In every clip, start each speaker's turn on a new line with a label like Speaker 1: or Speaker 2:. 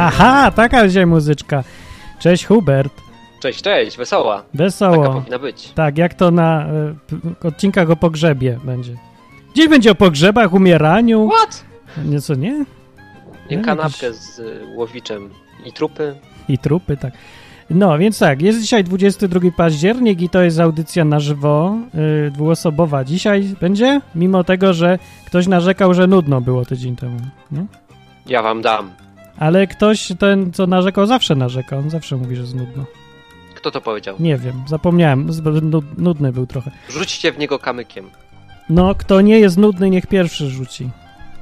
Speaker 1: Aha, taka dzisiaj muzyczka. Cześć Hubert,
Speaker 2: Cześć, cześć, wesoła. Taka
Speaker 1: wesoło.
Speaker 2: powinna być.
Speaker 1: Tak, jak to na y, p- odcinkach o pogrzebie będzie. Dziś będzie o pogrzebach, umieraniu.
Speaker 2: What?
Speaker 1: Nieco nie?
Speaker 2: Jem
Speaker 1: Nie,
Speaker 2: kanapkę z y, łowiczem i trupy.
Speaker 1: I trupy, tak. No, więc tak, jest dzisiaj 22 październik i to jest audycja na żywo, y, dwuosobowa. Dzisiaj będzie, mimo tego, że ktoś narzekał, że nudno było tydzień temu. Nie?
Speaker 2: Ja wam dam.
Speaker 1: Ale ktoś, ten co narzekał, zawsze narzeka. On zawsze mówi, że jest nudno.
Speaker 2: Kto to powiedział?
Speaker 1: Nie wiem, zapomniałem. Zb- nu- Nudny był trochę.
Speaker 2: Rzućcie w niego kamykiem.
Speaker 1: No, kto nie jest nudny, niech pierwszy rzuci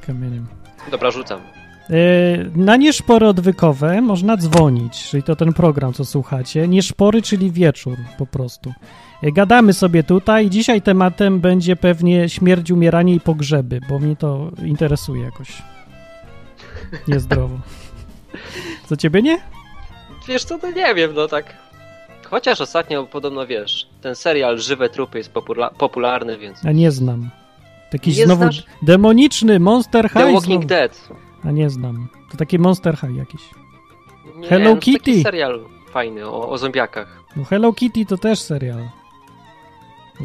Speaker 1: kamieniem.
Speaker 2: Dobra, rzucam.
Speaker 1: Yy, Na nieszpory odwykowe można dzwonić, czyli to ten program, co słuchacie. Nieszpory, czyli wieczór po prostu. Yy, Gadamy sobie tutaj. Dzisiaj tematem będzie pewnie śmierć, umieranie i pogrzeby, bo mnie to interesuje jakoś. Niezdrowo. Co ciebie nie?
Speaker 2: Wiesz co, to nie wiem, no tak. Chociaż ostatnio podobno wiesz, ten serial Żywe Trupy jest popula- popularny, więc.
Speaker 1: A nie znam. Jakiś
Speaker 2: Nie
Speaker 1: znowu
Speaker 2: znasz?
Speaker 1: demoniczny Monster High.
Speaker 2: The Walking
Speaker 1: znowu.
Speaker 2: Dead.
Speaker 1: A nie znam. To taki Monster High jakiś.
Speaker 2: Nie,
Speaker 1: Hello
Speaker 2: no, taki
Speaker 1: Kitty.
Speaker 2: serial fajny o, o zombiakach.
Speaker 1: No Hello Kitty to też serial.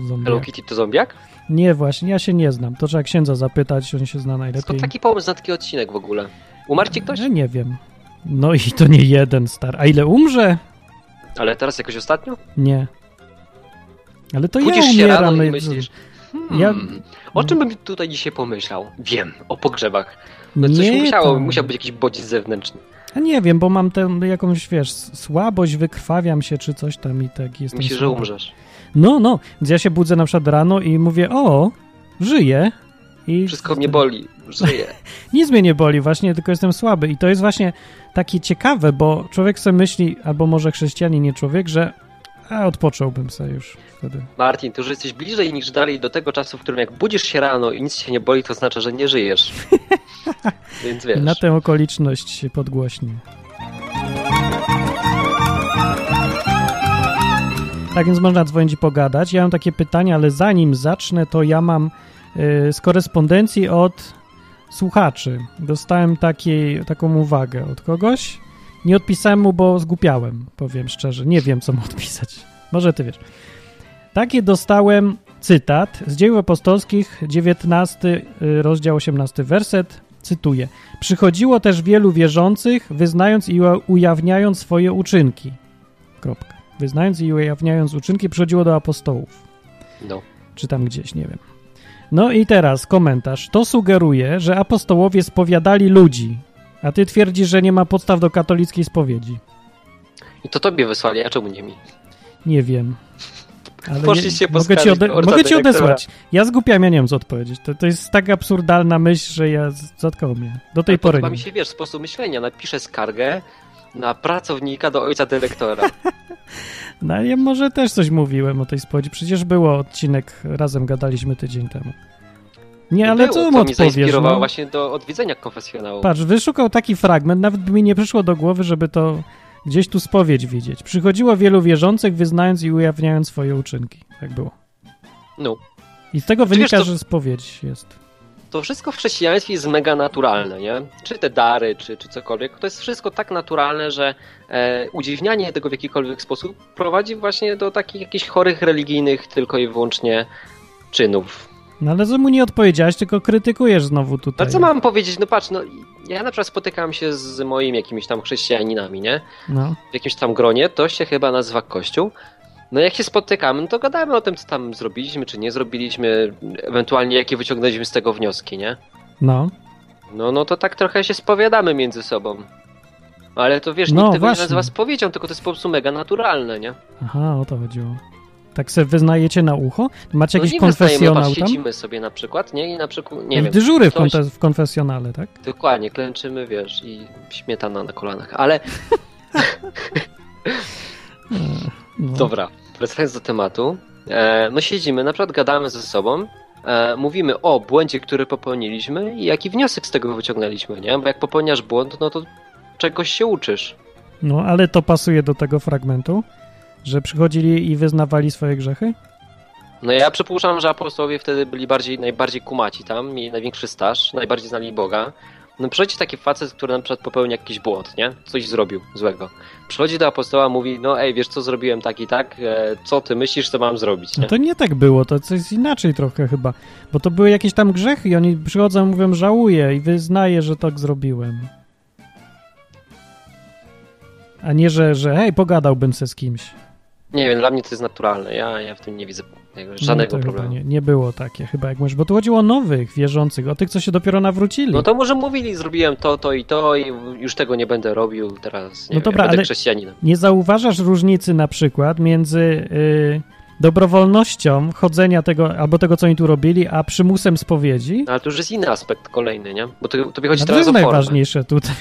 Speaker 1: Zombie.
Speaker 2: Hello Kitty to zombiak?
Speaker 1: Nie, właśnie, ja się nie znam. To trzeba księdza zapytać, on się zna najlepiej.
Speaker 2: Skąd taki pomysł na taki odcinek w ogóle? Umarł ci ktoś?
Speaker 1: Ja nie wiem. No i to nie jeden star. A ile umrze?
Speaker 2: Ale teraz jakoś ostatnio?
Speaker 1: Nie. Ale to
Speaker 2: Budzisz
Speaker 1: ja
Speaker 2: się
Speaker 1: umieram.
Speaker 2: rano i
Speaker 1: y-
Speaker 2: myślisz. Hmm,
Speaker 1: Ja-
Speaker 2: O czym bym tutaj dzisiaj pomyślał? Wiem, o pogrzebach. No
Speaker 1: nie,
Speaker 2: coś musiało,
Speaker 1: tam.
Speaker 2: musiał być jakiś bodziec zewnętrzny.
Speaker 1: A nie wiem, bo mam tę jakąś, wiesz, słabość, wykrwawiam się czy coś tam i tak jestem
Speaker 2: Myślisz, że
Speaker 1: słaby.
Speaker 2: umrzesz.
Speaker 1: No, no. Więc ja się budzę na przykład rano i mówię, o, żyję. I
Speaker 2: Wszystko mnie boli, żyję.
Speaker 1: Nic mnie nie boli właśnie, tylko jestem słaby. I to jest właśnie takie ciekawe, bo człowiek sobie myśli, albo może chrześcijanin, nie człowiek, że a odpocząłbym sobie już wtedy.
Speaker 2: Martin, ty już jesteś bliżej niż dalej do tego czasu, w którym jak budzisz się rano i nic cię nie boli, to znaczy, że nie żyjesz. Więc wiesz.
Speaker 1: Na tę okoliczność się podgłośni. Tak więc można dzwonić i pogadać. Ja mam takie pytania, ale zanim zacznę, to ja mam y, z korespondencji od słuchaczy. Dostałem taki, taką uwagę od kogoś. Nie odpisałem mu, bo zgłupiałem, powiem szczerze. Nie wiem, co mu odpisać. Może ty wiesz. Takie dostałem cytat z dziejów apostolskich, 19 y, rozdział 18 werset. Cytuję. Przychodziło też wielu wierzących, wyznając i uja- ujawniając swoje uczynki. Kropka. Wyznając i ujawniając uczynki, przychodziło do apostołów
Speaker 2: No.
Speaker 1: czy tam gdzieś, nie wiem. No i teraz komentarz. To sugeruje, że apostołowie spowiadali ludzi, a ty twierdzisz, że nie ma podstaw do katolickiej spowiedzi.
Speaker 2: I to tobie wysłali, a czemu nie mi?
Speaker 1: Nie wiem. Ale
Speaker 2: Poszli się
Speaker 1: mogę, ci
Speaker 2: poskarżyć do orga
Speaker 1: mogę ci
Speaker 2: dyrektora.
Speaker 1: odesłać. Ja zgłupiam, ja nie wiem co odpowiedzieć. To, to jest tak absurdalna myśl, że ja z- zatkało mnie. Do tej
Speaker 2: Ale
Speaker 1: pory
Speaker 2: Podoba
Speaker 1: nie.
Speaker 2: mi się, wiesz, sposób myślenia. Napiszę skargę na pracownika do ojca dyrektora.
Speaker 1: No ale ja może też coś mówiłem o tej spowiedzi. Przecież było odcinek, razem gadaliśmy tydzień temu. Nie, ale
Speaker 2: Było,
Speaker 1: co mu
Speaker 2: to mnie
Speaker 1: odpowiesz?
Speaker 2: zainspirowało
Speaker 1: No?
Speaker 2: właśnie do odwiedzenia konfesjonału.
Speaker 1: Patrz, wyszukał taki fragment, nawet by mi nie przyszło do głowy, żeby to gdzieś tu spowiedź widzieć. Przychodziło wielu wierzących, wyznając i ujawniając swoje uczynki. Tak było.
Speaker 2: No.
Speaker 1: I z tego
Speaker 2: Czy wiesz,
Speaker 1: wynika,
Speaker 2: to-
Speaker 1: że spowiedź jest.
Speaker 2: to wszystko w chrześcijaństwie jest mega naturalne, nie? Czy te dary, czy, czy cokolwiek, to jest wszystko tak naturalne, że e, udziwnianie tego w jakikolwiek sposób prowadzi właśnie do takich jakichś chorych religijnych tylko i wyłącznie czynów.
Speaker 1: No ale co mu nie odpowiedziałeś, tylko krytykujesz znowu
Speaker 2: No
Speaker 1: tutaj.
Speaker 2: co mam powiedzieć? No patrz, no ja na przykład spotykam się z moimi jakimiś tam chrześcijaninami, nie?
Speaker 1: No.
Speaker 2: W jakimś tam gronie, to się chyba nazywa kościół. No jak się spotykamy, no to gadamy o tym, co tam zrobiliśmy, czy nie zrobiliśmy, ewentualnie jakie wyciągnęliśmy z tego wnioski, nie?
Speaker 1: No.
Speaker 2: No, no to tak trochę się spowiadamy między sobą. Ale to wiesz,
Speaker 1: No,
Speaker 2: nikt tego
Speaker 1: właśnie.
Speaker 2: nie nazywa spowiedzią, tylko to jest po prostu mega naturalne, nie?
Speaker 1: Aha, o to chodziło. Tak se wyznajecie na ucho? Macie
Speaker 2: no,
Speaker 1: jakiś
Speaker 2: nie
Speaker 1: konfesjonał
Speaker 2: patrz,
Speaker 1: tam?
Speaker 2: siedzimy sobie na przykład, nie? I na przykład, nie wiem,
Speaker 1: Dyżury w,
Speaker 2: ktoś-
Speaker 1: konte- w konfesjonale, tak?
Speaker 2: dokładnie, klęczymy, wiesz, i śmietana na kolanach. Ale
Speaker 1: E, No.
Speaker 2: dobra, wracając do tematu. E, no siedzimy, na przykład gadamy ze sobą, e, mówimy o błędzie, który popełniliśmy i jaki wniosek z tego wyciągnęliśmy, nie? Bo jak popełniasz błąd, no to czegoś się uczysz.
Speaker 1: No, ale to pasuje do tego fragmentu, że przychodzili i wyznawali swoje grzechy?
Speaker 2: No ja przypuszczam, że apostołowie wtedy byli bardziej, najbardziej kumaci tam, mieli największy staż, najbardziej znali Boga. No przychodzi taki facet, który na przykład popełnia jakiś błąd, nie? Coś zrobił złego. Przychodzi do apostoła, mówi, no ej, wiesz co, zrobiłem tak i tak, e, co ty myślisz, co mam zrobić,
Speaker 1: No
Speaker 2: nie?
Speaker 1: to nie tak było, to coś inaczej trochę chyba. Bo to były jakieś tam grzechy i oni przychodzą, mówią, żałuję i wyznaję, że tak zrobiłem. A nie, że, że hej, pogadałbym se z kimś.
Speaker 2: Nie wiem, dla mnie to jest naturalne, ja, ja w tym nie widzę jakby żadnego
Speaker 1: no, to chyba
Speaker 2: problemu.
Speaker 1: Nie, nie było takie chyba, jak mówisz. Bo tu chodziło o nowych wierzących, o tych, co się dopiero nawrócili.
Speaker 2: No to może mówili, zrobiłem to, to i to i już tego nie będę robił teraz,
Speaker 1: No
Speaker 2: nie wiem,
Speaker 1: dobra,
Speaker 2: będę
Speaker 1: ale-
Speaker 2: chrześcijaninem.
Speaker 1: Nie zauważasz różnicy na przykład między y, dobrowolnością chodzenia tego, albo tego, co oni tu robili, a przymusem spowiedzi?
Speaker 2: No, ale to już jest inny aspekt kolejny, nie? Bo to, tobie
Speaker 1: No
Speaker 2: chodzi
Speaker 1: to
Speaker 2: teraz
Speaker 1: jest
Speaker 2: o formę.
Speaker 1: najważniejsze tutaj.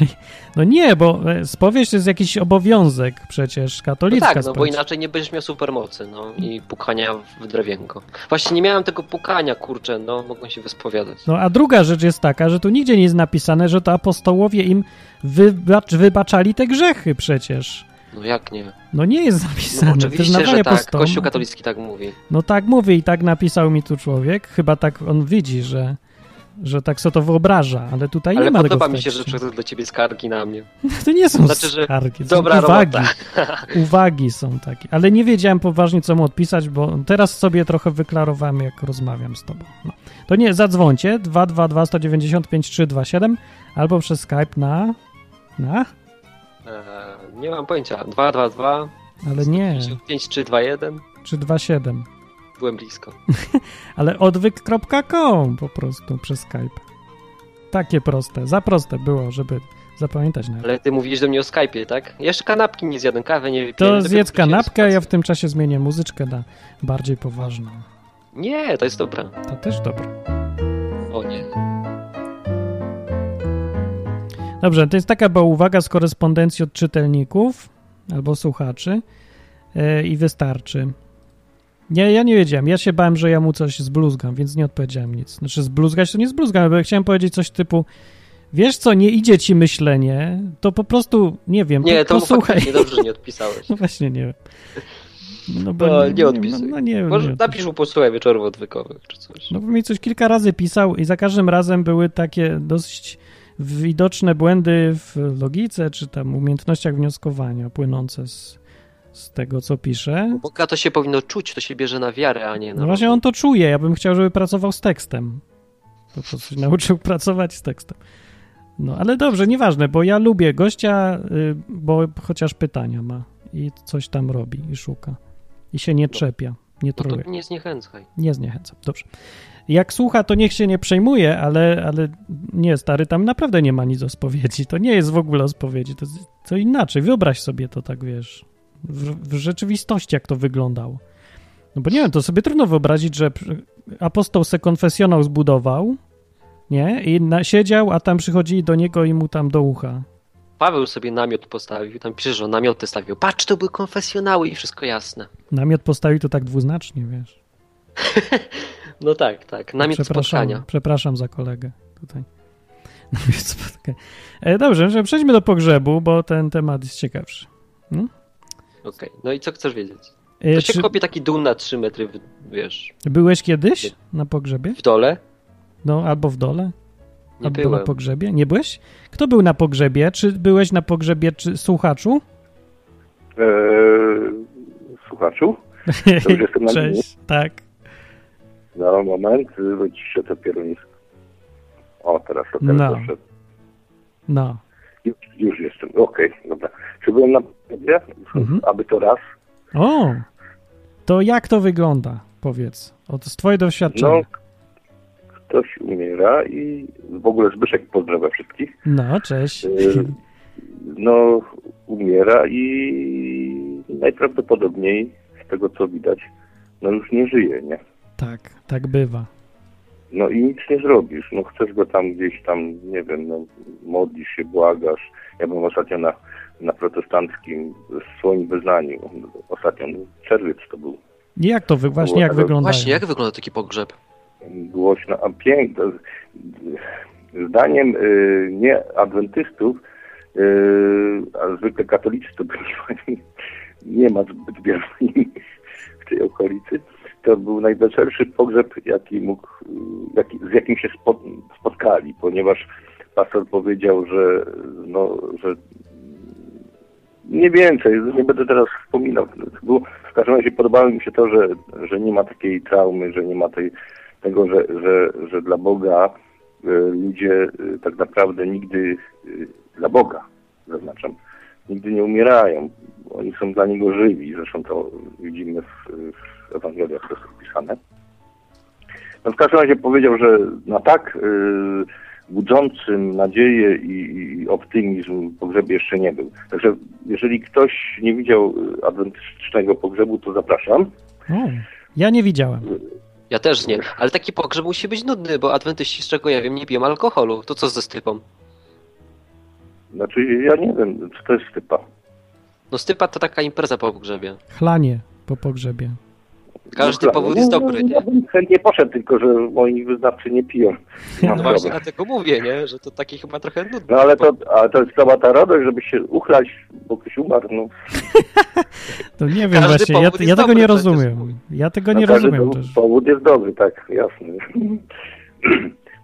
Speaker 1: No nie, bo e, spowiedź to jest jakiś obowiązek przecież
Speaker 2: No
Speaker 1: katolicka
Speaker 2: tak, no bo
Speaker 1: spowiedź.
Speaker 2: inaczej nie będziesz miał supermocy, no i pukania w drewienko. Właśnie nie miałem tego pukania, kurczę, no mogą się wyspowiadać.
Speaker 1: No a druga rzecz jest taka, że tu nigdzie nie jest napisane, że to apostołowie im wybacz, wybaczali te grzechy przecież.
Speaker 2: No jak nie?
Speaker 1: No nie jest
Speaker 2: No
Speaker 1: napisane.
Speaker 2: oczywiście,
Speaker 1: Wyznawanie
Speaker 2: że tak,
Speaker 1: postom-
Speaker 2: Kościół katolicki tak mówi.
Speaker 1: No tak mówi i tak napisał mi tu człowiek. Chyba tak on widzi, że, że tak sobie to wyobraża, ale tutaj nie
Speaker 2: Ale
Speaker 1: ma tego
Speaker 2: podoba
Speaker 1: w
Speaker 2: mi się, że
Speaker 1: tekście.
Speaker 2: przychodzą do ciebie skargi na mnie.
Speaker 1: To nie są
Speaker 2: Znaczy, że
Speaker 1: skargi, to
Speaker 2: Dobra
Speaker 1: są uwagi.
Speaker 2: robota.
Speaker 1: Uwagi są takie. Ale nie wiedziałem poważnie, co mu odpisać, bo teraz sobie trochę wyklarowałem, jak rozmawiam z tobą. No. To nie, zadzwońcie 222-195-327 albo przez Skype na... na?
Speaker 2: E, nie mam pojęcia. 222
Speaker 1: Ale nie,
Speaker 2: 5321
Speaker 1: 327.
Speaker 2: byłem blisko.
Speaker 1: Ale odwyk.com po prostu przez Skype. Takie proste, za proste było, żeby zapamiętać nawet.
Speaker 2: Ale ty mówisz do mnie o Skype'ie, tak? Jeszcze kanapki nie zjadłem, kawy nie wypiłem.
Speaker 1: To
Speaker 2: dopiero
Speaker 1: zjedz
Speaker 2: wróciłem z
Speaker 1: kanapkę, a
Speaker 2: pracy.
Speaker 1: ja w tym czasie zmienię muzyczkę na bardziej poważną.
Speaker 2: Nie, to jest dobra.
Speaker 1: To też dobre.
Speaker 2: O nie.
Speaker 1: Dobrze, to jest taka była uwaga z korespondencji od czytelników albo słuchaczy e, i wystarczy. Nie, ja nie wiedziałem. Ja się bałem, że ja mu coś zbluzgam, więc nie odpowiedziałem nic. Znaczy zbluzgać to nie zbluzgam, bo ja chciałem powiedzieć coś typu wiesz co, nie idzie ci myślenie, to po prostu, nie wiem,
Speaker 2: Nie,
Speaker 1: po-
Speaker 2: to mu
Speaker 1: posłuchaj.
Speaker 2: faktycznie dobrze, że nie odpisałeś.
Speaker 1: No właśnie nie wiem. No
Speaker 2: No, nie odpisuj.
Speaker 1: No, no nie wiem.
Speaker 2: Może napisz mu posłuchaj wieczorów odwykowych czy coś.
Speaker 1: No bo mi coś kilka razy pisał i za każdym razem były takie dosyć widoczne błędy w logice czy tam umiejętnościach wnioskowania płynące z, z tego, co pisze.
Speaker 2: Boga to się powinno czuć, to się bierze na wiarę, a nie na...
Speaker 1: No właśnie on to czuje. Ja bym chciał, żeby pracował z tekstem. Po prostu się nauczył pracować z tekstem. No ale dobrze, nieważne, bo ja lubię gościa, y, bo chociaż pytania ma i coś tam robi i szuka. I się nie
Speaker 2: No.
Speaker 1: czepia, nie
Speaker 2: no
Speaker 1: truje.
Speaker 2: to nie zniechęcaj.
Speaker 1: Nie zniechęcam, dobrze. Jak słucha, to niech się nie przejmuje, ale, ale nie, stary, tam naprawdę nie ma nic o spowiedzi. To nie jest w ogóle o spowiedzi, to jest co inaczej. Wyobraź sobie to tak, wiesz, w, w rzeczywistości, jak to wyglądało. No bo nie wiem, to sobie trudno wyobrazić, że przy- apostoł se konfesjonał zbudował, nie? I na, siedział, a tam przychodzili do niego i mu tam do ucha.
Speaker 2: Paweł sobie namiot postawił, tam pisze, że on namioty stawił. Patrz, to były konfesjonały i wszystko jasne.
Speaker 1: Namiot postawił to tak dwuznacznie, wiesz.
Speaker 2: No tak, tak, namiot
Speaker 1: przepraszam,
Speaker 2: spotkania.
Speaker 1: przepraszam za kolegę tutaj. Namiot spotkania. E, dobrze, że przejdźmy do pogrzebu, bo ten temat jest ciekawszy. No?
Speaker 2: Okej, no i co chcesz wiedzieć?
Speaker 1: E,
Speaker 2: To się
Speaker 1: czy
Speaker 2: kopie taki dół na 3 metry, w- wiesz,
Speaker 1: byłeś kiedyś na pogrzebie?
Speaker 2: w dole?
Speaker 1: No, albo w dole?
Speaker 2: Nie
Speaker 1: Albo na
Speaker 2: byłem.
Speaker 1: pogrzebie? Nie byłeś? Kto był na pogrzebie? Czy byłeś na pogrzebie czy słuchaczu?
Speaker 3: Eee, słuchaczu? już jestem na linii.
Speaker 1: Cześć. Tak.
Speaker 3: Za moment, wyciszę te pierunis. O, teraz, o, teraz
Speaker 1: No.
Speaker 3: doszedł.
Speaker 1: No.
Speaker 3: Już, już jestem, okej, dobra. Czy byłem na pogrzebie?
Speaker 1: Mhm.
Speaker 3: Aby to raz?
Speaker 1: O! To jak to wygląda? Powiedz. Od z twojego doświadczenia.
Speaker 3: No, ktoś umiera i w ogóle Zbyszek pozdrawia wszystkich.
Speaker 1: no cześć.
Speaker 3: Eee, No, umiera i najprawdopodobniej z tego, co widać, no już nie żyje, nie?
Speaker 1: tak, tak bywa.
Speaker 3: No i nic nie zrobisz. No chcesz go tam gdzieś tam, nie wiem, no, modlisz się, błagasz. Ja byłem ostatnio na, na protestanckim w swoim wyznaniu. Ostatnio, no, czerwiec to był.
Speaker 1: Jak to wy, właśnie
Speaker 3: Było
Speaker 1: jak
Speaker 3: tak-
Speaker 1: wygląda?
Speaker 2: Właśnie, jak wygląda taki pogrzeb?
Speaker 3: Głośno, a piękne. Zdaniem y, nie adwentystów, y, a zwykle katolicy to byli, oni nie ma zbyt wielu w tej okolicy, to był najweselszy pogrzeb, jaki mógł, y, jaki, z jakim się spo, spotkali, ponieważ pastor powiedział, że, no, że nie więcej, nie będę teraz wspominał. Było, w każdym razie podobało mi się to, że, że nie ma takiej traumy, że nie ma tej, tego, że, że, że dla Boga y, ludzie y, tak naprawdę nigdy, y, dla Boga zaznaczam, nigdy nie umierają. Oni są dla Niego żywi, zresztą to widzimy w, w Ewangeliach, to jest opisane. No w każdym razie powiedział, że na tak budzącym nadzieję i, i optymizm pogrzeb jeszcze nie był. Także jeżeli ktoś nie widział y, adwentycznego pogrzebu, to zapraszam.
Speaker 1: Hmm, ja nie widziałem.
Speaker 2: Ja też nie, ale taki pogrzeb musi być nudny, bo adwentyści, z czego ja wiem, nie piją alkoholu. To co ze stypą?
Speaker 3: Znaczy, ja nie wiem, co to jest stypa. No
Speaker 2: No stypa to taka impreza po pogrzebie.
Speaker 1: Chlanie po pogrzebie.
Speaker 3: tak.
Speaker 2: Każdy no, powód jest dobry, nie?
Speaker 3: Ja bym chętnie poszedł, tylko że moi wyznawcy nie piją.
Speaker 2: No właśnie dlatego mówię, nie? Że to taki chyba trochę nudny.
Speaker 3: No ale to, ale to jest chyba ta radość, żeby się uchlać, bo ktoś umarł, no.
Speaker 1: to nie wiem
Speaker 2: Każdy
Speaker 1: właśnie, ja,
Speaker 2: powód jest
Speaker 1: ja tego
Speaker 2: dobry,
Speaker 1: nie
Speaker 2: to jest
Speaker 1: rozumiem.
Speaker 2: mój.
Speaker 1: Ja tego nie
Speaker 3: No, każdy
Speaker 1: rozumiem
Speaker 3: powód-
Speaker 1: też.
Speaker 3: Powód jest dobry, tak, jasne.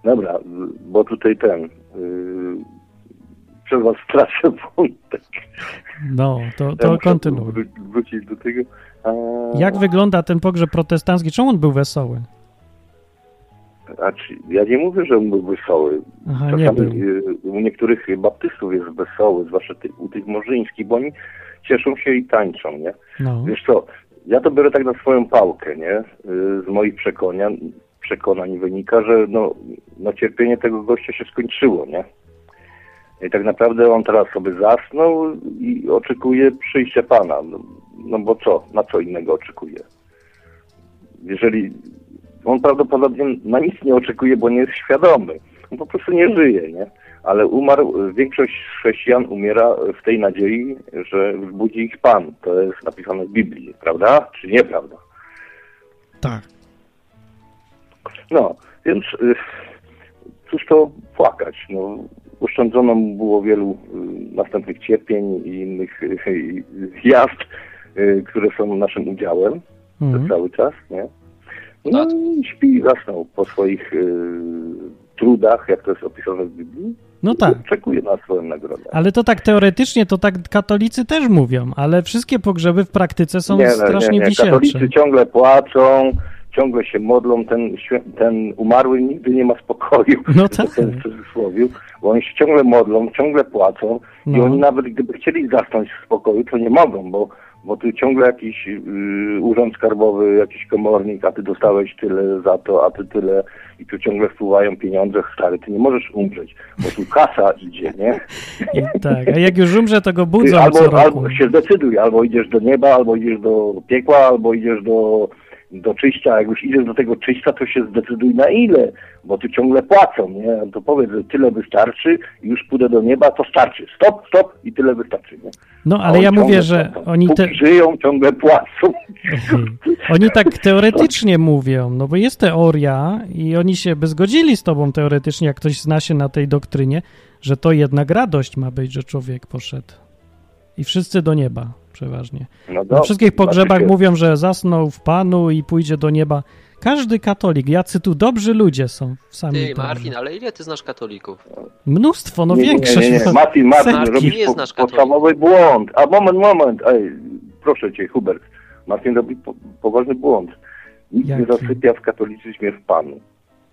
Speaker 3: Dobra, bo tutaj ten... Yy, przez was stracę wątek.
Speaker 1: No, to,
Speaker 3: Ja
Speaker 1: to
Speaker 3: muszę
Speaker 1: kontynuuj.
Speaker 3: wró- Wrócić do tego. A,
Speaker 1: Jak wygląda ten pogrzeb protestancki? Czemu on był wesoły?
Speaker 3: a czy, ja nie mówię, że on był wesoły.
Speaker 1: Aha, nie
Speaker 3: Czasami
Speaker 1: był.
Speaker 3: y, u niektórych baptystów jest wesoły, zwłaszcza ty, u tych morzyńskich, bo oni cieszą się i tańczą, nie?
Speaker 1: No.
Speaker 3: Wiesz co, ja to biorę tak na swoją pałkę, nie? Y, Z moich przekonań, przekonań wynika, że no, no cierpienie tego gościa się skończyło, nie? I tak naprawdę on teraz sobie zasnął i oczekuje przyjścia Pana. No, no bo co? Na co innego oczekuje? Jeżeli on prawdopodobnie na nic nie oczekuje, bo nie jest świadomy. On po prostu nie żyje, nie? Ale umarł, większość chrześcijan umiera w tej nadziei, że wzbudzi ich Pan. To jest napisane w Biblii, prawda? Czy nieprawda?
Speaker 1: Tak.
Speaker 3: No, więc y, cóż to płakać, no. Oszczędzono mu było wielu y, następnych cierpień i innych y, y, jazd, y, które są naszym udziałem.
Speaker 1: Mhm.
Speaker 3: cały czas, nie? No
Speaker 2: Tak.
Speaker 3: i śpi, zasnął po swoich y, trudach, jak to jest opisane w Biblii.
Speaker 1: No tak.
Speaker 3: I Czekuje na swoją nagrodę.
Speaker 1: Ale to tak teoretycznie, to tak katolicy też mówią, ale wszystkie pogrzeby w praktyce są strasznie wisielcze.
Speaker 3: no, Katolicy ciągle płaczą, ciągle się modlą, ten, świę- ten umarły nigdy nie ma spokoju.
Speaker 1: No tak.
Speaker 3: To jest w cudzysłowie, bo oni się ciągle modlą, ciągle płacą i
Speaker 1: No.
Speaker 3: oni nawet gdyby chcieli zasnąć w spokoju, to nie mogą, bo, bo tu ciągle jakiś yy, urząd skarbowy, jakiś komornik, a ty dostałeś tyle za to, a ty tyle i tu ciągle wpływają pieniądze, stary, ty nie możesz umrzeć, bo tu kasa idzie, nie?
Speaker 1: I tak. A jak już umrze, to go budzą
Speaker 3: Ty
Speaker 1: co
Speaker 3: Y,
Speaker 1: roku.
Speaker 3: albo, albo się zdecyduj, albo idziesz do nieba, albo idziesz do piekła, albo idziesz do, do czyścia. Jak już idziesz do tego czyścia, to się zdecyduj na ile, bo tu ciągle płacą, nie? To powiedz, że tyle wystarczy i już pójdę do nieba, to starczy. Stop, stop i tyle wystarczy, nie?
Speaker 1: No,
Speaker 3: A
Speaker 1: ale
Speaker 3: oni
Speaker 1: ja
Speaker 3: ciągle
Speaker 1: mówię, że
Speaker 3: płacą.
Speaker 1: oni
Speaker 3: Póki
Speaker 1: te...
Speaker 3: żyją, ciągle płacą.
Speaker 1: Oni tak teoretycznie mówią, no bo jest teoria i oni się by zgodzili z tobą teoretycznie, jak ktoś zna się na tej doktrynie, że to jednak radość ma być, że człowiek poszedł. I wszyscy do nieba przeważnie.
Speaker 3: No
Speaker 1: Na
Speaker 3: do-
Speaker 1: wszystkich pogrzebach
Speaker 3: znaczy się-
Speaker 1: mówią, że zasnął w Panu i pójdzie do nieba. Każdy katolik, jacy tu dobrzy ludzie są w samym
Speaker 2: Ty, Martin, ale ile ty znasz katolików?
Speaker 1: Mnóstwo, no
Speaker 3: nie,
Speaker 1: większość.
Speaker 3: Nie, nie, nie.
Speaker 1: no.
Speaker 3: Martin, Martin,
Speaker 1: setki.
Speaker 3: robisz
Speaker 2: Nie znasz
Speaker 3: po,
Speaker 2: katolików.
Speaker 3: podstawowy błąd. A moment, moment. Ej, proszę cię, Hubert. Martin robi po, poważny błąd. Nikt nie
Speaker 1: Jaki?
Speaker 3: zasypia w katolicyzmie w Panu.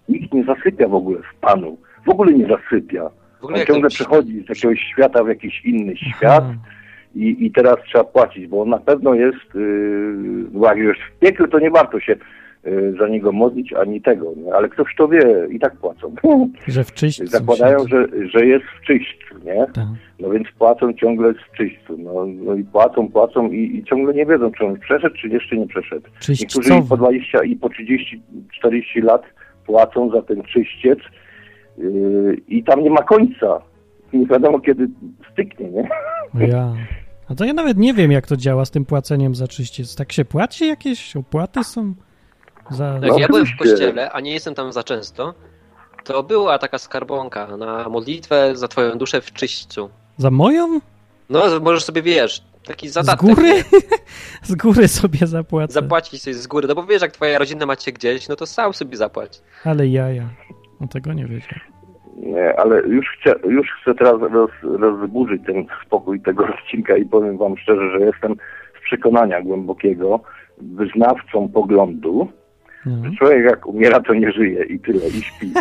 Speaker 3: Nikt nie zasypia w ogóle w Panu. W ogóle nie zasypia.
Speaker 2: W ogóle
Speaker 3: On
Speaker 2: jak to
Speaker 3: ciągle
Speaker 2: brzmi?
Speaker 3: przechodzi z jakiegoś świata w jakiś inny świat i, i teraz trzeba płacić, bo on na pewno jest, yy, bo jak już w piekle, to nie warto się yy, za niego modlić ani tego, nie? ale ktoś to wie, i tak płacą.
Speaker 1: Że w czyśćcu
Speaker 3: Zakładają,
Speaker 1: siedzą.
Speaker 3: że, że jest w czyśćcu, nie?
Speaker 1: Tak.
Speaker 3: No więc płacą ciągle z czyśćcu. No, no i płacą, płacą i, i ciągle nie wiedzą, czy on przeszedł, czy jeszcze nie przeszedł. Niektórzy i po
Speaker 1: Czyśćcowo.
Speaker 3: 20 i po 30, 40 lat płacą za ten czyściec yy, i tam nie ma końca. Nie wiadomo, kiedy styknie, nie?
Speaker 1: O Ja. A to ja nawet nie wiem, jak to działa z tym płaceniem za czyściec. Tak się płaci jakieś? Opłaty są? Za...
Speaker 2: No, Jak ja byłem w
Speaker 3: oczywiście.
Speaker 2: kościele, a nie jestem tam za często, to była taka skarbonka na modlitwę za twoją duszę w czyśćcu.
Speaker 1: Za moją?
Speaker 2: No, możesz sobie, wiesz, taki
Speaker 1: Z
Speaker 2: zadatek.
Speaker 1: góry? Z góry sobie zapłacę.
Speaker 2: Zapłacić coś z góry, no bo wiesz, jak twoja rodzina macie gdzieś, no to sam sobie zapłać.
Speaker 1: Ale jaja. No tego nie wiedziałem.
Speaker 3: No, Nie, ale już chcę, już chcę teraz roz, rozburzyć ten spokój tego odcinka i powiem wam szczerze, że jestem z przekonania głębokiego wyznawcą poglądu,
Speaker 1: No.
Speaker 3: że człowiek jak umiera, to nie żyje i tyle, i śpi.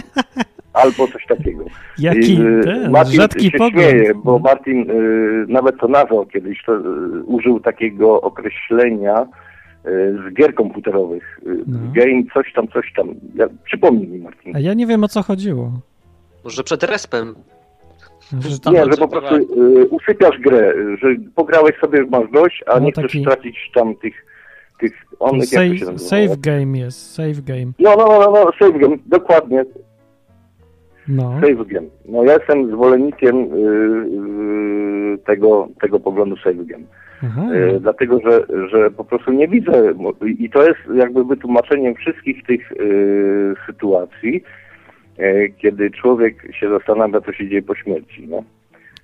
Speaker 3: Albo coś takiego.
Speaker 1: Jaki
Speaker 3: I, y,
Speaker 1: ten,
Speaker 3: Martin
Speaker 1: rzadki
Speaker 3: się
Speaker 1: pogląd.
Speaker 3: Śmieje, bo Martin y, nawet to nazwał kiedyś, to, y, użył takiego określenia y, z gier komputerowych. Y,
Speaker 1: No.
Speaker 3: Game coś tam, coś tam. Ja, przypomnij mi Martin.
Speaker 1: A ja nie wiem, o co chodziło.
Speaker 2: Może przed respem.
Speaker 1: Że
Speaker 2: Tam
Speaker 3: nie,
Speaker 2: będzie
Speaker 3: że po
Speaker 2: trochę-
Speaker 3: prostu y, usypiasz grę, y, że pograłeś sobie, masz dość, a
Speaker 1: No,
Speaker 3: nie chcesz
Speaker 1: taki-
Speaker 3: stracić tam tych, tych onych, jak to się
Speaker 1: save,
Speaker 3: nazywa?
Speaker 1: save game jest, save game.
Speaker 3: No, no, no, no, no, save game, dokładnie,
Speaker 1: No,
Speaker 3: save game. No ja jestem zwolennikiem y, y, tego, tego poglądu save game.
Speaker 1: aha,
Speaker 3: E, dlatego, że, że po prostu nie widzę mo- i to jest jakby wytłumaczeniem wszystkich tych e, sytuacji, e, kiedy człowiek się zastanawia, co się dzieje po śmierci. No.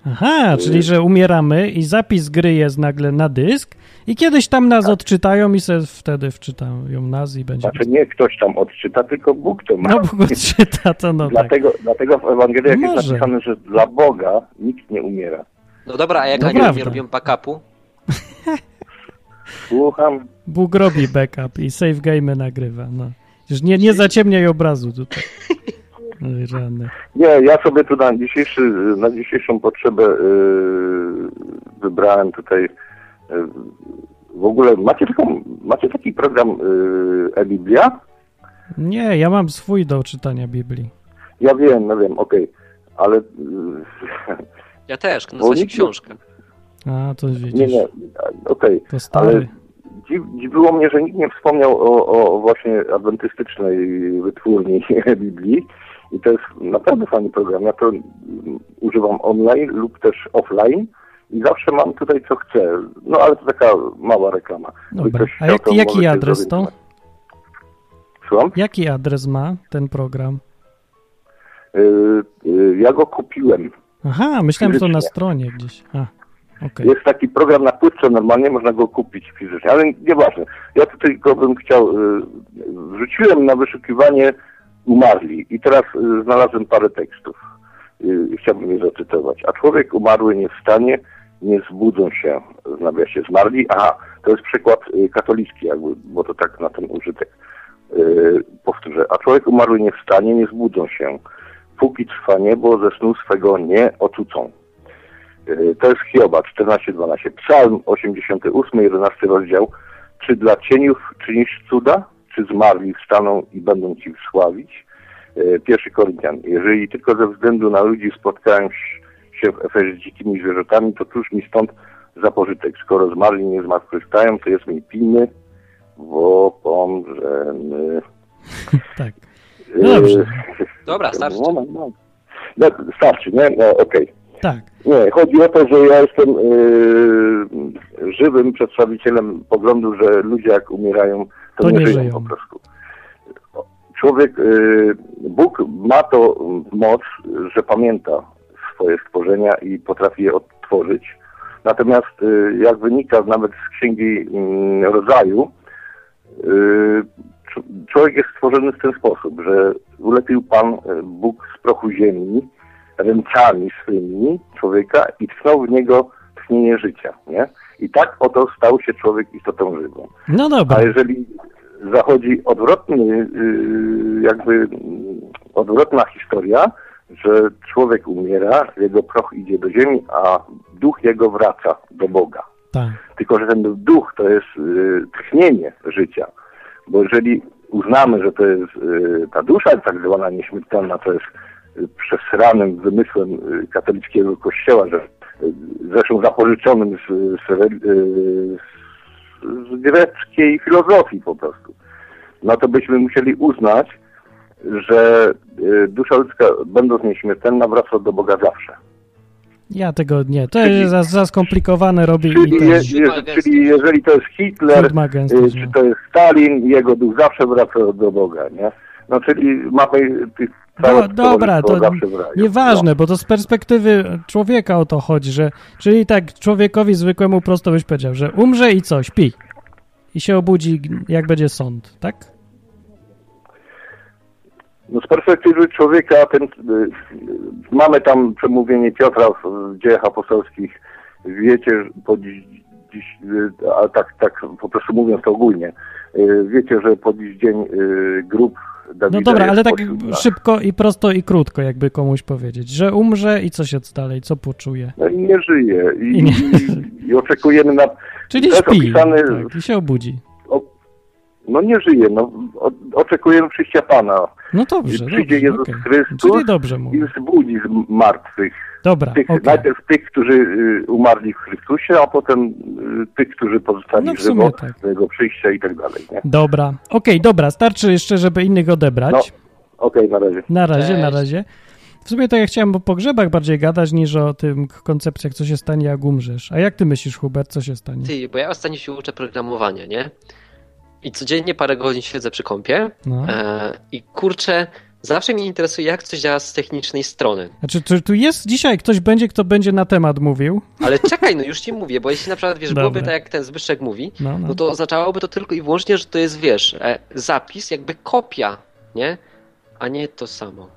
Speaker 1: aha,
Speaker 3: Y-
Speaker 1: czyli że umieramy i zapis gry jest nagle na dysk i kiedyś tam
Speaker 3: Tak.
Speaker 1: nas odczytają i se wtedy wczytają nas i będzie...
Speaker 3: Znaczy nie ktoś tam odczyta, tylko Bóg to ma.
Speaker 1: No Bóg odczyta to, no tak.
Speaker 3: dlatego, dlatego w Ewangelii jak jest
Speaker 1: Może.
Speaker 3: napisane, że dla Boga nikt nie umiera.
Speaker 2: No dobra, a jak
Speaker 1: No
Speaker 2: no aniołowie
Speaker 1: prawda.
Speaker 2: robią backupu?
Speaker 3: Słucham,
Speaker 1: Bóg robi backup i save game nagrywa, no. Już nie, nie zaciemniaj obrazu tutaj. Oj, Rany.
Speaker 3: Nie, ja sobie tu na, dzisiejszy, na dzisiejszą potrzebę y, wybrałem tutaj y, w ogóle macie, taką, macie taki program y, e-Biblia?
Speaker 1: Nie, ja mam swój do czytania Biblii.
Speaker 3: Ja wiem, no wiem, okej, ale yy, y,
Speaker 2: Ja też, no
Speaker 3: Bo
Speaker 2: nazywa się
Speaker 3: nikt-
Speaker 2: książka.
Speaker 1: A, to widzisz,
Speaker 3: nie, nie, okej.
Speaker 1: to stary.
Speaker 3: Dziw, dziwiło mnie, że nikt nie wspomniał o, o właśnie adwentystycznej wytwórni Biblii. I to jest naprawdę fajny program. Ja to mm, używam online lub też offline i zawsze mam tutaj co chcę. No ale to taka mała reklama. Jakby
Speaker 1: Dobra.
Speaker 3: ktoś
Speaker 1: A
Speaker 3: chciał,
Speaker 1: jak,
Speaker 3: to
Speaker 1: jaki
Speaker 3: możecie
Speaker 1: adres to?
Speaker 3: zorientować. Słucham?
Speaker 1: Jaki adres ma ten program?
Speaker 3: Yy, yy, ja go kupiłem.
Speaker 1: Aha, myślałem, że to na
Speaker 3: Fizycznie.
Speaker 1: stronie gdzieś. A, okej.
Speaker 3: Jest taki program na płytce, normalnie można go kupić fizycznie, ale nieważne. Ja tu tylko bym chciał, y, wrzuciłem na wyszukiwanie umarli i teraz y, znalazłem parę tekstów. Y, Chciałbym je zacytować. A człowiek umarły nie wstanie, nie zbudzą się, w nawiasie zmarli. Aha, to jest przykład y, katolicki jakby, bo to tak na ten użytek. Y, Powtórzę. A człowiek umarły nie wstanie, nie zbudzą się. Póki trwa niebo, ze snu swego nie ocucą. Y, To jest Hioba 14-12. Psalm 88, 11 rozdział. Czy dla cieniów czynisz cuda? Czy zmarli wstaną i będą Ci sławić? Y, Pierwszy Koryntian. Jeżeli tylko ze względu na ludzi spotkają się w Efezie z dzikimi zwierzętami, to cóż mi stąd za pożytek? Skoro zmarli nie zmartwychwstają, to jest mi pilny, bo pomrzemy.
Speaker 1: Tak. No dobrze.
Speaker 3: Y,
Speaker 2: Dobra, starczy.
Speaker 3: Moment, moment. No, starczy, nie? No, okej.
Speaker 1: Tak.
Speaker 3: Nie, chodzi o to, że ja jestem yy, żywym przedstawicielem poglądu, że ludzie jak umierają, to, nie, żyją, po prostu. Człowiek, yy, Bóg ma to moc, że pamięta swoje stworzenia i potrafi je odtworzyć. Natomiast yy, jak wynika nawet z Księgi yy, Rodzaju, yy, czu- człowiek jest stworzony w ten sposób, że ulepił Pan yy, Bóg z prochu ziemi, rękami swymi człowieka i tchnął w niego tchnienie życia, nie? I tak oto stał się człowiek istotą żywą.
Speaker 1: No
Speaker 3: A
Speaker 1: dobra.
Speaker 3: jeżeli zachodzi odwrotny, yy, jakby mm, odwrotna historia, że człowiek umiera, jego proch idzie do ziemi, a duch jego wraca do Boga.
Speaker 1: Tak.
Speaker 3: Tylko, że ten duch to jest y, tchnienie życia. Bo jeżeli uznamy, że to jest y, ta dusza tak zwana nieśmiertelna, to jest y, przesranym wymysłem y, katolickiego kościoła, że y, zresztą zapożyczonym z, z, re- y, z, z greckiej filozofii po prostu, no to byśmy musieli uznać, że y, dusza ludzka, będąc nieśmiertelna, wraca do Boga zawsze.
Speaker 1: Ja tego nie. To jest za, za skomplikowane robi i
Speaker 3: Czyli,
Speaker 1: ten
Speaker 3: je,
Speaker 2: też-
Speaker 3: je, czyli jeżeli to jest Hitler,
Speaker 1: cud ma
Speaker 3: Y,
Speaker 1: gęstość.
Speaker 3: czy
Speaker 1: no.
Speaker 3: to jest Stalin, jego duch zawsze wraca do Boga, nie? No czyli mamy tych
Speaker 1: No,
Speaker 3: całe
Speaker 1: dobra, to
Speaker 3: towarzystwo zawsze w raju. No.
Speaker 1: nieważne, bo to z perspektywy człowieka o to chodzi, że czyli tak człowiekowi zwykłemu prosto byś powiedział, że umrze i co, śpi. I się obudzi, jak będzie sąd, tak?
Speaker 3: No z perspektywy człowieka ten, y, y, mamy tam przemówienie Piotra w, w dziejach apostolskich. Wiecie, po dziś, dziś, y, a tak, tak po prostu mówiąc to ogólnie, y, wiecie, że po dziś dzień y, grup Dawida
Speaker 1: No dobra,
Speaker 3: jest
Speaker 1: ale tak
Speaker 3: pośród nas.
Speaker 1: szybko i prosto i krótko, jakby komuś powiedzieć, że umrze i co się dalej, co poczuje.
Speaker 3: No i nie żyje. I,
Speaker 1: I nie-
Speaker 3: i, i oczekujemy na...
Speaker 1: Czyli
Speaker 3: to jest
Speaker 1: śpi
Speaker 3: opisane
Speaker 1: tak, i się obudzi.
Speaker 3: O, no nie żyje, no o, oczekujemy przyjścia Pana.
Speaker 1: No dobrze,
Speaker 3: Przyjdzie
Speaker 1: dobrze
Speaker 3: Jezus
Speaker 1: okej.
Speaker 3: Chrystus
Speaker 1: Czyli dobrze
Speaker 3: I
Speaker 1: mówię.
Speaker 3: wzbudzi z martwych.
Speaker 1: Dobra,
Speaker 3: Tych,
Speaker 1: okej.
Speaker 3: Najpierw tych, którzy y, umarli w Chrystusie, a potem y, tych, którzy pozostali
Speaker 1: No w
Speaker 3: w żywo,
Speaker 1: sumie tak.
Speaker 3: do jego przyjścia i tak dalej. Nie?
Speaker 1: Dobra, okej, dobra, starczy jeszcze, żeby innych odebrać.
Speaker 3: No. Okej, na razie.
Speaker 1: Na razie, na
Speaker 2: Cześć.
Speaker 1: razie. W sumie to ja chciałem o pogrzebach bardziej gadać niż o tym k- koncepcjach, co się stanie, jak umrzesz. A jak ty myślisz, Hubert, co się stanie?
Speaker 2: Ty, bo ja ostatnio się uczę programowania, nie? I codziennie parę godzin siedzę przy kąpie
Speaker 1: No.
Speaker 2: e, i kurczę, zawsze mnie interesuje, jak coś działa z technicznej strony.
Speaker 1: Znaczy, czy tu jest dzisiaj ktoś będzie, kto będzie na temat mówił?
Speaker 2: Ale czekaj, no już ci mówię, bo jeśli na przykład, wiesz, byłoby
Speaker 1: Dobra.
Speaker 2: tak, jak ten Zbyszek mówi,
Speaker 1: No, no.
Speaker 2: no to oznaczałoby to tylko i wyłącznie, że to jest, wiesz, e, zapis, jakby kopia, nie? A nie to samo.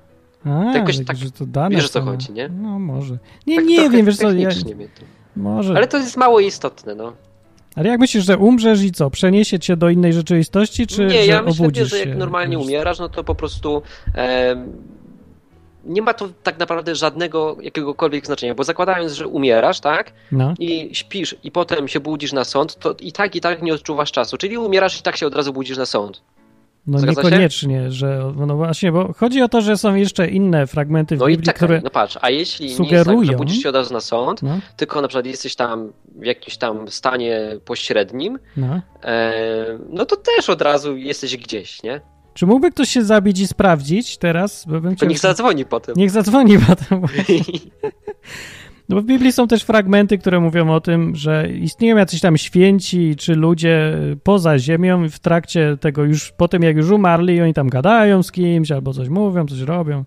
Speaker 1: A,
Speaker 2: jakoś
Speaker 1: tak,
Speaker 2: tak-
Speaker 1: że to dane
Speaker 2: wiesz, o co
Speaker 1: są.
Speaker 2: chodzi, nie?
Speaker 1: No może. Nie,
Speaker 2: tak
Speaker 1: nie
Speaker 2: trochę
Speaker 1: wiem, wiesz co, ja,
Speaker 2: technicznie mnie to-
Speaker 1: może. Ale,
Speaker 2: Ale to jest mało istotne, no.
Speaker 1: jak myślisz, że umrzesz i co, przeniesie cię do innej rzeczywistości, czy
Speaker 2: nie,
Speaker 1: że
Speaker 2: ja myślę,
Speaker 1: obudzisz
Speaker 2: wiesz, że
Speaker 1: się?
Speaker 2: jak normalnie
Speaker 1: Wiesz,
Speaker 2: umierasz, no to po prostu em, nie ma to tak naprawdę żadnego jakiegokolwiek znaczenia, bo zakładając, że umierasz, tak,
Speaker 1: No,
Speaker 2: i śpisz i potem się budzisz na sąd, to i tak, i tak nie odczuwasz czasu, czyli umierasz i tak się od razu budzisz na sąd.
Speaker 1: no
Speaker 2: Zgadza się?
Speaker 1: niekoniecznie, że, no właśnie, bo chodzi o to, że są jeszcze inne fragmenty w
Speaker 2: No i
Speaker 1: Biblii,
Speaker 2: czekaj,
Speaker 1: które...
Speaker 2: no patrz, a jeśli nie jest tak,
Speaker 1: sugerują-
Speaker 2: że budzisz się od razu na sąd,
Speaker 1: No,
Speaker 2: tylko na przykład jesteś tam w jakimś tam stanie pośrednim,
Speaker 1: no.
Speaker 2: em, no to też od razu jesteś gdzieś, nie?
Speaker 1: Czy mógłby ktoś się zabić i sprawdzić teraz? Bo bym
Speaker 2: To
Speaker 1: chciał-
Speaker 2: niech zadzwoni potem.
Speaker 1: Niech zadzwoni potem. No bo w Biblii są też fragmenty, które mówią o tym, że istnieją jacyś tam święci czy ludzie poza ziemią i w trakcie tego już, po tym jak już umarli, oni tam gadają z kimś albo coś mówią, coś robią.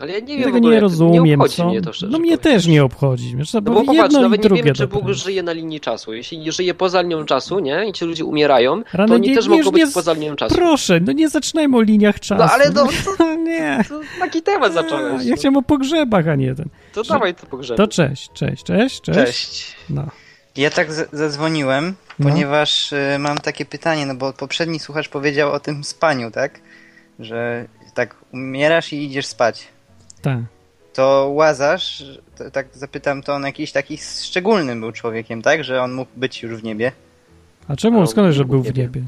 Speaker 2: Ale ja nie
Speaker 1: Ja
Speaker 2: wiem,
Speaker 1: tego
Speaker 2: w ogóle,
Speaker 1: nie
Speaker 2: jak-
Speaker 1: rozumiem.
Speaker 2: nie obchodzi
Speaker 1: co?
Speaker 2: mnie to szczerze
Speaker 1: no mnie
Speaker 2: powiem.
Speaker 1: też nie obchodzi. Wiesz,
Speaker 2: No bo popatrz,
Speaker 1: jedno i
Speaker 2: nawet nie
Speaker 1: drugie
Speaker 2: wiemy, czy
Speaker 1: dobre.
Speaker 2: Bóg żyje na linii czasu. Jeśli nie żyje poza linią czasu, nie? I ci ludzie umierają,
Speaker 1: Rano,
Speaker 2: to oni
Speaker 1: nie-
Speaker 2: też
Speaker 1: nie-
Speaker 2: mogą być
Speaker 1: nie-
Speaker 2: poza linią czasu.
Speaker 1: Proszę, no nie zaczynajmy o liniach czasu.
Speaker 2: No ale no,
Speaker 1: nie.
Speaker 2: to taki temat zacząłeś.
Speaker 1: Ja chciałem o pogrzebach, a nie ten.
Speaker 2: To dawaj to pogrzebie.
Speaker 1: To cześć, cześć, cześć, cześć.
Speaker 4: Cześć.
Speaker 1: No.
Speaker 4: Ja tak z- zadzwoniłem,
Speaker 1: No.
Speaker 4: ponieważ y, mam takie pytanie, no bo poprzedni słuchacz powiedział o tym spaniu, tak? Że tak umierasz i idziesz spać.
Speaker 1: Tak.
Speaker 4: To Łazarz, to, tak zapytam, to on jakiś taki szczególny był człowiekiem, tak? Że on mógł być już w niebie.
Speaker 1: A czemu
Speaker 2: No,
Speaker 1: skąd, że
Speaker 2: nie
Speaker 1: był w
Speaker 2: wiem.
Speaker 1: niebie?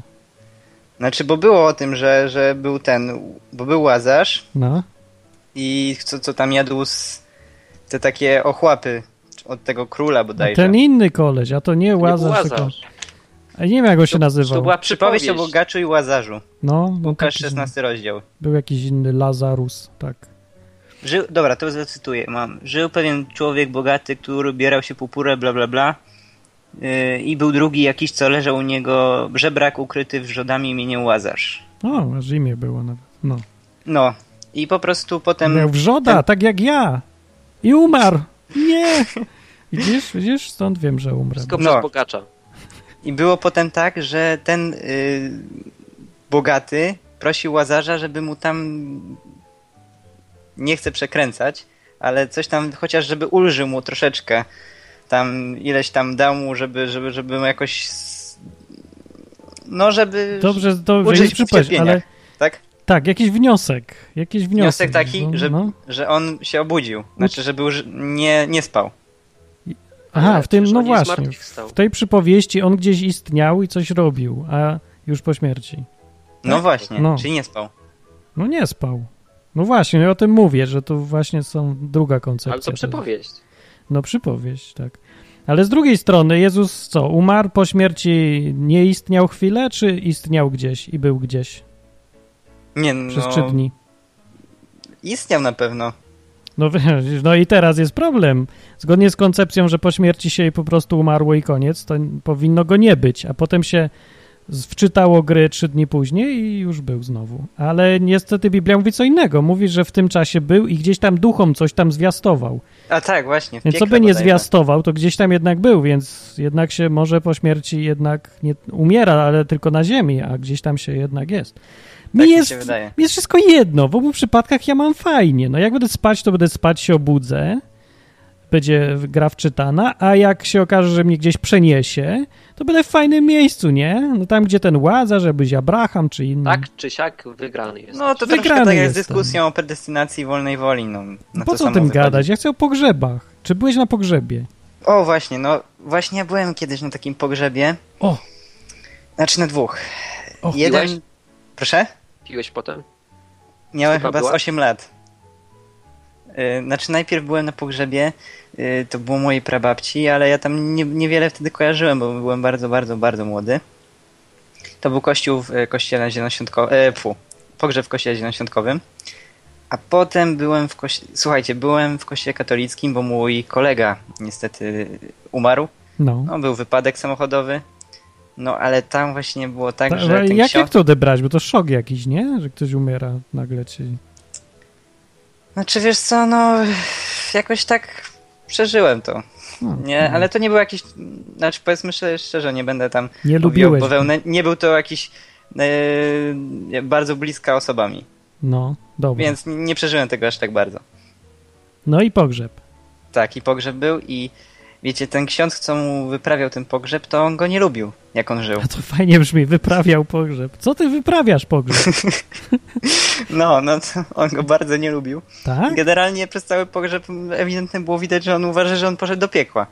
Speaker 4: Znaczy, bo było o tym, że, że był ten, bo był Łazarz
Speaker 1: No.
Speaker 4: i co, co tam jadł z te takie ochłapy od tego króla
Speaker 1: A
Speaker 4: bodajże.
Speaker 1: ten inny koleś, a to nie
Speaker 2: nie był
Speaker 1: Łazarz, tylko...
Speaker 2: Łazarz.
Speaker 1: A nie wiem, jak go się nazywał.
Speaker 2: To była
Speaker 4: Przypowieść
Speaker 2: przypowieść.
Speaker 4: o bogaczu i Łazarzu.
Speaker 1: No, no
Speaker 4: Łukasz
Speaker 1: taki-
Speaker 4: 16 rozdział.
Speaker 1: Był jakiś inny Lazarus, tak.
Speaker 4: Żył, dobra, to zacytuję. Mam. Żył pewien człowiek bogaty, który ubierał się purpurę, bla bla bla. Yy, I był drugi jakiś, co leżał u niego żebrak ukryty wrzodami imieniem Łazarz.
Speaker 1: O, aż imię było nawet. No.
Speaker 4: No. I po prostu potem.
Speaker 1: Miał wrzoda, tak jak ja. I umarł. Nie! Widzisz, widzisz? Stąd wiem, że umrę.
Speaker 2: Wszystko
Speaker 4: No.
Speaker 2: przez bogacza.
Speaker 4: I było potem tak, że ten yy, bogaty prosił Łazarza, żeby mu tam. Nie chcę przekręcać, ale coś tam, chociaż żeby ulżył mu troszeczkę. Tam ileś tam dał mu, żeby, żeby, żeby mu jakoś. s- No, żeby.
Speaker 1: Dobrze, dobrze,
Speaker 4: Uczyć
Speaker 1: już przypaść,
Speaker 4: cierpienia.
Speaker 1: ale...
Speaker 4: Tak?
Speaker 1: Tak, jakiś wniosek. Jakiś wniosek.
Speaker 4: Wniosek taki,
Speaker 1: no,
Speaker 4: że,
Speaker 1: no.
Speaker 4: że on się obudził. Znaczy, że był, że nie, nie spał.
Speaker 1: Aha,
Speaker 2: Ale
Speaker 1: w tym,
Speaker 2: przecież
Speaker 1: no
Speaker 2: on nie
Speaker 1: właśnie,
Speaker 2: zmartwychwstał.
Speaker 1: w tej przypowieści on gdzieś istniał i coś robił, a już po śmierci.
Speaker 4: No
Speaker 2: Tak?
Speaker 4: właśnie,
Speaker 1: No.
Speaker 4: czyli nie spał.
Speaker 1: No nie spał. No właśnie, ja o tym mówię, że tu właśnie są druga koncepcja.
Speaker 2: Ale to przypowieść.
Speaker 1: No przypowieść, tak. Ale z drugiej strony Jezus co, umarł po śmierci, nie istniał chwilę, czy istniał gdzieś i był gdzieś
Speaker 4: Nie,
Speaker 1: przez
Speaker 4: no,
Speaker 1: trzy dni?
Speaker 4: istniał na pewno.
Speaker 1: No, wiesz, no i teraz jest problem. Zgodnie z koncepcją, że po śmierci się po prostu umarło i koniec, to powinno go nie być, a potem się wczytało gry trzy dni później i już był znowu. Ale niestety Biblia mówi co innego. Mówi, że w tym czasie był i gdzieś tam duchom coś tam zwiastował.
Speaker 4: A tak, właśnie. w
Speaker 1: Więc co
Speaker 4: piekle
Speaker 1: by nie
Speaker 4: bodajże.
Speaker 1: zwiastował, to gdzieś tam jednak był, więc jednak się może po śmierci jednak nie umiera, ale tylko na ziemi, a gdzieś tam się jednak jest. Mi,
Speaker 4: Tak mi
Speaker 1: jest,
Speaker 4: się wydaje.
Speaker 1: mi jest wszystko jedno, w obu przypadkach ja mam fajnie. No jak będę spać, to będę spać, się obudzę, będzie gra wczytana, a jak się okaże, że mnie gdzieś przeniesie, to będę w fajnym miejscu, nie? No tam, gdzie ten Łazarz, żebyś Abraham czy inny.
Speaker 2: Tak czy siak wygrany jest.
Speaker 4: No to
Speaker 1: Mhm. Wygrany
Speaker 4: troszkę tak jak z
Speaker 1: jestem.
Speaker 4: dyskusją o predestynacji i wolnej woli. No, na
Speaker 1: po
Speaker 4: to
Speaker 1: co o
Speaker 4: samo
Speaker 1: tym
Speaker 4: wychodzi.
Speaker 1: gadać? Ja chcę o pogrzebach. Czy byłeś na pogrzebie?
Speaker 4: O właśnie, no właśnie ja byłem kiedyś na takim pogrzebie.
Speaker 1: O!
Speaker 4: Znaczy na dwóch.
Speaker 1: Och,
Speaker 4: Jeden.
Speaker 2: piłeś?
Speaker 4: Proszę?
Speaker 2: Piłeś potem?
Speaker 4: Miałem
Speaker 2: Stopa
Speaker 4: chyba z
Speaker 2: była?
Speaker 4: 8 lat. Y, Znaczy najpierw byłem na pogrzebie, y, to było mojej prababci, ale ja tam nie, niewiele wtedy kojarzyłem, bo byłem bardzo, bardzo, bardzo młody. To był kościół w y, kościele zielonoświątkowym, e, fu, pogrzeb w kościele zielonoświątkowym. A potem byłem w kościele, słuchajcie, byłem w kościele katolickim, bo mój kolega niestety umarł.
Speaker 1: No.
Speaker 4: No, był wypadek samochodowy. No, ale tam właśnie było tak,
Speaker 1: Ta-
Speaker 4: że
Speaker 1: No, ale
Speaker 4: ten
Speaker 1: jak,
Speaker 4: ksiądz...
Speaker 1: jak to odebrać? Bo to szok jakiś, nie? Że ktoś umiera nagle ci.
Speaker 4: Znaczy wiesz co, no jakoś tak przeżyłem to.
Speaker 1: No,
Speaker 4: Nie, ale to nie był jakiś, znaczy powiedzmy szczerze, szczerze nie będę tam
Speaker 1: nie
Speaker 4: mówił
Speaker 1: lubiłeś.
Speaker 4: bawełnę. Nie był to jakiś e, bardzo bliska osobami,
Speaker 1: No, dobra.
Speaker 4: więc n- nie przeżyłem tego aż tak bardzo.
Speaker 1: No i pogrzeb.
Speaker 4: Tak, i pogrzeb był i wiecie, ten ksiądz, co mu wyprawiał ten pogrzeb, to on go nie lubił, jak on żył.
Speaker 1: A to fajnie brzmi, wyprawiał pogrzeb. Co ty wyprawiasz pogrzeb?
Speaker 4: No, no, to on go bardzo nie lubił.
Speaker 1: Tak?
Speaker 4: Generalnie przez cały pogrzeb ewidentnie było widać, że on uważa, że on poszedł do piekła.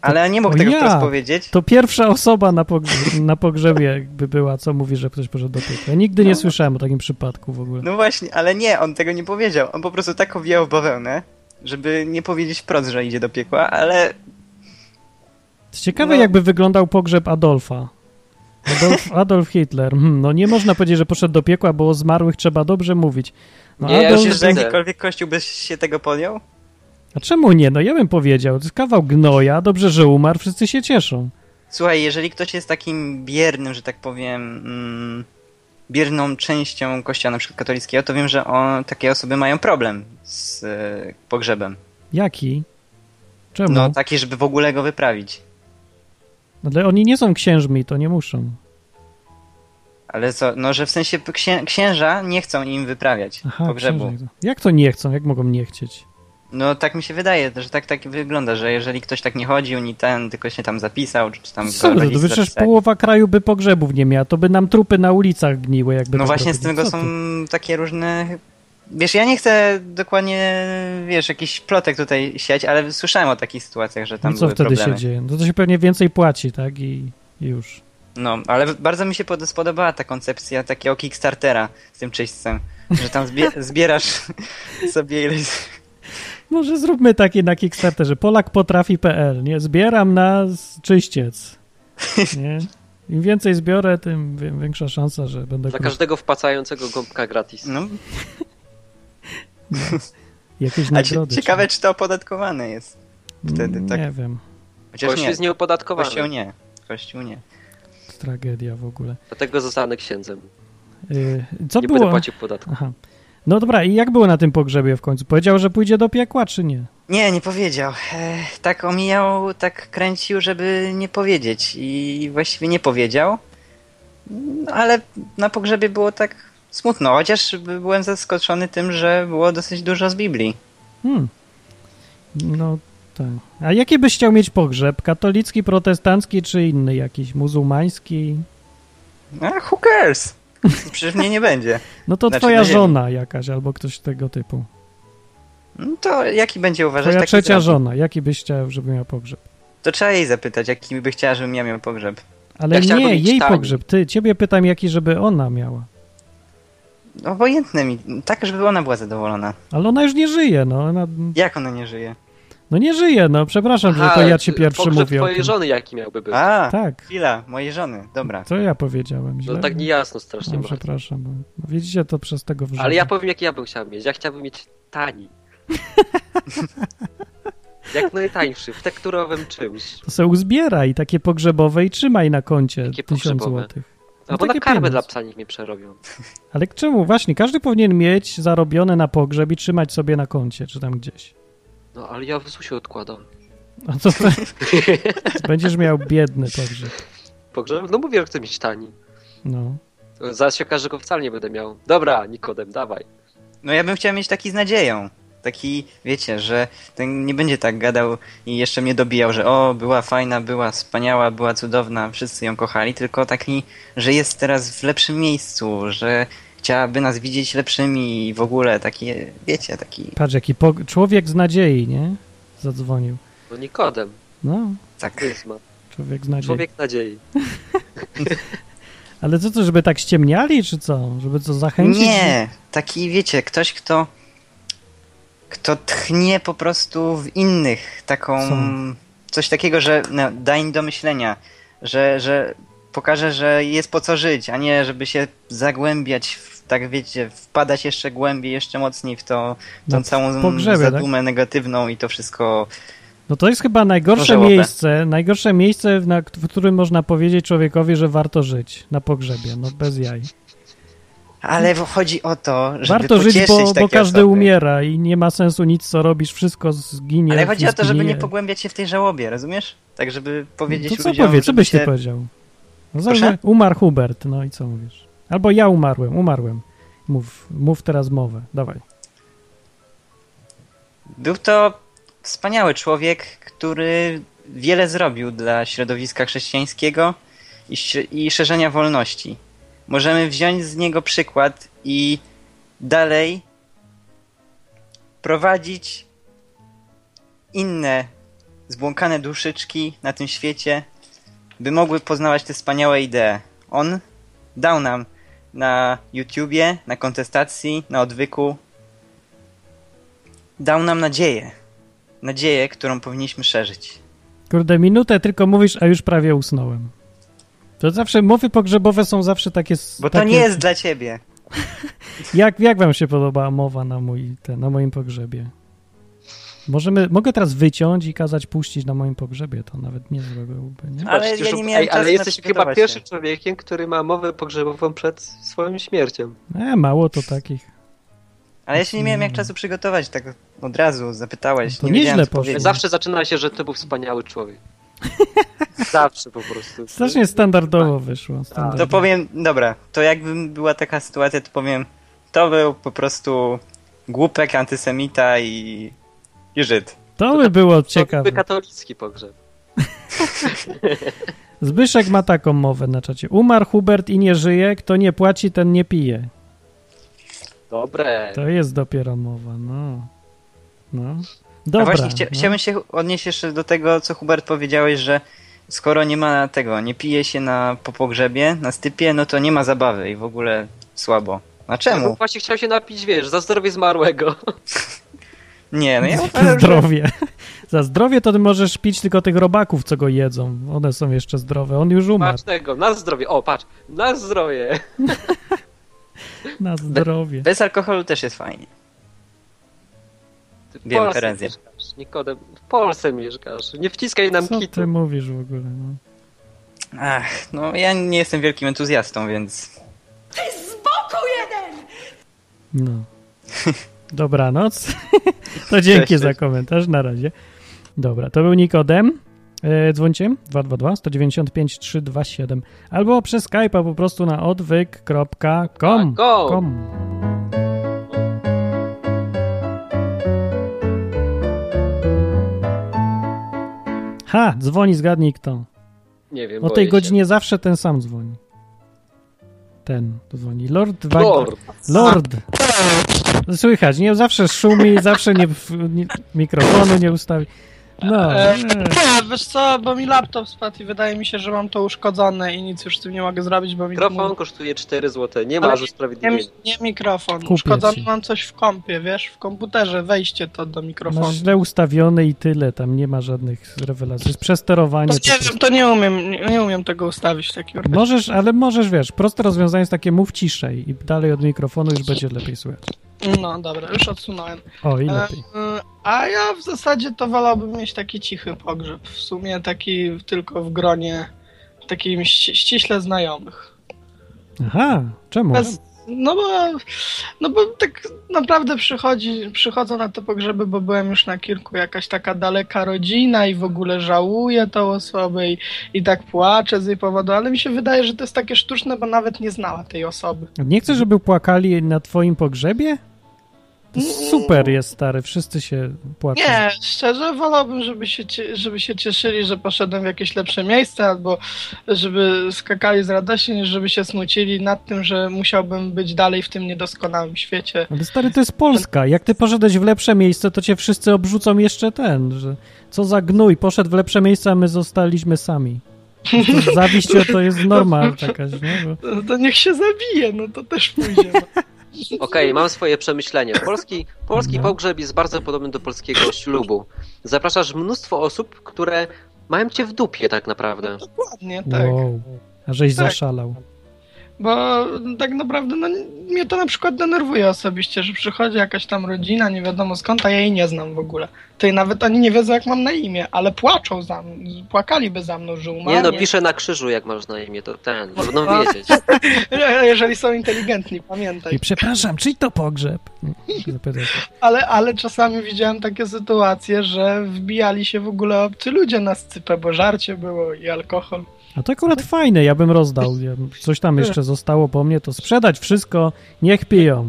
Speaker 4: Ale nie mógł
Speaker 1: O
Speaker 4: tego
Speaker 1: ja.
Speaker 4: wprost powiedzieć.
Speaker 1: To pierwsza osoba na, pogrze- na pogrzebie jakby była, co mówi, że ktoś poszedł do piekła. Nigdy nie
Speaker 4: No.
Speaker 1: słyszałem o takim przypadku w ogóle.
Speaker 4: No właśnie, ale nie, on tego nie powiedział. On po prostu tak owijał w bawełnę, żeby nie powiedzieć wprost, że idzie do piekła, ale
Speaker 1: Ciekawe,
Speaker 4: no.
Speaker 1: jakby wyglądał pogrzeb Adolfa. Adolf, Adolf Hitler. Hmm, no nie można powiedzieć, że poszedł do piekła, bo o zmarłych trzeba dobrze mówić. No,
Speaker 2: Nie, ja już
Speaker 1: Adolf...
Speaker 2: się
Speaker 4: myślisz, że
Speaker 2: widzę.
Speaker 4: jakikolwiek kościół by się tego podjął?
Speaker 1: A czemu nie? No ja bym powiedział, to jest kawał gnoja, dobrze, że umarł, wszyscy się cieszą.
Speaker 4: Słuchaj, jeżeli ktoś jest takim biernym, że tak powiem, mm, bierną częścią kościoła na przykład katolickiego, to wiem, że on, takie osoby mają problem z e, pogrzebem.
Speaker 1: Jaki? Czemu? No,
Speaker 4: No taki, żeby w ogóle go wyprawić.
Speaker 1: Ale oni nie są księżmi, to nie muszą.
Speaker 4: Ale co, no że w sensie księ, księża nie chcą im wyprawiać pogrzebu.
Speaker 1: księża nie chcą. Jak to nie chcą? Jak mogą nie chcieć?
Speaker 4: No tak mi się wydaje, że tak, tak wygląda, że jeżeli ktoś tak nie chodził, ni ten, tylko się tam zapisał, czy tam...
Speaker 1: Co
Speaker 4: go
Speaker 1: to?
Speaker 4: rodzice
Speaker 1: To przecież
Speaker 4: zapisali.
Speaker 1: połowa kraju by pogrzebów nie miała, to by nam trupy na ulicach gniły, jakby
Speaker 4: No
Speaker 1: tak
Speaker 4: właśnie z
Speaker 1: robili.
Speaker 4: tego
Speaker 1: Co
Speaker 4: są
Speaker 1: ty?
Speaker 4: takie różne... Wiesz, ja nie chcę dokładnie, wiesz, jakiś plotek tutaj siać, ale słyszałem o takich sytuacjach, że tam
Speaker 1: No co
Speaker 4: były
Speaker 1: wtedy
Speaker 4: problemy.
Speaker 1: się dzieje? No to się pewnie więcej płaci, tak? I i już.
Speaker 4: No, ale bardzo mi się pod- spodobała ta koncepcja takiego Kickstartera z tym czyśćcem, że tam zbie- zbierasz sobie ileś...
Speaker 1: Może zróbmy takie na Kickstarterze. Polakpotrafi.pl, nie? Zbieram na z- czyściec. Nie? Im więcej zbiorę, tym wie- większa szansa, że będę
Speaker 2: Dla
Speaker 1: kup-
Speaker 2: każdego wpłacającego gąbka gratis.
Speaker 4: No,
Speaker 1: jakieś
Speaker 4: a cie-
Speaker 1: nagrody.
Speaker 4: ciekawe, czy to opodatkowane jest.
Speaker 1: czy-
Speaker 4: wtedy, tak?
Speaker 1: Nie wiem.
Speaker 4: Chociaż
Speaker 2: Kościół
Speaker 4: nie,
Speaker 2: jest nieopodatkowany,
Speaker 4: kościół nie, kościół nie.
Speaker 1: To Tragedia w ogóle.
Speaker 2: dlatego zostanę księdzem.
Speaker 1: Yy, co
Speaker 2: nie będę
Speaker 1: było?
Speaker 2: płacił podatku.
Speaker 1: Aha. No dobra, i jak było na tym pogrzebie w końcu? Powiedział, że pójdzie do piekła, czy nie?
Speaker 4: Nie, nie powiedział. E, tak omijał, tak kręcił, żeby nie powiedzieć. I właściwie nie powiedział. No, ale na pogrzebie było tak smutno, chociaż byłem zaskoczony tym, że było dosyć dużo z Biblii.
Speaker 1: Hmm. No tak. A jaki byś chciał mieć pogrzeb? Katolicki, protestancki, czy inny jakiś? Muzułmański?
Speaker 4: A, No, who cares? Przecież mnie nie będzie.
Speaker 1: No to
Speaker 4: Znaczy,
Speaker 1: twoja
Speaker 4: na ziemi.
Speaker 1: żona jakaś, albo ktoś tego typu.
Speaker 4: No to jaki będzie uważać?
Speaker 1: Twoja
Speaker 2: tak,
Speaker 4: taki
Speaker 1: trzecia
Speaker 4: zrobi.
Speaker 1: żona, jaki byś chciał, żeby miała pogrzeb?
Speaker 4: To trzeba jej zapytać, jaki by chciała, żebym ja miał pogrzeb.
Speaker 1: Ale
Speaker 2: Ja chciałbym
Speaker 1: nie,
Speaker 2: mieć
Speaker 1: jej
Speaker 2: tani.
Speaker 1: pogrzeb. Ty, ciebie pytam, jaki żeby ona miała.
Speaker 4: Obojętne mi, tak żeby ona była zadowolona.
Speaker 1: Ale ona już nie żyje, no. Ona,
Speaker 4: Jak ona nie żyje?
Speaker 1: no nie żyje, no. Przepraszam, że to ja ci
Speaker 2: ty-
Speaker 1: pierwszy
Speaker 2: pogrzeb
Speaker 1: mówię o
Speaker 2: twojej
Speaker 1: tym.
Speaker 2: żony jaki miałby być?
Speaker 4: A,
Speaker 1: Tak,
Speaker 4: chwila, mojej żony, dobra.
Speaker 1: co ja powiedziałem źle?
Speaker 2: No tak niejasno strasznie
Speaker 1: No,
Speaker 2: może.
Speaker 1: przepraszam, bo no, widzicie to przez tego września.
Speaker 2: Ale ja powiem jaki ja bym chciał mieć. Ja chciałbym mieć tani. Jak najtańszy, w tekturowym czymś.
Speaker 1: To se uzbieraj takie pogrzebowe i trzymaj na koncie
Speaker 2: Jakie
Speaker 1: 1000
Speaker 2: pogrzebowe?
Speaker 1: złotych.
Speaker 2: No bo na
Speaker 1: takie
Speaker 2: karmę
Speaker 1: pieniądz.
Speaker 2: dla psa nikt nie przerobią.
Speaker 1: Ale czemu? Właśnie, każdy powinien mieć zarobione na pogrzeb i trzymać sobie na koncie, czy tam gdzieś.
Speaker 2: No ale ja w ZUSie odkładam.
Speaker 1: A co ty? Będziesz miał biedny pogrzeb.
Speaker 2: Pogrzeb? No mówię, że chcę mieć tani.
Speaker 1: No.
Speaker 2: Zaraz się okaże, że go wcale nie będę miał. Dobra, Nikodem, dawaj.
Speaker 4: No ja bym chciał mieć taki z nadzieją. Taki, wiecie, że ten nie będzie tak gadał i jeszcze mnie dobijał, że o, była fajna, była wspaniała, była cudowna, wszyscy ją kochali, tylko taki, że jest teraz w lepszym miejscu, że chciałaby nas widzieć lepszymi i w ogóle takie, wiecie, taki,
Speaker 1: Patrz, jaki pog- człowiek z nadziei, nie? Zadzwonił.
Speaker 2: No Nikodem,
Speaker 1: No,
Speaker 4: tak.
Speaker 2: Kuzma.
Speaker 1: człowiek z nadziei.
Speaker 2: Człowiek nadziei.
Speaker 1: Ale co to, żeby tak ściemniali, czy co? Żeby co zachęcić?
Speaker 4: Nie, taki, wiecie, ktoś, kto kto tchnie po prostu w innych taką,
Speaker 1: Co?
Speaker 4: coś takiego, że no, da im do myślenia, że, że pokaże, że jest po co żyć, a nie żeby się zagłębiać, w, tak wiecie, wpadać jeszcze głębiej, jeszcze mocniej w to, w tą
Speaker 1: No, w
Speaker 4: całą
Speaker 1: pogrzebie,
Speaker 4: zadumę negatywną i to wszystko
Speaker 1: No to jest chyba najgorsze
Speaker 4: Proszę, łapę.
Speaker 1: miejsce, najgorsze miejsce, na, w którym można powiedzieć człowiekowi, że warto żyć na pogrzebie, no bez jaj.
Speaker 4: ale chodzi o to, żeby
Speaker 1: Mm. Warto żyć,
Speaker 4: pocieszyć
Speaker 1: bo,
Speaker 4: takie
Speaker 1: bo każdy
Speaker 4: osoby.
Speaker 1: umiera i nie ma sensu nic, co robisz, wszystko zginie.
Speaker 4: Ale chodzi
Speaker 1: i
Speaker 4: o to, żeby nie
Speaker 1: zgnije.
Speaker 4: pogłębiać się w tej żałobie, rozumiesz? Tak, żeby powiedzieć
Speaker 1: To co
Speaker 4: ludziom,
Speaker 1: powie, No co
Speaker 4: żeby
Speaker 1: byś ty
Speaker 4: się-
Speaker 1: powiedział? No
Speaker 4: Proszę?
Speaker 1: zawsze umarł Hubert, no i co mówisz? Albo ja umarłem, umarłem. Mów, mów teraz mowę, dawaj.
Speaker 4: Był to wspaniały człowiek, który wiele zrobił dla środowiska chrześcijańskiego i, ś- i szerzenia wolności. Możemy wziąć z niego przykład i dalej prowadzić inne zbłąkane duszyczki na tym świecie, by mogły poznawać te wspaniałe idee. On dał nam na YouTubie, na kontestacji, na odwyku dał nam nadzieję. Nadzieję, którą powinniśmy szerzyć.
Speaker 1: Kurde, minutę tylko mówisz, a już prawie usnąłem. To zawsze, mowy pogrzebowe są zawsze takie... s-
Speaker 4: Bo to
Speaker 1: takie-
Speaker 4: nie jest dla ciebie.
Speaker 1: Jak, jak wam się podobała mowa na, mój, te, na moim pogrzebie? Możemy, mogę teraz wyciąć i kazać puścić na moim pogrzebie, to nawet nie byłoby, nie?
Speaker 4: Ale
Speaker 2: Patrzcie,
Speaker 4: ja
Speaker 2: że-
Speaker 4: nie miałem
Speaker 2: Ej,
Speaker 4: czasu na
Speaker 2: ale jesteś chyba
Speaker 4: przygotować
Speaker 2: pierwszym
Speaker 4: się.
Speaker 2: człowiekiem, który ma mowę pogrzebową przed swoją śmiercią.
Speaker 1: E, mało to takich.
Speaker 4: Ale ja się nie miałem jak czasu przygotować, tak od razu zapytałeś.
Speaker 1: To
Speaker 4: nie wiedziałem,
Speaker 1: nieźle
Speaker 4: co
Speaker 1: poszło.
Speaker 4: powiedzieć.
Speaker 2: Zawsze zaczyna się, że to był wspaniały człowiek. Zawsze po prostu.
Speaker 1: Strasznie standardowo wyszło. Standardowo.
Speaker 4: To powiem, dobra, to jakby była taka sytuacja, to powiem, to był po prostu głupek, antysemita i, i Żyd.
Speaker 1: To by było
Speaker 2: To
Speaker 1: ciekawe.
Speaker 2: byłby katolicki pogrzeb.
Speaker 1: Zbyszek ma taką mowę na czacie. Umarł Hubert i nie żyje, kto nie płaci, ten nie pije.
Speaker 2: Dobre.
Speaker 1: To jest dopiero mowa, no. No.
Speaker 4: A
Speaker 1: Dobra.
Speaker 4: właśnie chcia,
Speaker 1: no.
Speaker 4: chciałbym się odnieść jeszcze do tego, co Hubert powiedziałeś, że skoro nie ma tego, nie pije się na, po pogrzebie, na stypie, no to nie ma zabawy i w ogóle słabo. A
Speaker 1: No,
Speaker 2: Ja bym
Speaker 4: czemu?
Speaker 2: właśnie chciał się napić, wiesz, za zdrowie zmarłego.
Speaker 4: Nie, no ja
Speaker 1: Za
Speaker 4: uważam, że
Speaker 1: zdrowie. Za zdrowie to ty możesz pić tylko tych robaków, co go jedzą. One są jeszcze zdrowe. On już umarł.
Speaker 2: Patrz tego, na zdrowie. O, patrz, na zdrowie.
Speaker 1: Na zdrowie.
Speaker 4: bez alkoholu też jest fajnie.
Speaker 2: Ty w
Speaker 4: Wiem,
Speaker 2: Polsce
Speaker 4: Terezja.
Speaker 2: mieszkasz, Nikodem, w Polsce mieszkasz. Nie wciskaj nam
Speaker 1: Co
Speaker 2: kitu.
Speaker 1: ty mówisz w ogóle? No.
Speaker 4: Ach, no ja nie jestem wielkim entuzjastą, więc
Speaker 1: no. Dobranoc. to dzięki
Speaker 4: Cześć,
Speaker 1: za
Speaker 4: cześć.
Speaker 1: komentarz. Na razie. Dobra, to był Nikodem. E, dzwońcie 222 195 327 albo przez Skype'a po prostu na odwyk.com.
Speaker 2: Go.
Speaker 1: Com. Ha, dzwoni, zgadnij kto.
Speaker 2: Nie wiem,
Speaker 1: O
Speaker 2: boję
Speaker 1: tej
Speaker 2: się.
Speaker 1: godzinie zawsze ten sam dzwoni. Ten dzwoni. Lord Wag...
Speaker 2: Lord.
Speaker 1: Lord. Słychać, nie zawsze szumi, zawsze nie, nie mikrofonu nie ustawi. No.
Speaker 5: E, nie, wiesz co, bo mi laptop spadł i wydaje mi się, że mam to uszkodzone i nic już z tym nie mogę zrobić, bo mi...
Speaker 2: Mikrofon kosztuje 4 zł, nie
Speaker 5: Ale
Speaker 2: masz
Speaker 5: Nie,
Speaker 2: usprawiedliwienia.
Speaker 5: mi- nie mikrofon,
Speaker 1: Kupię
Speaker 5: uszkodzony
Speaker 1: ci.
Speaker 5: mam coś w kompie, wiesz, w komputerze, wejście to do mikrofonu.
Speaker 1: Masz źle ustawiony i tyle, tam nie ma żadnych rewelacji. Jest przesterowanie.
Speaker 5: To
Speaker 1: po
Speaker 5: nie
Speaker 1: prostu.
Speaker 5: wiem, to nie umiem, nie, nie umiem tego ustawić w takim razie.
Speaker 1: Możesz, ale możesz, wiesz, proste rozwiązanie jest takie mów ciszej i dalej od mikrofonu już będzie lepiej słychać.
Speaker 5: No dobra, już odsunąłem.
Speaker 1: O, i
Speaker 5: E,
Speaker 1: lepiej.
Speaker 5: e, A ja w zasadzie to wolałbym mieć taki cichy pogrzeb. W sumie taki tylko w gronie takim ści- ściśle znajomych.
Speaker 1: Aha, czemu?
Speaker 5: Bez, no, bo, no bo tak naprawdę przychodzi, przychodzą na te pogrzeby, bo byłem już na kilku, jakaś taka daleka rodzina i w ogóle żałuję tą osobę i, i tak płaczę z jej powodu, ale mi się wydaje, że to jest takie sztuczne, bo nawet nie znała tej osoby.
Speaker 1: Nie chcesz, żeby płakali na twoim pogrzebie? To super jest, stary, wszyscy się płaczą.
Speaker 5: Mm. Nie, szczerze wolałbym, żeby się, cie- żeby się cieszyli, że poszedłem w jakieś lepsze miejsce, albo żeby skakali z radości, niż żeby się smucili nad tym, że musiałbym być dalej w tym niedoskonałym świecie.
Speaker 1: Ale stary, to jest Polska. Jak ty poszedłeś w lepsze miejsce, to cię wszyscy obrzucą jeszcze ten, że co za gnój, poszedł w lepsze miejsce, a my zostaliśmy sami. To Zawiść o to jest normal jakaś, nie? Bo...
Speaker 5: No to niech się zabije, no to też pójdzie. No.
Speaker 2: Okej, mam swoje przemyślenie. Polski, polski
Speaker 1: No.
Speaker 2: pogrzeb jest bardzo podobny do polskiego ślubu. Zapraszasz mnóstwo osób, które mają cię w dupie tak naprawdę.
Speaker 5: Ładnie, tak.
Speaker 1: Wow. A żeś
Speaker 5: Tak.
Speaker 1: zaszalał.
Speaker 5: Bo tak naprawdę no, mnie to na przykład denerwuje osobiście, że przychodzi jakaś tam rodzina, nie wiadomo skąd, a ja jej nie znam w ogóle. Ty nawet oni nie wiedzą, jak mam na imię, ale płaczą za mną, płakaliby za mną, że umarł.
Speaker 2: Nie no, piszę na krzyżu, jak masz na imię, to ten,
Speaker 4: No,
Speaker 2: powinno
Speaker 4: tak.
Speaker 2: wiedzieć.
Speaker 5: Jeżeli są inteligentni, pamiętaj.
Speaker 1: I przepraszam, czyj to pogrzeb? Zapytaj.
Speaker 5: Ale, ale czasami widziałem takie sytuacje, że wbijali się w ogóle obcy ludzie na scypę, bo żarcie było i alkohol.
Speaker 1: A to akurat fajne, ja bym rozdał. Ja- Coś tam jeszcze zostało po mnie, to sprzedać wszystko, niech piją.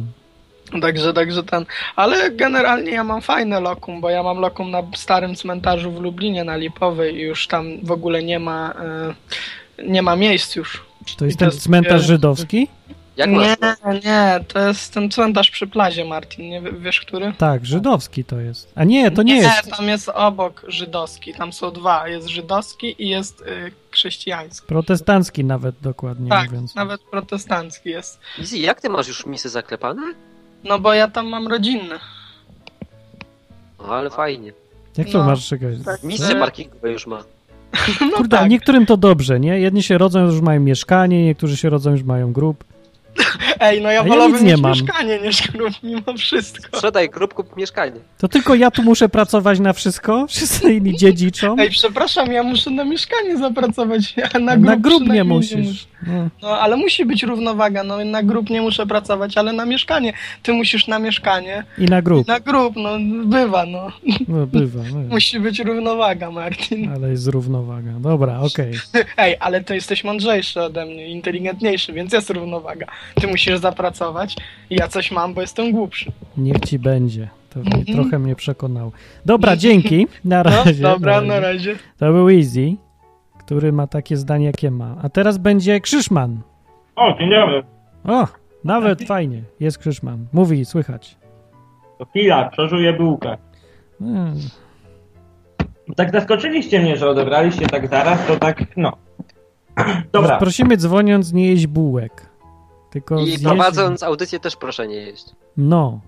Speaker 5: Także, także ten. Ale generalnie ja mam fajne lokum, bo ja mam lokum na starym cmentarzu w Lublinie na Lipowej i już tam w ogóle nie ma e, nie ma miejsc już.
Speaker 1: To jest
Speaker 5: I to
Speaker 1: ten
Speaker 5: jest-
Speaker 1: cmentarz żydowski?
Speaker 2: Jak masz?
Speaker 5: nie, nie, to jest ten cmentarz przy plazie, Martin, nie w- wiesz który?
Speaker 1: Tak, żydowski to jest. A nie, to nie jest.
Speaker 5: tam jest obok żydowski, tam są dwa, jest żydowski i jest y, chrześcijański.
Speaker 1: Protestancki nawet dokładnie
Speaker 5: tak,
Speaker 1: mówiąc.
Speaker 5: nawet protestancki jest.
Speaker 2: Izzy, jak ty masz już misy zaklepane?
Speaker 5: No bo ja tam mam rodzinny.
Speaker 2: No, ale fajnie.
Speaker 1: Jak to
Speaker 5: no,
Speaker 1: masz czegoś?
Speaker 5: tak.
Speaker 2: Misy
Speaker 5: No.
Speaker 2: parkingowe już ma.
Speaker 5: No
Speaker 1: Kurde,
Speaker 5: tak.
Speaker 1: a niektórym to dobrze, nie? Jedni się rodzą, już mają mieszkanie, niektórzy się rodzą, już mają grób.
Speaker 5: Ej, no
Speaker 1: A
Speaker 5: ja
Speaker 1: ja
Speaker 5: wolałbym
Speaker 1: nic nie
Speaker 5: mieć
Speaker 1: mam.
Speaker 5: mieszkanie niż klub mimo wszystko.
Speaker 2: Sprzedaj grób, kup mieszkanie.
Speaker 1: To tylko ja tu muszę pracować na wszystko? Wszyscy inni dziedziczą?
Speaker 5: Ej, przepraszam, ja muszę na mieszkanie zapracować, a na
Speaker 1: Na,
Speaker 5: grób,
Speaker 1: grób nie
Speaker 5: przynajmniej muszę.
Speaker 1: musisz. No.
Speaker 5: No, ale musi być równowaga, no na grób nie muszę pracować, ale na mieszkanie. Ty musisz na mieszkanie,
Speaker 1: I na grób.
Speaker 5: na grób, no bywa, no.
Speaker 1: No bywa, no.
Speaker 5: Musi być równowaga, Martin.
Speaker 1: Ale jest równowaga. Dobra, okej.
Speaker 5: Ej, ale ty jesteś mądrzejszy ode mnie, inteligentniejszy, więc jest równowaga. Ty musisz zapracować, ja coś mam, bo jestem głupszy.
Speaker 1: Niech ci będzie. To mnie,
Speaker 5: Mhm.
Speaker 1: trochę mnie przekonało. Dobra, dzięki. Na
Speaker 5: No,
Speaker 1: razie.
Speaker 5: dobra, na razie.
Speaker 1: To był Easy, który ma takie zdanie, jakie ma. A teraz będzie Krzyszman.
Speaker 6: O, dzień dobry.
Speaker 1: O,
Speaker 5: Tak.
Speaker 1: nawet fajnie. Jest Krzyszman. Mówi, słychać.
Speaker 6: To chwila, przeżuję bułkę.
Speaker 1: Mm.
Speaker 6: Tak zaskoczyliście mnie, że odebraliście tak zaraz, to tak, no. Dobra,
Speaker 1: Prosimy dzwoniąc nie jeść bułek. Tylko
Speaker 2: I
Speaker 1: zjeść...
Speaker 2: prowadząc audycję też proszę nie jeść.
Speaker 1: No.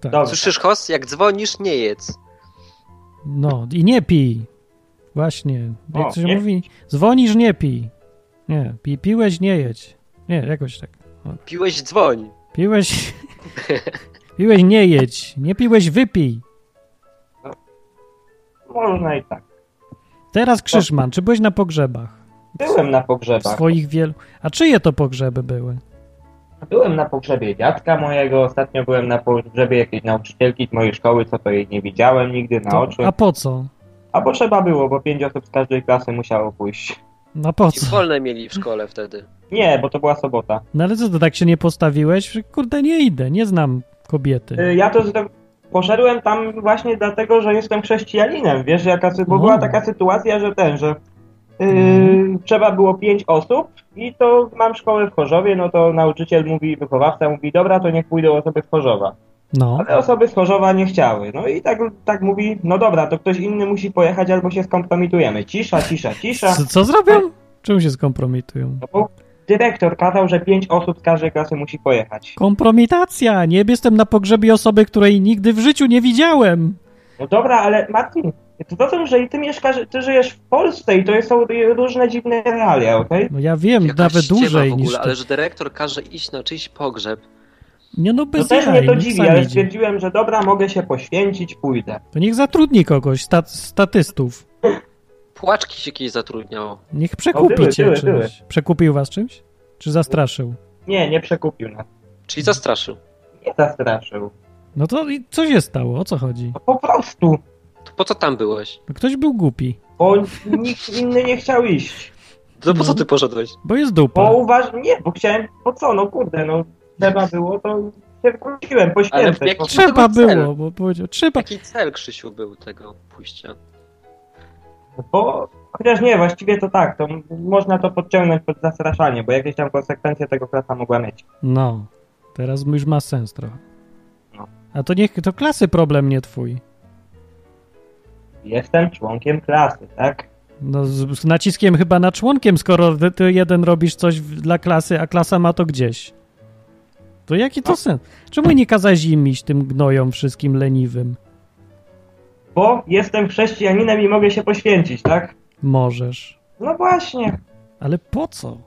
Speaker 1: Tak.
Speaker 6: Dobrze.
Speaker 2: Słyszysz, Hos? Jak dzwonisz, nie jedz.
Speaker 1: No. I nie pij. Właśnie. Jak
Speaker 6: O,
Speaker 1: coś
Speaker 6: nie
Speaker 1: mówi, dzwonisz, nie pij. Nie, pi, piłeś, nie jedź. Nie, jakoś tak.
Speaker 2: Piłeś, dzwoń.
Speaker 1: Piłeś... piłeś, nie jedź. Nie piłeś, wypij.
Speaker 6: można i tak.
Speaker 1: Teraz Krzyszman, czy byłeś na pogrzebach?
Speaker 6: Byłem na
Speaker 1: W
Speaker 6: pogrzebach.
Speaker 1: swoich wielu... A czyje to pogrzeby były?
Speaker 6: Byłem na pogrzebie dziadka mojego, ostatnio byłem na pogrzebie jakiejś nauczycielki z mojej szkoły, co to jej nie widziałem nigdy na
Speaker 1: To,
Speaker 6: oczy.
Speaker 1: a po co?
Speaker 6: A bo trzeba było, bo pięć osób z każdej klasy musiało pójść.
Speaker 1: No po
Speaker 2: I
Speaker 1: co?
Speaker 2: wolne mieli w szkole wtedy.
Speaker 6: Nie, bo to była sobota.
Speaker 1: No ale co, to tak się nie postawiłeś? Że, Kurde, nie idę, nie znam kobiety.
Speaker 6: Y, Ja to zro- poszedłem tam właśnie dlatego, że jestem chrześcijaninem. Wiesz, jaka, sy- bo
Speaker 1: O.
Speaker 6: była taka sytuacja, że ten, że y,
Speaker 1: No. Mhm.
Speaker 6: trzeba było pięć osób i to mam szkołę w Chorzowie, no to nauczyciel mówi, wychowawca mówi, dobra, to niech pójdą osoby z Chorzowa.
Speaker 1: No,
Speaker 6: Ale osoby z Chorzowa nie chciały. No i tak, tak mówi, no dobra, to ktoś inny musi pojechać albo się skompromitujemy. Cisza, cisza, cisza.
Speaker 1: co, co zrobią? Czym się skompromitują?
Speaker 6: No, bo dyrektor kazał, że pięć osób z każdej klasy musi pojechać.
Speaker 1: Kompromitacja! Nie jestem na pogrzebie osoby, której nigdy w życiu nie widziałem!
Speaker 6: No dobra, ale Martin, to zatem, że i ty mieszkasz, ty żyjesz w Polsce i to są różne dziwne realia, okej?
Speaker 1: No ja wiem,
Speaker 2: Jakaś
Speaker 1: nawet
Speaker 2: ściema
Speaker 1: dłużej
Speaker 2: w ogóle,
Speaker 1: niż...
Speaker 2: ale
Speaker 1: ty.
Speaker 2: że dyrektor każe iść na czyjś pogrzeb.
Speaker 1: Nie no,
Speaker 6: To
Speaker 1: bez
Speaker 6: też
Speaker 1: jaj,
Speaker 6: mnie to
Speaker 1: niech
Speaker 6: dziwi,
Speaker 1: sam
Speaker 6: ale
Speaker 1: idzie.
Speaker 6: stwierdziłem, że dobra, mogę się poświęcić, pójdę.
Speaker 1: To niech zatrudni kogoś, sta- statystów.
Speaker 2: Płaczki się kiedyś zatrudniało.
Speaker 1: Niech przekupi
Speaker 6: O, były,
Speaker 1: cię
Speaker 6: były,
Speaker 1: czymś.
Speaker 6: były.
Speaker 1: Przekupił was czymś? Czy zastraszył?
Speaker 6: Nie, nie przekupił nas.
Speaker 2: Czyli zastraszył.
Speaker 6: Nie zastraszył.
Speaker 1: No to i co się stało? O co chodzi?
Speaker 6: No po prostu,
Speaker 2: To po co tam byłeś?
Speaker 1: No Ktoś był głupi,
Speaker 6: bo nikt inny nie chciał iść.
Speaker 2: To po co ty poszedłeś?
Speaker 1: No. bo jest dupa.
Speaker 6: Bo uważam, nie, bo chciałem, po co, no kurde, no trzeba było, to się wróciłem,
Speaker 2: Ale
Speaker 6: poświęcę.
Speaker 2: jaki
Speaker 6: Po...
Speaker 1: Trzeba
Speaker 2: był cel?
Speaker 1: było, bo powiedział, trzeba.
Speaker 2: Jaki cel, Krzysiu, był tego pójścia?
Speaker 6: Bo, chociaż nie, właściwie to tak, to m- można to podciągnąć pod zastraszanie, bo jakieś tam konsekwencje tego klasa mogła mieć.
Speaker 1: No, teraz już ma sens trochę.
Speaker 6: No.
Speaker 1: A to niech, to klasy problem, nie twój.
Speaker 6: Jestem członkiem klasy, tak?
Speaker 1: No, z, z naciskiem chyba na członkiem, skoro ty, ty jeden robisz coś w, dla klasy, a klasa ma to gdzieś. To jaki
Speaker 6: No.
Speaker 1: to sens? Czemu nie kazałeś im iść tym gnojom wszystkim leniwym?
Speaker 6: Bo jestem chrześcijaninem i mogę się poświęcić, tak?
Speaker 1: Możesz.
Speaker 6: No właśnie,
Speaker 1: Ale po co?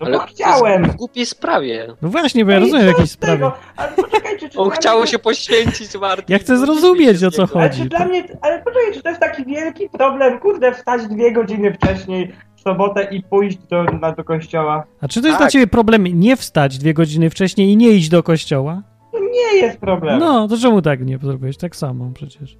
Speaker 6: no
Speaker 2: Ale
Speaker 6: bo chciałem.
Speaker 2: W głupiej sprawie.
Speaker 1: No właśnie, bo ja
Speaker 6: No i
Speaker 1: rozumiem w
Speaker 6: co
Speaker 1: jakiejś
Speaker 6: z tego?
Speaker 1: sprawie.
Speaker 6: Ale poczekajcie, czy
Speaker 2: On
Speaker 6: dla
Speaker 2: chciało
Speaker 6: mnie-
Speaker 2: się poświęcić, Martin.
Speaker 1: Ja
Speaker 6: No,
Speaker 1: chcę zrozumieć, o co
Speaker 6: Ale
Speaker 1: chodzi.
Speaker 6: czy dla mnie, ale poczekaj, czy to jest taki wielki problem, kurde, wstać dwie godziny wcześniej w sobotę i pójść do, na, do kościoła?
Speaker 1: A czy to jest dla
Speaker 2: Tak.
Speaker 1: ciebie problem nie wstać dwie godziny wcześniej i nie iść do kościoła?
Speaker 6: To nie jest problem.
Speaker 1: No, to czemu tak nie zrobiłeś? Tak samo przecież.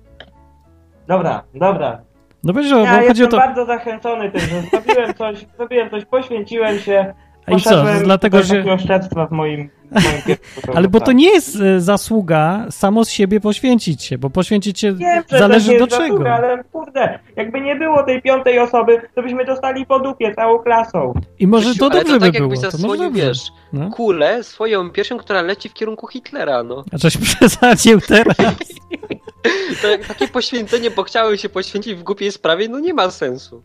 Speaker 6: Dobra, dobra.
Speaker 1: No wiesz, o- bo
Speaker 6: Ja
Speaker 1: chodzi o
Speaker 6: jestem
Speaker 1: to...
Speaker 6: bardzo zachęcony tym, że zrobiłem coś, zrobiłem coś, poświęciłem się.
Speaker 1: A I co,
Speaker 6: poszedłem
Speaker 1: dlatego,
Speaker 6: tutaj
Speaker 1: że...
Speaker 6: takie oszczerstwa w moim, w moim kierunku.
Speaker 1: Ale bo to nie jest e, zasługa samo z siebie poświęcić się, bo poświęcić się
Speaker 6: Wiem, że to
Speaker 1: zależy
Speaker 6: nie
Speaker 1: do
Speaker 6: jest
Speaker 1: czego.
Speaker 6: zasługa, ale kurde, jakby nie było tej piątej osoby, to byśmy dostali po dupie całą klasą.
Speaker 1: I może
Speaker 2: Krzysiu,
Speaker 1: to
Speaker 2: ale
Speaker 1: dobrze
Speaker 2: to tak
Speaker 1: by
Speaker 2: jakbyś
Speaker 1: było. To może
Speaker 2: zasłonił,
Speaker 1: dobrze.
Speaker 2: wiesz,
Speaker 1: No.
Speaker 2: kulę swoją piersią, która leci w kierunku Hitlera, no.
Speaker 1: A coś przesadził teraz.
Speaker 2: To, jak takie poświęcenie, bo chciałem się poświęcić w głupiej sprawie, no nie ma sensu.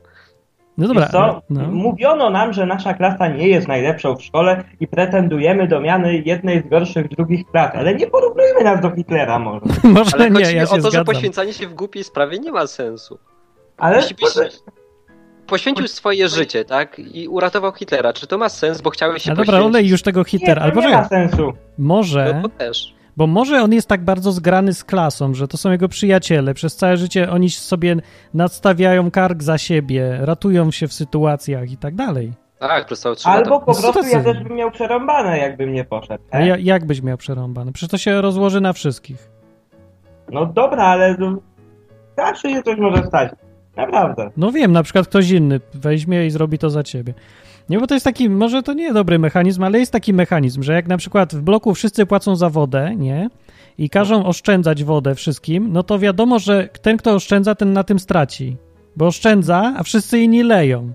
Speaker 1: No dobra.
Speaker 6: Wiesz co?
Speaker 1: No.
Speaker 6: Mówiono nam, że nasza klasa nie jest najlepszą w szkole i pretendujemy do miany jednej z gorszych drugich klas, ale nie porównujmy nas do Hitlera może.
Speaker 1: Może
Speaker 2: Ale
Speaker 1: nie,
Speaker 2: chodzi
Speaker 1: ja
Speaker 2: mi o
Speaker 1: się
Speaker 2: to, że
Speaker 1: zgadzam.
Speaker 2: poświęcanie się w głupiej sprawie nie ma sensu.
Speaker 6: Ale
Speaker 2: Musi być... Poświęcił swoje życie, tak? I uratował Hitlera. Czy to ma sens, bo chciałeś się
Speaker 1: A dobra,
Speaker 2: poświęcić?
Speaker 1: olej już tego
Speaker 6: nie,
Speaker 1: hitera.
Speaker 6: to
Speaker 1: Albo
Speaker 6: nie
Speaker 1: że
Speaker 6: ma sensu.
Speaker 1: może,
Speaker 2: No, bo też.
Speaker 1: bo może on jest tak bardzo zgrany z klasą, że to są jego przyjaciele. Przez całe życie oni sobie nadstawiają kark za siebie, ratują się w sytuacjach i tak dalej.
Speaker 2: Tak, prosto trzy
Speaker 6: Albo
Speaker 2: lata.
Speaker 6: po
Speaker 1: Co to
Speaker 6: prostu ja
Speaker 1: sobie?
Speaker 6: też bym miał przerąbane, jakbym nie poszedł. tak?
Speaker 1: A No ja, jak byś miał przerąbane? Przecież to się rozłoży na wszystkich.
Speaker 6: No dobra, ale no, zawsze się coś może stać. Naprawdę.
Speaker 1: No wiem, na przykład ktoś inny weźmie i zrobi to za ciebie. Nie, bo to jest taki, może to nie dobry mechanizm, ale jest taki mechanizm, że jak na przykład w bloku wszyscy płacą za wodę, nie? I każą oszczędzać wodę wszystkim, no to wiadomo, że ten, kto oszczędza, ten na tym straci. Bo oszczędza, a wszyscy inni leją.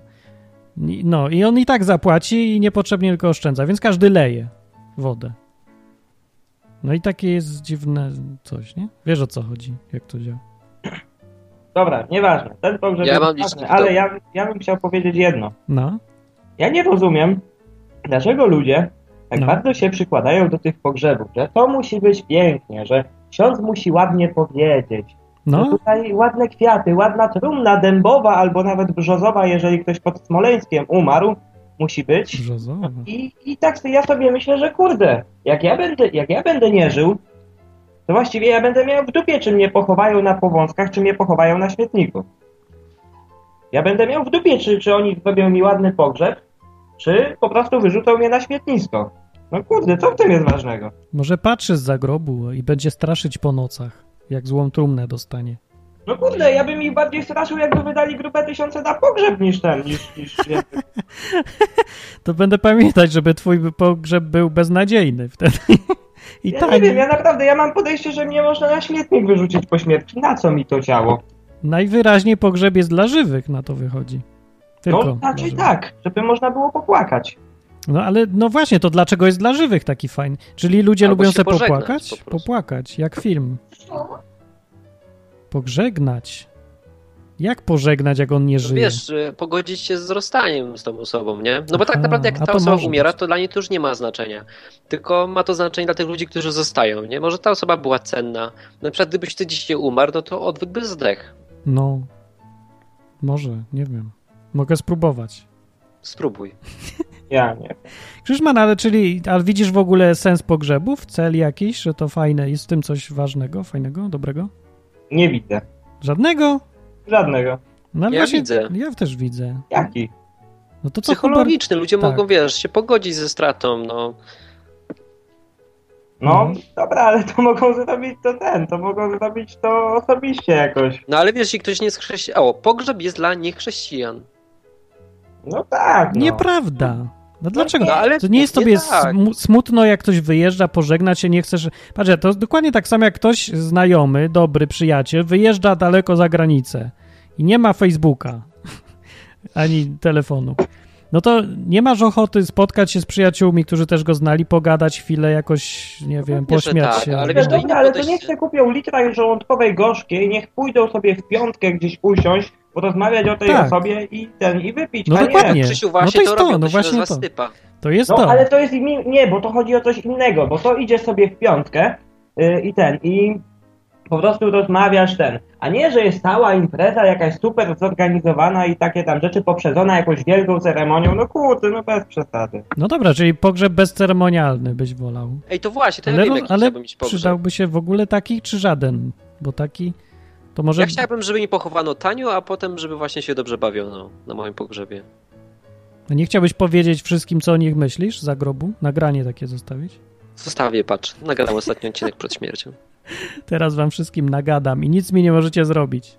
Speaker 1: I- No i on i tak zapłaci i niepotrzebnie tylko oszczędza, więc każdy leje wodę. No i takie jest dziwne coś, nie? Wiesz o co chodzi, jak to działa.
Speaker 6: Dobra, nieważne. Ten pogrzeb
Speaker 2: Ja
Speaker 6: jest
Speaker 2: mam
Speaker 6: ważny,
Speaker 2: licznik,
Speaker 6: ale
Speaker 2: dobra.
Speaker 6: ja, ja bym chciał powiedzieć jedno.
Speaker 1: No,
Speaker 6: Ja nie rozumiem, dlaczego ludzie tak
Speaker 1: No.
Speaker 6: bardzo się przykładają do tych pogrzebów, że to musi być pięknie, że ksiądz musi ładnie powiedzieć, że
Speaker 1: no,
Speaker 6: tutaj ładne kwiaty, ładna trumna dębowa albo nawet brzozowa, jeżeli ktoś pod Smoleńskiem umarł, musi być.
Speaker 1: brzozowa.
Speaker 6: I, i tak sobie- ja sobie myślę, że kurde, jak ja, będę, jak ja będę nie żył, to właściwie ja będę miał w dupie, czy mnie pochowają na powązkach, czy mnie pochowają na śmietniku. Ja będę miał w dupie, czy, czy oni zrobią mi ładny pogrzeb, czy po prostu wyrzucą mnie na śmietnisko. No kurde, co w tym jest ważnego?
Speaker 1: Może patrzy z zagrobu i będzie straszyć po nocach, jak złą trumnę dostanie.
Speaker 6: No kurde, ja bym ich bardziej straszył, jakby wydali grupę tysiące na pogrzeb niż ten, niż... niż jakby-
Speaker 1: To będę pamiętać, żeby twój pogrzeb był beznadziejny wtedy. I tak.
Speaker 6: ja nie
Speaker 1: tani.
Speaker 6: wiem, ja naprawdę, ja mam podejście, że mnie można na śmietnik wyrzucić po śmierci. Na co mi to ciało?
Speaker 1: Najwyraźniej pogrzeb jest dla żywych, na to wychodzi. Tylko.
Speaker 6: no,
Speaker 1: dla
Speaker 6: raczej
Speaker 1: żywych.
Speaker 6: tak, żeby można było popłakać.
Speaker 1: No ale no właśnie, to dlaczego jest dla żywych taki fajny? Czyli ludzie
Speaker 2: Albo
Speaker 1: lubią
Speaker 2: się
Speaker 1: se
Speaker 2: pożegnać
Speaker 1: popłakać?
Speaker 2: po prostu.
Speaker 1: popłakać, jak film. Pożegnać. Jak pożegnać, jak on nie
Speaker 2: No
Speaker 1: żyje?
Speaker 2: Wiesz, y, pogodzić się z rozstaniem z tą osobą, nie? No bo tak
Speaker 1: Aha,
Speaker 2: naprawdę jak
Speaker 1: a
Speaker 2: ta
Speaker 1: to
Speaker 2: osoba
Speaker 1: może
Speaker 2: umiera,
Speaker 1: być.
Speaker 2: to dla niej to już nie ma znaczenia. Tylko ma to znaczenie dla tych ludzi, którzy zostają, nie? Może ta osoba była cenna. Na przykład gdybyś ty dzisiaj umarł, no to odwyk by zdech.
Speaker 1: No. Może, nie wiem. Mogę spróbować.
Speaker 2: Spróbuj.
Speaker 6: Ja nie.
Speaker 1: Krzyżman, ale czyli, ale widzisz w ogóle sens pogrzebów, cel jakiś, że to fajne, jest w tym coś ważnego, fajnego, dobrego?
Speaker 6: Nie widzę.
Speaker 1: Żadnego?
Speaker 6: Żadnego.
Speaker 1: No, ale
Speaker 2: Ja widzę.
Speaker 1: Ja też widzę.
Speaker 6: Jaki?
Speaker 1: No to co Hubert...
Speaker 2: Psychologiczny, ludzie
Speaker 1: tak.
Speaker 2: mogą, wiesz, się pogodzić ze stratą, no.
Speaker 6: No,
Speaker 1: Mhm.
Speaker 6: dobra, ale to mogą zrobić to ten, to mogą zrobić to osobiście jakoś.
Speaker 2: No ale wiesz, jeśli ktoś nie jest chrześcijan... O, pogrzeb jest dla niechrześcijan.
Speaker 6: No tak, no.
Speaker 1: Nieprawda. No dlaczego?
Speaker 2: No, ale
Speaker 1: to nie jest
Speaker 2: nie
Speaker 1: tobie
Speaker 2: tak.
Speaker 1: smu- smutno, jak ktoś wyjeżdża, pożegna się, nie chcesz... Patrz, to jest dokładnie tak samo, jak ktoś znajomy, dobry przyjaciel wyjeżdża daleko za granicę i nie ma Facebooka ani telefonu. No to nie masz ochoty spotkać się z przyjaciółmi, którzy też go znali, pogadać chwilę, jakoś, nie wiem,
Speaker 2: pewnie, że
Speaker 1: pośmiać
Speaker 2: tak,
Speaker 1: się.
Speaker 2: ale
Speaker 1: No.
Speaker 6: Wiesz,
Speaker 2: Wiesz, to
Speaker 6: dobra, ale to
Speaker 2: podejście-
Speaker 6: niech się kupią litra żołądkowej gorzkiej, niech pójdą sobie w piątkę gdzieś usiąść, porozmawiać o tej
Speaker 1: Tak.
Speaker 6: osobie i ten, i wypić.
Speaker 1: No
Speaker 6: a
Speaker 1: dokładnie.
Speaker 6: Nie.
Speaker 1: Nie.
Speaker 2: Krzysiu,
Speaker 1: No
Speaker 2: właśnie
Speaker 1: to
Speaker 2: to,
Speaker 1: jest to,
Speaker 2: robią,
Speaker 1: no
Speaker 2: to
Speaker 1: właśnie
Speaker 2: się nazywa
Speaker 1: to.
Speaker 2: stypa.
Speaker 1: To jest
Speaker 6: No,
Speaker 1: to.
Speaker 6: ale to jest, inni- nie, bo to chodzi o coś innego, bo to idziesz sobie w piątkę yy, i ten, i po prostu rozmawiasz ten, a nie, że jest cała impreza jakaś super zorganizowana i takie tam rzeczy poprzedzona jakąś wielką ceremonią, no kurde, no bez przesady.
Speaker 1: No dobra, czyli pogrzeb bezceremonialny byś wolał.
Speaker 2: Ej, to właśnie, to ja
Speaker 1: Ale,
Speaker 2: wiem,
Speaker 1: roz-
Speaker 2: jaki
Speaker 1: ale
Speaker 2: chciałbym mieć pogrzeb.
Speaker 1: przydałby się w ogóle taki czy żaden? Bo taki to może...
Speaker 2: Ja chciałbym, żeby mi pochowano tanio, a potem, żeby właśnie się dobrze bawiono na moim pogrzebie.
Speaker 1: Nie chciałbyś powiedzieć wszystkim, co o nich myślisz za grobu? Nagranie takie zostawić?
Speaker 2: Zostawię, patrz, nagrałem ostatni odcinek przed śmiercią.
Speaker 1: Teraz wam wszystkim nagadam i nic mi nie możecie zrobić.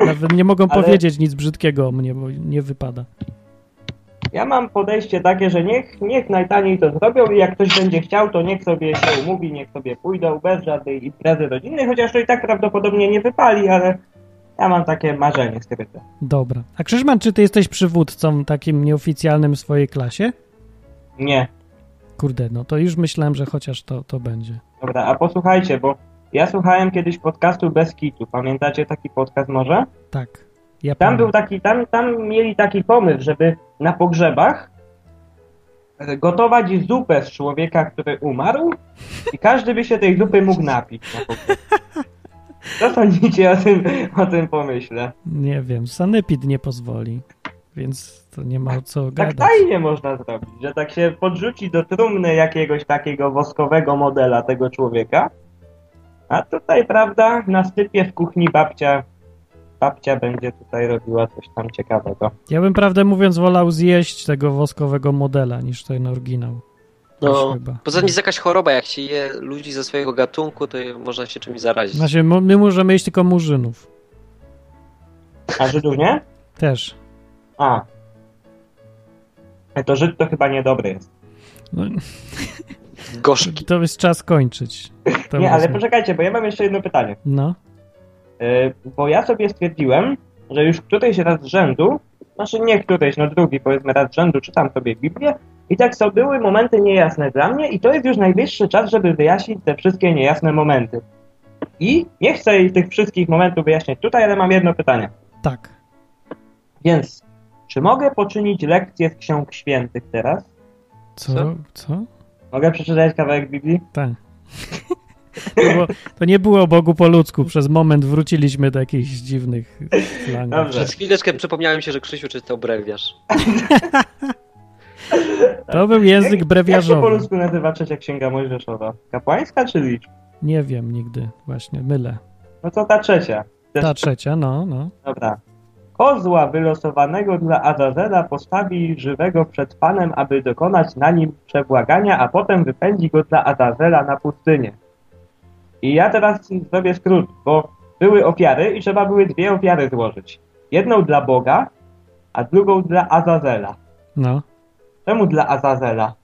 Speaker 1: Nawet nie mogą
Speaker 6: Ale-
Speaker 1: powiedzieć nic brzydkiego o mnie, bo nie wypada.
Speaker 6: Ja mam podejście takie, że niech, niech najtaniej to zrobią i jak ktoś będzie chciał, to niech sobie się umówi, niech sobie pójdą bez żadnej imprezy rodzinnej, chociaż to i tak prawdopodobnie nie wypali, ale ja mam takie marzenie skryte.
Speaker 1: Dobra. A Krzyżman, czy ty jesteś przywódcą takim nieoficjalnym w swojej klasie?
Speaker 6: Nie,
Speaker 1: Kurde, no to już myślałem, że chociaż to, to będzie.
Speaker 6: dobra, a posłuchajcie, bo ja słuchałem kiedyś podcastu Bez Kitu, pamiętacie taki podcast może?
Speaker 1: Tak. Ja
Speaker 6: Tam
Speaker 1: powiem.
Speaker 6: był taki, tam, tam mieli taki pomysł, żeby na pogrzebach e, gotować zupę z człowieka, który umarł i każdy by się tej zupy mógł napić. Na pogrzeb. Co sądzicie o tym, o tym pomyśle?
Speaker 1: Nie wiem, sanepid nie pozwoli, więc to nie ma o co
Speaker 6: Tak
Speaker 1: gadać.
Speaker 6: tajnie można zrobić, że tak się podrzuci do trumny jakiegoś takiego woskowego modela tego człowieka, a tutaj, prawda, na stypie w kuchni babcia, babcia będzie tutaj robiła coś tam ciekawego.
Speaker 1: Ja bym prawdę mówiąc wolał zjeść tego woskowego modela niż ten oryginał. Już
Speaker 2: No,
Speaker 1: chyba.
Speaker 2: poza tym jest jakaś choroba, jak się je ludzi ze swojego gatunku, to je- można się czymś zarazić.
Speaker 1: Znaczy, mo- my możemy jeść tylko murzynów.
Speaker 6: A Żydów nie?
Speaker 1: Też.
Speaker 6: A. E, To Żyd to chyba niedobry jest.
Speaker 1: No,
Speaker 2: Gorzki.
Speaker 1: to jest czas kończyć. To
Speaker 6: Nie, ale
Speaker 1: rozumiem.
Speaker 6: poczekajcie, bo ja mam jeszcze jedno pytanie.
Speaker 1: No,
Speaker 6: Y, bo ja sobie stwierdziłem, że już któryś raz z rzędu, znaczy nie któryś, no drugi powiedzmy raz z rzędu, czytam sobie Biblię i tak są były momenty niejasne dla mnie i to jest już najwyższy czas, żeby wyjaśnić te wszystkie niejasne momenty. I nie chcę tych wszystkich momentów wyjaśniać tutaj, ale mam jedno pytanie.
Speaker 1: tak.
Speaker 6: Więc, czy mogę poczynić lekcję z Ksiąg Świętych teraz?
Speaker 1: Co?
Speaker 2: Co?
Speaker 1: Co?
Speaker 6: Mogę przeczytać kawałek Biblii?
Speaker 1: Tak. No To, było, to nie było Bogu po ludzku. Przez moment wróciliśmy do jakichś dziwnych slangów.
Speaker 6: Dobrze.
Speaker 2: Przez chwileczkę przypomniałem się, że Krzysiu czytał brewiarz.
Speaker 1: To był język
Speaker 6: Jak się po
Speaker 1: brewiarzowy.
Speaker 6: polsku nazywa trzecia księga Mojżeszowa? Kapłańska czy licz?
Speaker 1: Nie wiem nigdy. Właśnie, mylę.
Speaker 6: No to ta trzecia. Też
Speaker 1: Ta trzecia, no, no.
Speaker 6: Dobra. Kozła wylosowanego dla Azazela postawi żywego przed Panem, aby dokonać na nim przebłagania, a potem wypędzi go dla Azazela na pustynię. I ja teraz zrobię skrót, bo były ofiary i trzeba były dwie ofiary złożyć. Jedną dla Boga, a drugą dla Azazela.
Speaker 1: No.
Speaker 6: Czemu dla Azazela?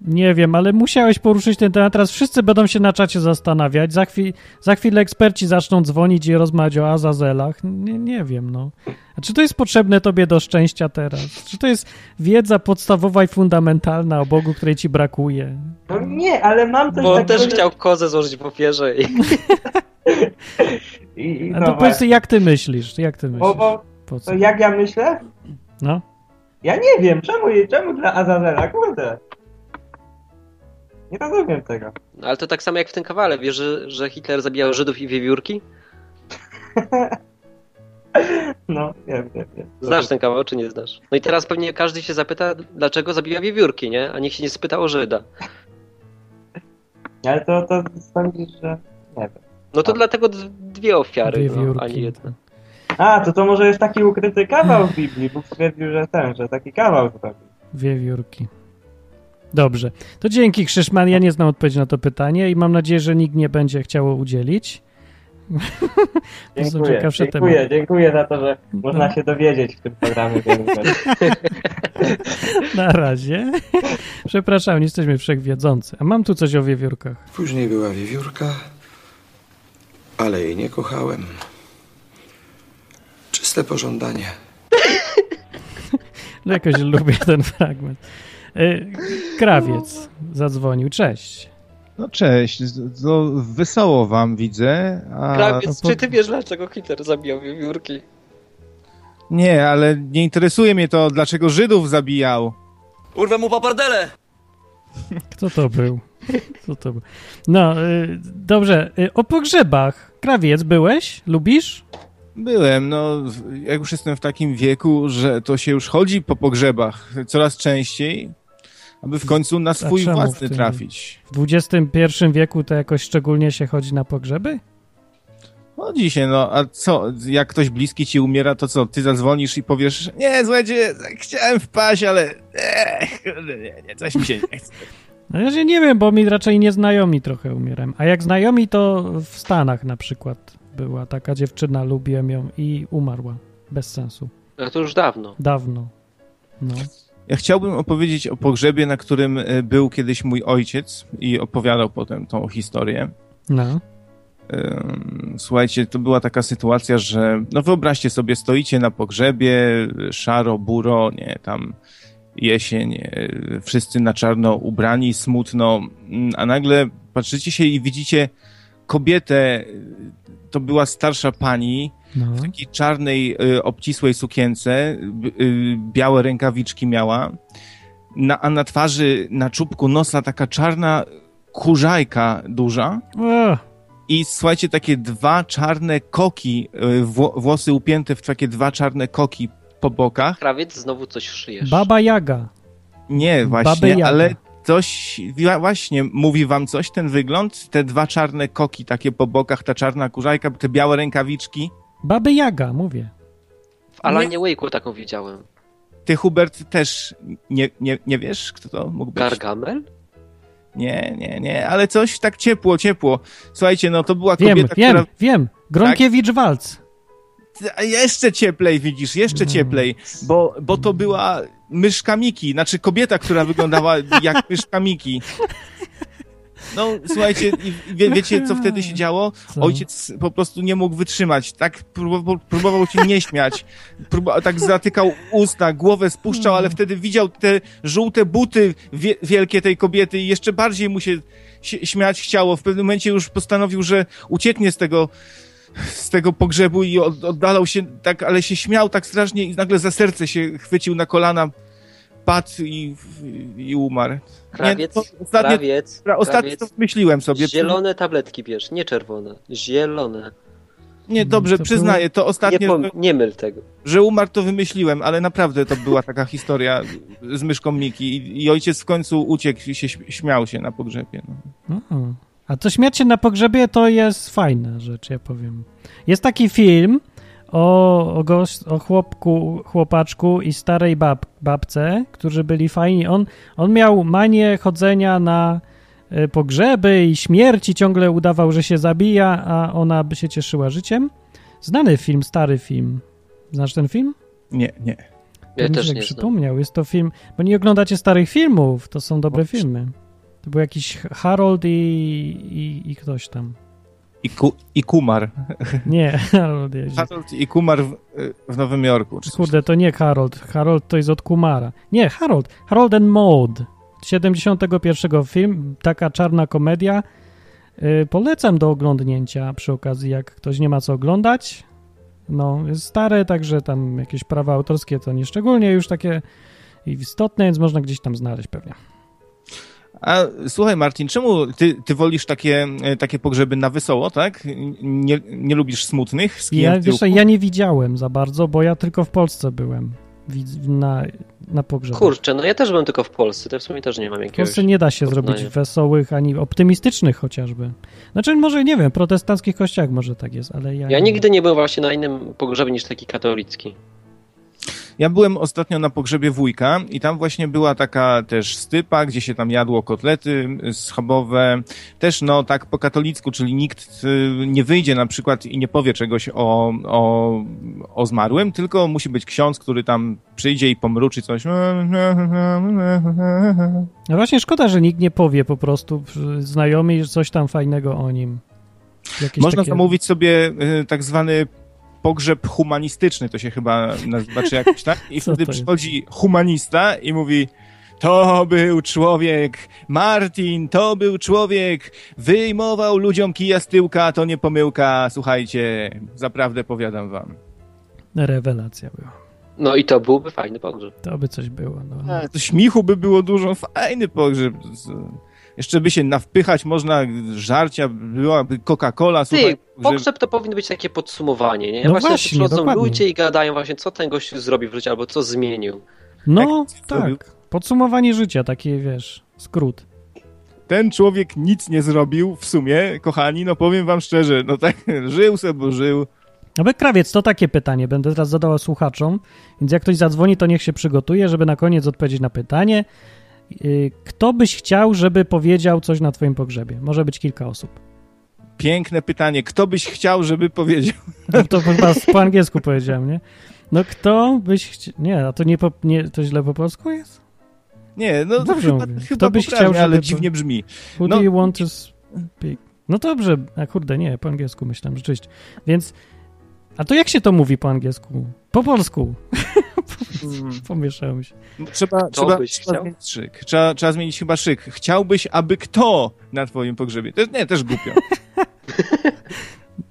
Speaker 1: Nie wiem, ale musiałeś poruszyć ten temat. Teraz wszyscy będą się na czacie zastanawiać. Za, chwil, za chwilę eksperci zaczną dzwonić i rozmawiać o Azazelach. Nie, nie wiem, no. A czy to jest potrzebne tobie do szczęścia teraz? Czy to jest wiedza podstawowa i fundamentalna o Bogu, której ci brakuje?
Speaker 6: No nie, ale mam coś
Speaker 2: Bo on
Speaker 6: takiego...
Speaker 2: też
Speaker 6: że-
Speaker 2: chciał kozę złożyć w ofierze i
Speaker 6: I,
Speaker 1: A
Speaker 6: i
Speaker 1: to
Speaker 6: no
Speaker 1: powiedz,
Speaker 6: właśnie.
Speaker 1: jak ty myślisz? Jak ty
Speaker 6: Bo,
Speaker 1: myślisz?
Speaker 6: bo
Speaker 1: Po co?
Speaker 6: to jak ja myślę?
Speaker 1: No.
Speaker 6: Ja nie wiem, czemu, czemu dla Azazela, kurde. Nie rozumiem tego.
Speaker 2: No, ale to tak samo jak w tym kawale. Wiesz, że, że Hitler zabijał Żydów i wiewiórki?
Speaker 6: No, wiem, wiem, wiem.
Speaker 2: Znasz ten kawał, czy nie znasz? No i teraz pewnie każdy się zapyta, dlaczego zabiła wiewiórki, nie? A nikt się nie spytał o Żyda.
Speaker 6: Ale to, to sądzisz, że... Nie wiem.
Speaker 2: No to dlatego d- dwie ofiary,
Speaker 1: Dwie
Speaker 2: no,
Speaker 1: wiórki.
Speaker 2: a nie jedna.
Speaker 6: A, to to może jest taki ukryty kawał w Biblii, Bóg stwierdził, że ten, że taki kawał zrobił.
Speaker 1: Wiewiórki. Dobrze. To dzięki, Krzyszman. Ja nie znam odpowiedzi na to pytanie i mam nadzieję, że nikt nie będzie chciał udzielić. To są
Speaker 6: Dziękuję,
Speaker 1: ciekawsze
Speaker 6: dziękuję,
Speaker 1: tematy.
Speaker 6: dziękuję za to, że można
Speaker 1: No.
Speaker 6: się dowiedzieć w tym programie. wielu rzeczy.
Speaker 1: Na razie. Przepraszam, nie jesteśmy wszechwiedzący. A mam tu coś o wiewiórkach.
Speaker 7: Później była wiewiórka, ale jej nie kochałem. Czyste pożądanie.
Speaker 1: No jakoś lubię ten fragment. Y, Krawiec zadzwonił. Cześć.
Speaker 8: No cześć, z- to wesoło wam widzę.
Speaker 1: no
Speaker 8: A...
Speaker 2: Krawiec,
Speaker 1: po-
Speaker 2: czy ty wiesz, dlaczego Hitler zabijał wiewiórki?
Speaker 8: Nie, ale nie interesuje mnie to, dlaczego Żydów zabijał.
Speaker 9: Urwę mu papardele!
Speaker 1: Kto to był? Kto to był? No, y, dobrze. Y, o pogrzebach. Krawiec byłeś? Lubisz?
Speaker 8: Byłem, no w- jak już jestem w takim wieku, że to się już chodzi po pogrzebach coraz częściej, aby w końcu na swój
Speaker 1: czemu w
Speaker 8: własny
Speaker 1: tym-
Speaker 8: trafić.
Speaker 1: W XXI wieku to jakoś szczególnie się chodzi na pogrzeby?
Speaker 8: Chodzi się, no a co, jak ktoś bliski ci umiera, to co, ty zadzwonisz i powiesz, nie, słuchajcie, chciałem wpaść, ale ech, kurde, nie, nie, coś mi się nie chce.
Speaker 1: No ja się nie wiem, bo mi raczej nieznajomi trochę umieram. A jak znajomi, to w Stanach na przykład była taka dziewczyna, lubiłem ją i umarła. Bez sensu.
Speaker 2: No to już dawno.
Speaker 1: Dawno. No.
Speaker 8: Ja chciałbym opowiedzieć o pogrzebie, na którym e, był kiedyś mój ojciec i opowiadał potem tą historię.
Speaker 1: No.
Speaker 8: Ym, Słuchajcie, to była taka sytuacja, że no wyobraźcie sobie, stoicie na pogrzebie, szaro, buro, nie, tam jesień, y, wszyscy na czarno ubrani, smutno, mm, a nagle patrzycie się i widzicie kobietę, y, to była starsza pani,
Speaker 1: No.
Speaker 8: w takiej czarnej, y, obcisłej sukience, b- y, białe rękawiczki miała, na, a na twarzy, na czubku nosa taka czarna kurzajka duża
Speaker 1: O,
Speaker 8: i słuchajcie, takie dwa czarne koki, y, wło, włosy upięte w takie dwa czarne koki po bokach.
Speaker 2: Krawiec znowu coś szyjesz.
Speaker 1: Baba Jaga.
Speaker 8: Nie,
Speaker 1: Baby
Speaker 8: właśnie,
Speaker 1: Jaga.
Speaker 8: ale coś, wa- właśnie, mówi wam coś ten wygląd? Te dwa czarne koki takie po bokach, ta czarna kurzajka, te białe rękawiczki.
Speaker 1: Baby Jaga, mówię.
Speaker 2: W Alanie Wake'u taką widziałem.
Speaker 8: Ty, Hubert, też nie, nie, nie wiesz, kto to mógł być?
Speaker 2: Gargamel?
Speaker 8: Nie, nie, nie, ale coś tak ciepło, ciepło. Słuchajcie, no to była
Speaker 1: Wiem,
Speaker 8: kobieta,
Speaker 1: wiem,
Speaker 8: która... Tak?
Speaker 1: wiem. Gronkiewicz Walc.
Speaker 8: Ty, a Jeszcze cieplej, widzisz, jeszcze
Speaker 1: No.
Speaker 8: cieplej, bo, bo to była myszka Miki, znaczy kobieta, która wyglądała jak myszka Miki. No, słuchajcie, i wie, wiecie, co wtedy się działo?
Speaker 1: Co?
Speaker 8: Ojciec po prostu nie mógł wytrzymać. Tak próbował, próbował się nie śmiać. Próba, tak zatykał usta, głowę spuszczał, ale wtedy widział te żółte buty wie, wielkie tej kobiety i jeszcze bardziej mu się si- śmiać chciało. W pewnym momencie już postanowił, że ucieknie z tego z tego pogrzebu i od, oddalał się tak, ale się śmiał tak strasznie i nagle za serce się chwycił na kolana, padł i, i umarł.
Speaker 2: Krawiec,
Speaker 8: to ostatnie-
Speaker 2: krawiec,
Speaker 8: Ostatnio to
Speaker 2: krawiec.
Speaker 8: myśliłem sobie.
Speaker 2: Zielone tabletki bierz, nie czerwone. Zielone.
Speaker 8: Nie, dobrze,
Speaker 1: To
Speaker 8: przyznaję, to
Speaker 2: Nie,
Speaker 8: ostatnie...
Speaker 2: pom- nie myl tego.
Speaker 8: że umarł, to wymyśliłem, ale naprawdę to była taka historia z myszką Miki i, i ojciec w końcu uciekł i się śm- śmiał się na pogrzebie. No.
Speaker 1: Mhm. A to śmierć się na pogrzebie to jest fajna rzecz, ja powiem. Jest taki film o, o, gość, o chłopku, chłopaczku i starej bab, babce, którzy byli fajni. On, on miał manię chodzenia na y, pogrzeby i śmierć i ciągle udawał, że się zabija, a ona by się cieszyła życiem. Znany film, stary film. Znasz ten film?
Speaker 8: Nie, nie.
Speaker 2: Ja
Speaker 1: mi się
Speaker 2: też
Speaker 1: tak
Speaker 2: nie znam.
Speaker 1: przypomniał. Jest to film, bo nie oglądacie starych filmów, to są dobre filmy. To był jakiś Harold i, i, i ktoś tam.
Speaker 8: I, ku, I Kumar.
Speaker 1: Nie, Harold jeździ.
Speaker 8: Harold i Kumar w, w Nowym Jorku. Czy coś.
Speaker 1: Kurde, to nie Harold. Harold to jest od Kumara. Nie, Harold. Harold and Maud. 71 film, taka czarna komedia. Y, polecam do oglądnięcia przy okazji, jak ktoś nie ma co oglądać. No, jest stare, także tam jakieś prawa autorskie to nie szczególnie już takie istotne, więc można gdzieś tam znaleźć pewnie.
Speaker 8: A słuchaj, Marcin, czemu ty, ty wolisz takie, e, takie pogrzeby na wesoło, tak? Nie, nie lubisz smutnych z kijem
Speaker 1: Ja,
Speaker 8: w
Speaker 1: wiesz, co,
Speaker 8: tyłku?
Speaker 1: ja nie widziałem za bardzo, bo ja tylko w Polsce byłem widz- na, na pogrzebie.
Speaker 2: Kurczę, no ja też byłem tylko w Polsce, to w sumie też nie mam
Speaker 1: W
Speaker 2: jakiegoś...
Speaker 1: Polsce nie da się zrobić
Speaker 2: porównania.
Speaker 1: wesołych ani optymistycznych chociażby. Znaczy, może nie wiem, w protestanckich kościach może tak jest, ale ja.
Speaker 2: Ja
Speaker 1: nie-
Speaker 2: nigdy nie byłem właśnie na innym pogrzebie niż taki katolicki.
Speaker 8: Ja byłem ostatnio na pogrzebie wujka i tam właśnie była taka też stypa, gdzie się tam jadło kotlety y, schabowe. Też no tak po katolicku, czyli nikt y, nie wyjdzie na przykład i nie powie czegoś o, o, o zmarłym, tylko musi być ksiądz, który tam przyjdzie i pomruczy coś.
Speaker 1: No właśnie szkoda, że nikt nie powie po prostu przy- znajomi że coś tam fajnego o nim. Jakieś
Speaker 8: Można
Speaker 1: takie...
Speaker 8: zamówić sobie y, tak zwany pogrzeb humanistyczny, to się chyba nazywa, czy jakoś tak? I
Speaker 1: Co
Speaker 8: wtedy
Speaker 1: to jest?
Speaker 8: przychodzi humanista i mówi to był człowiek, Martin, to był człowiek, wyjmował ludziom kija z tyłka, to nie pomyłka, słuchajcie, zaprawdę powiadam wam.
Speaker 1: Rewelacja była.
Speaker 2: No i to byłby fajny pogrzeb.
Speaker 1: To by coś było. No.
Speaker 8: A, to śmichu by było dużo, fajny pogrzeb. Z- Jeszcze by się nawpychać można, żarcia, byłaby Coca-Cola,
Speaker 2: Ty,
Speaker 8: słuchaj. pogrzeb-
Speaker 2: pogrzeb to powinno być takie podsumowanie, nie?
Speaker 1: No
Speaker 2: właśnie,
Speaker 1: właśnie,
Speaker 2: przychodzą
Speaker 1: dokładnie.
Speaker 2: ludzie i gadają właśnie, co ten gościu zrobił w życiu, albo co zmienił.
Speaker 1: No
Speaker 8: zrobił?
Speaker 1: tak. Podsumowanie życia, takie wiesz, skrót.
Speaker 8: ten człowiek nic nie zrobił w sumie, kochani, no powiem wam szczerze, no tak, żył se, bo żył.
Speaker 1: Aby krawiec, to takie pytanie będę teraz zadała słuchaczom, więc jak ktoś zadzwoni, to niech się przygotuje, żeby na koniec odpowiedzieć na pytanie. Yy, Kto byś chciał, żeby powiedział coś na twoim pogrzebie? Może być kilka osób.
Speaker 8: Piękne pytanie, kto byś chciał, żeby powiedział?
Speaker 1: No to chyba z- po angielsku powiedziałem, nie? No kto byś chciał... Nie, a to, nie po... nie, to źle po polsku jest?
Speaker 8: Nie, no to
Speaker 1: Dobrze
Speaker 8: chyba,
Speaker 1: mówię.
Speaker 8: chyba
Speaker 1: Kto byś
Speaker 8: poprawnie,
Speaker 1: chciał, żeby
Speaker 8: ale
Speaker 1: po-
Speaker 8: dziwnie brzmi.
Speaker 1: Who
Speaker 8: No.
Speaker 1: do you want to speak? No dobrze, a kurde, nie, po angielsku myślałem, rzeczywiście. Więc, a to jak się to mówi po angielsku? Po polsku. Pomieszałem się.
Speaker 8: Trzeba, trzeba,
Speaker 2: byś
Speaker 8: trzeba
Speaker 2: chciał?
Speaker 8: zmienić szyk. Trzeba, trzeba zmienić chyba szyk. Chciałbyś, aby kto na twoim pogrzebie? Też, nie, też głupio.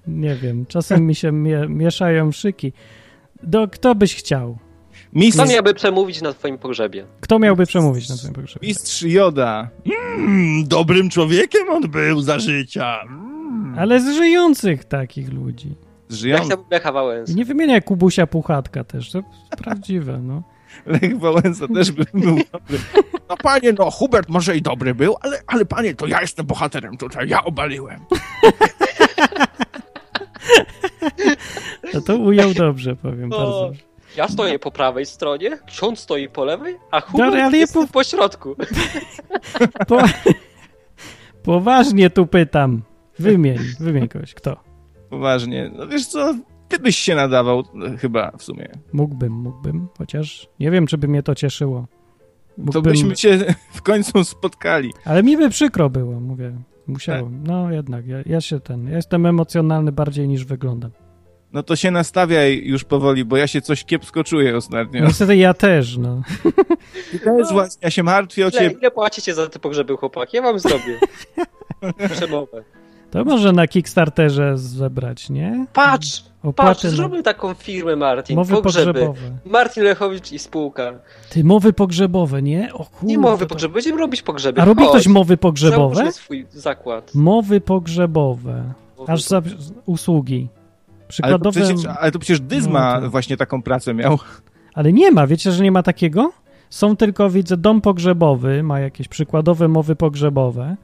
Speaker 1: Nie wiem, czasem mi się mie mieszają szyki. Do, kto byś chciał?
Speaker 2: Co
Speaker 8: Mistrz,
Speaker 2: miałby przemówić na twoim pogrzebie?
Speaker 1: Kto miałby przemówić na twoim pogrzebie?
Speaker 8: mistrz Joda.
Speaker 7: Mm, dobrym człowiekiem on był za życia.
Speaker 1: Ale z żyjących takich ludzi.
Speaker 2: Ja
Speaker 8: Żyją
Speaker 2: chciałbym Lecha Wałęsy.
Speaker 1: Nie wymieniaj Kubusia Puchatka też, to prawdziwe, no.
Speaker 8: Lech Wałęsa też by był dobry.
Speaker 7: No panie, no Hubert może i dobry był, ale, ale panie, to ja jestem bohaterem tutaj, ja obaliłem.
Speaker 1: No To, to ujął dobrze, powiem
Speaker 2: O,
Speaker 1: bardzo.
Speaker 2: ja stoję po prawej stronie, ksiądz stoi po lewej, a
Speaker 1: Dobra,
Speaker 2: Hubert
Speaker 1: ale ja
Speaker 2: jest
Speaker 1: po-
Speaker 2: po środku.
Speaker 1: Po... Poważnie tu pytam. Wymień, wymień kogoś. Kto?
Speaker 8: Poważnie. No wiesz co, ty byś się nadawał e, chyba w sumie.
Speaker 1: Mógłbym, mógłbym, chociaż nie wiem, czy by mnie to cieszyło.
Speaker 8: To
Speaker 1: Mógłbym,
Speaker 8: byśmy cię w końcu spotkali.
Speaker 1: Ale mi by przykro było, mówię. Musiałem. No jednak, ja, ja się ten. Ja jestem emocjonalny bardziej niż wyglądam.
Speaker 8: No to się nastawiaj już powoli, bo ja się coś kiepsko czuję ostatnio.
Speaker 1: Niestety ja też, no.
Speaker 8: Też właśnie, ja się martwię o
Speaker 2: No. Ile,
Speaker 8: ciebie.
Speaker 2: ile płacicie za te pogrzeby, chłopaki? Ja wam zrobię. Przemowę.
Speaker 1: To może na Kickstarterze zebrać, nie?
Speaker 2: Patrz, patrz,
Speaker 1: Opłaty na
Speaker 2: zróbmy taką firmę, Martin.
Speaker 1: no. mowy
Speaker 2: pogrzeby.
Speaker 1: pogrzebowe.
Speaker 2: Martin Lechowicz i spółka.
Speaker 1: Ty, mowy pogrzebowe, nie? O kurde.
Speaker 2: Nie mowy
Speaker 1: to-
Speaker 2: pogrzeby, będziemy robić pogrzeby.
Speaker 1: A robi
Speaker 2: Chodź,
Speaker 1: ktoś mowy pogrzebowe?
Speaker 2: Załóżmy swój zakład.
Speaker 1: Mowy pogrzebowe. Aż za usługi.
Speaker 8: Ale to,
Speaker 1: Przykładowe.
Speaker 8: przecież, ale to przecież Dyzma
Speaker 1: No to-
Speaker 8: właśnie taką pracę miał.
Speaker 1: Ale nie ma, wiecie, że nie ma takiego? Są tylko, widzę, dom pogrzebowy, ma jakieś przykładowe mowy pogrzebowe.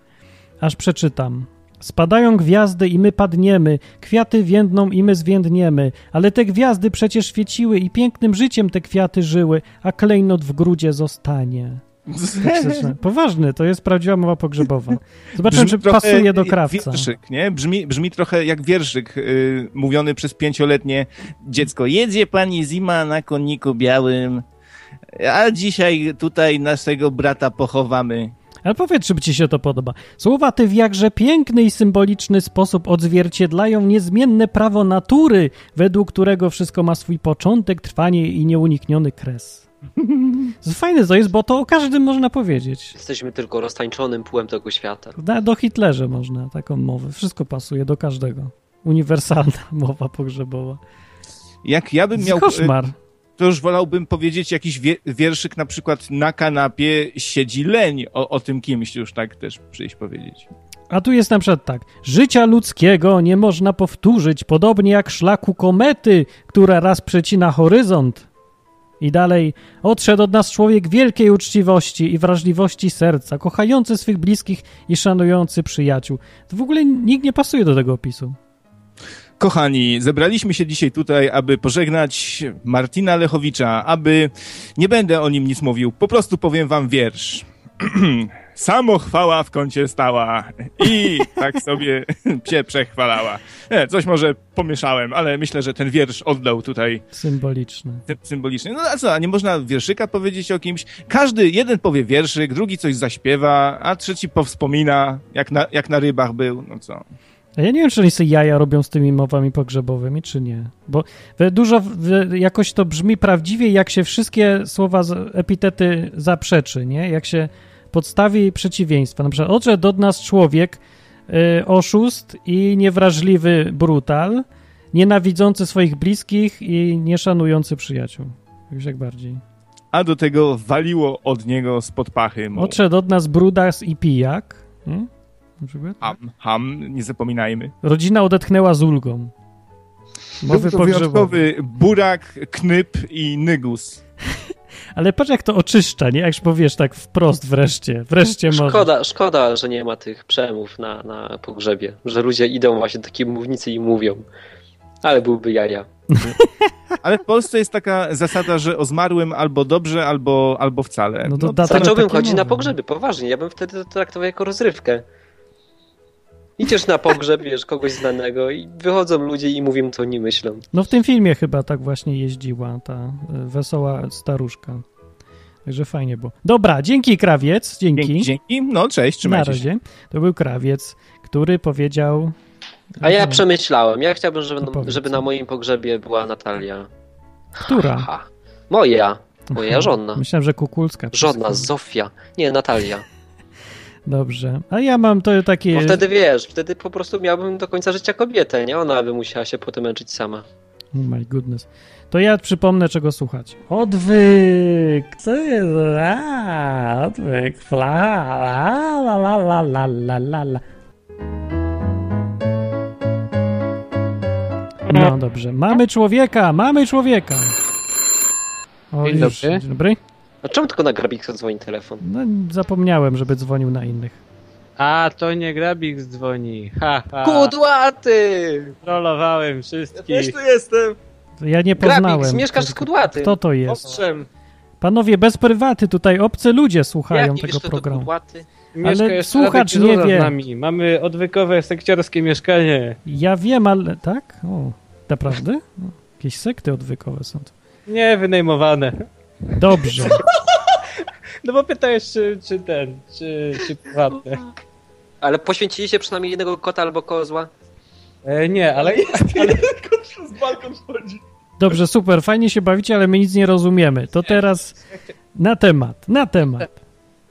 Speaker 1: Aż przeczytam. Spadają gwiazdy i my padniemy, kwiaty więdną i my zwiędniemy, ale te gwiazdy przecież świeciły i pięknym życiem te kwiaty żyły, a klejnot w grudzie zostanie. Toksyczne. Poważny, to jest prawdziwa mowa pogrzebowa. Zobaczmy,
Speaker 8: Brzmi
Speaker 1: czy
Speaker 8: trochę
Speaker 1: pasuje do
Speaker 8: jak
Speaker 1: krawca.
Speaker 8: Wierszyk, nie? Brzmi, brzmi trochę jak wierszyk y, mówiony przez pięcioletnie dziecko. Jedzie pani zima na koniku białym, a dzisiaj tutaj naszego brata pochowamy.
Speaker 1: Ale powiedz, czy ci się to podoba. Słowa te w jakże piękny i symboliczny sposób odzwierciedlają niezmienne prawo natury, według którego wszystko ma swój początek, trwanie i nieunikniony kres. Fajne to jest, bo to o każdym można powiedzieć.
Speaker 2: Jesteśmy tylko roztańczonym półem tego świata.
Speaker 1: Na- Do Hitlerze można taką mowę. Wszystko pasuje do każdego. Uniwersalna mowa pogrzebowa.
Speaker 8: Jak ja bym miał... e,
Speaker 1: Koszmar.
Speaker 8: to już wolałbym powiedzieć jakiś wie- wierszyk, na przykład na kanapie siedzi leń o, o tym kimś, już tak też przyjść powiedzieć.
Speaker 1: A tu jest na przykład tak. Życia ludzkiego nie można powtórzyć, podobnie jak szlaku komety, która raz przecina horyzont. I dalej. Odszedł od nas człowiek wielkiej uczciwości i wrażliwości serca, kochający swych bliskich i szanujący przyjaciół. To w ogóle nikt nie pasuje do tego opisu.
Speaker 8: Kochani, zebraliśmy się dzisiaj tutaj, aby pożegnać Martina Lechowicza, aby nie będę o nim nic mówił, po prostu powiem wam wiersz. Samochwała w kącie stała i tak sobie się przechwalała. Nie, coś może pomieszałem, ale myślę, że ten wiersz oddał tutaj
Speaker 1: Symboliczny.
Speaker 8: sy- symbolicznie. No a co, a nie można wierszyka powiedzieć o kimś? Każdy, jeden powie wierszyk, drugi coś zaśpiewa, a trzeci powspomina, jak na, jak na rybach był, no co.
Speaker 1: A ja nie wiem, czy oni sobie jaja robią z tymi mowami pogrzebowymi, czy nie. Bo we- dużo, w- jakoś to brzmi prawdziwie, jak się wszystkie słowa, z- epitety zaprzeczy, nie? Jak się podstawi przeciwieństwa. Na przykład odszedł od nas człowiek, y, oszust i niewrażliwy brutal, nienawidzący swoich bliskich i nieszanujący przyjaciół. Już jak bardziej.
Speaker 8: a do tego waliło od niego spod pachy mu.
Speaker 1: Odszedł od nas brudas i pijak. Nie? Na przykład?
Speaker 8: Ham, ham, nie zapominajmy.
Speaker 1: Rodzina odetchnęła z ulgą. Mowy
Speaker 8: Był to
Speaker 1: pogrzebowe.
Speaker 8: wyjątkowy burak, knyp i nygus.
Speaker 1: Ale patrz, jak to oczyszcza, nie? Jak już powiesz tak wprost wreszcie. Wreszcie może.
Speaker 2: Szkoda, szkoda, że nie ma tych przemów na, na pogrzebie, że ludzie idą właśnie do takiej mównicy i mówią. Ale byłby jaja.
Speaker 8: Ale w Polsce jest taka zasada, że o zmarłym albo dobrze, albo, albo wcale.
Speaker 1: No to
Speaker 8: No,
Speaker 1: dlatego
Speaker 2: Zacząłbym
Speaker 1: takie
Speaker 2: chodzić na
Speaker 1: mowy.
Speaker 2: pogrzeby, poważnie. Ja bym wtedy to traktował jako rozrywkę. Idziesz na pogrzeb, wiesz, kogoś znanego i wychodzą ludzie i mówią, co oni myślą.
Speaker 1: No w tym filmie chyba tak właśnie jeździła ta y, wesoła staruszka. Także fajnie było. Dobra, dzięki krawiec, dzięki.
Speaker 8: dzięki, dzięki. No cześć,
Speaker 1: Na
Speaker 8: trzymajcie się.
Speaker 1: razie. To był krawiec, który powiedział.
Speaker 2: A ja
Speaker 1: Mhm.
Speaker 2: przemyślałem. Ja chciałbym, żeby,
Speaker 1: No powiedz.
Speaker 2: żeby na moim pogrzebie była Natalia.
Speaker 1: Która?
Speaker 2: Ha. Moja. Moja
Speaker 1: Aha,
Speaker 2: żona.
Speaker 1: Myślałem, że kukulska.
Speaker 2: Żona, Zofia. Nie, Natalia.
Speaker 1: Dobrze. A ja mam to takie.
Speaker 2: Bo wtedy wiesz, wtedy po prostu miałbym do końca życia kobietę, nie? Ona by musiała się potem męczyć sama.
Speaker 1: Oh my goodness. To ja przypomnę, czego słuchać. Odwyk! Co jest? A, odwyk, fla, la, la, la, la, la, la, la, la. No dobrze. Mamy człowieka, mamy człowieka. O,
Speaker 10: Dzień
Speaker 1: już.
Speaker 10: dobry.
Speaker 1: Dzień dobry.
Speaker 2: A czemu tylko na grabiksa dzwoni telefon?
Speaker 1: No, zapomniałem, żeby dzwonił na innych.
Speaker 10: A, to nie Grabik dzwoni. Ha, ha.
Speaker 2: Kudłaty!
Speaker 10: Trollowałem
Speaker 2: Ja
Speaker 10: wszystkich.
Speaker 2: też tu jestem!
Speaker 1: Ja nie poznałem.
Speaker 2: Grabiks, mieszkasz z Kudłatym!
Speaker 1: Kto to jest?
Speaker 10: Owszem,
Speaker 1: Panowie, bez prywaty tutaj obcy ludzie słuchają
Speaker 2: Jak nie
Speaker 1: tego
Speaker 2: wiesz, kto to
Speaker 1: programu.
Speaker 2: Kudłaty?
Speaker 10: mieszka
Speaker 1: Ale
Speaker 10: jeszcze
Speaker 1: słuchacz
Speaker 10: Radek Zuza
Speaker 1: nie wie.
Speaker 10: z nami. Mamy odwykowe sekciorskie mieszkanie.
Speaker 1: Ja wiem, ale tak? O, naprawdę? No, Jakieś sekty odwykowe są. tu.
Speaker 10: Nie wynajmowane.
Speaker 1: Dobrze.
Speaker 10: No bo pytajesz, czy, czy ten, czy, czy prywatne.
Speaker 2: Ale poświęciliście przynajmniej jednego kota albo kozła?
Speaker 10: E, nie, ale
Speaker 1: Dobrze, super, fajnie się bawicie, ale my nic nie rozumiemy. To teraz na temat, na temat.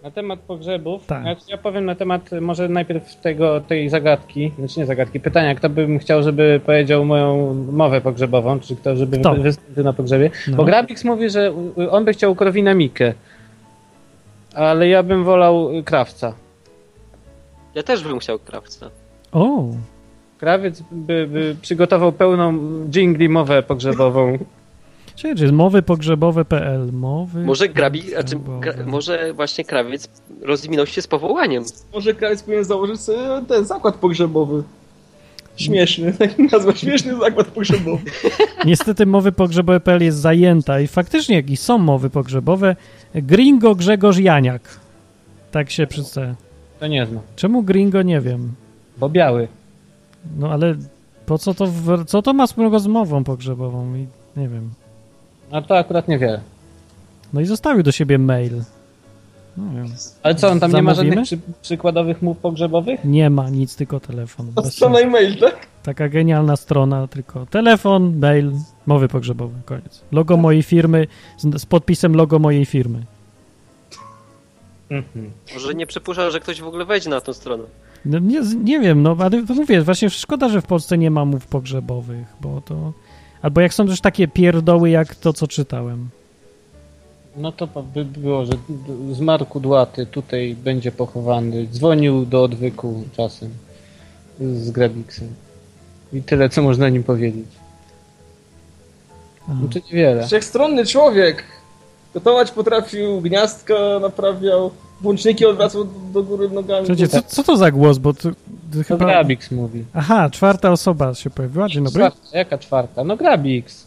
Speaker 10: na temat pogrzebów.
Speaker 1: Tak.
Speaker 10: Znaczy, ja powiem na temat y, może najpierw tego, tej zagadki, znaczy nie zagadki, pytania. Kto bym chciał, żeby powiedział moją mowę pogrzebową, czy kto, żeby
Speaker 1: Kto?
Speaker 10: wy- wystąpił na pogrzebie.
Speaker 1: No.
Speaker 10: Bo Grabix mówi, że u- u- on by chciał Korwina Mikę. Ale ja bym wolał y, krawca.
Speaker 2: Ja też bym chciał krawca.
Speaker 1: O,
Speaker 10: Krawiec by, by przygotował pełną dżingli mowę pogrzebową.
Speaker 1: czyli czy jest mowy pogrzebowe.pl, mowy.
Speaker 2: Może grabi,
Speaker 1: No
Speaker 2: znaczy,
Speaker 1: pogrzebowe.
Speaker 2: gra, może właśnie krawiec rozminął się z powołaniem.
Speaker 6: Może krawiec powinien założyć sobie ten zakład pogrzebowy. Śmieszny, tak nazwa, śmieszny zakład pogrzebowy.
Speaker 1: Niestety mowy pogrzebowe.pl jest zajęta i faktycznie jakieś są mowy pogrzebowe. Gringo Grzegorz Janiak. Tak się przedstawia.
Speaker 10: To nie znam.
Speaker 1: Czemu Gringo? Nie wiem.
Speaker 10: Bo biały.
Speaker 1: No ale po co to, w- co to ma wspólnego z mową pogrzebową? I, nie wiem.
Speaker 10: No to akurat niewiele.
Speaker 1: No i zostawił do siebie mail. No, nie wiem.
Speaker 10: Ale co, on tam nie ma
Speaker 1: Zamówimy?
Speaker 10: żadnych przy, przykładowych mów pogrzebowych?
Speaker 1: nie ma nic, tylko telefon. Bez
Speaker 6: Strona
Speaker 1: sensu.
Speaker 6: e-mail, tak?
Speaker 1: Taka genialna strona, tylko telefon, mail, mowy pogrzebowe, koniec. Logo mojej firmy z, z podpisem logo mojej firmy. Mhm.
Speaker 2: Może nie przypuszczał, że ktoś w ogóle wejdzie na tą stronę.
Speaker 1: No, nie, z- nie wiem, no ale to mówię, właśnie szkoda, że w Polsce nie ma mów pogrzebowych, bo to... Albo jak są też takie pierdoły, jak to, co czytałem.
Speaker 10: No to by było, że zmarł kudłaty, tutaj będzie pochowany. Dzwonił do odwyku czasem z Grabiksem. I tyle, co można o nim powiedzieć. No
Speaker 2: Znaczy-
Speaker 10: to niewiele.
Speaker 11: Wszechstronny człowiek. Gotować potrafił, gniazdka naprawiał, włączniki odwracał do góry nogami.
Speaker 1: Słuchajcie, co, co to za głos, bo to, to chyba...
Speaker 10: Grabiks mówi.
Speaker 1: Aha, czwarta osoba się pojawiła, dzień dobry.
Speaker 10: Czwarta, jaka czwarta? No Grabix.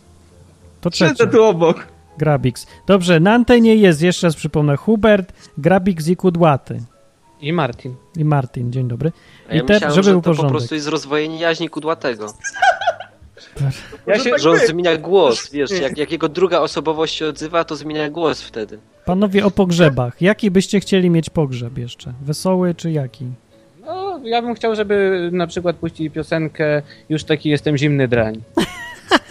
Speaker 1: To trzecia.
Speaker 11: tu obok.
Speaker 1: Grabix. Dobrze, na antenie jest, jeszcze raz przypomnę, Hubert, Grabix i Kudłaty.
Speaker 10: I Martin.
Speaker 1: I Martin, dzień dobry.
Speaker 2: A ja
Speaker 1: I te-
Speaker 2: myślałem,
Speaker 1: żeby
Speaker 2: że
Speaker 1: był
Speaker 2: to po
Speaker 1: porządek.
Speaker 2: prostu jest rozwojenie jaźni kudłatego.
Speaker 11: Ja się-
Speaker 2: że on
Speaker 11: tak być.
Speaker 2: zmienia głos, wiesz, jak, jak jego druga osobowość się odzywa, to zmienia głos wtedy.
Speaker 1: Panowie o pogrzebach. Jaki byście chcieli mieć pogrzeb jeszcze? Wesoły czy jaki?
Speaker 10: No, ja bym chciał, żeby na przykład puścili piosenkę Już taki jestem zimny drań.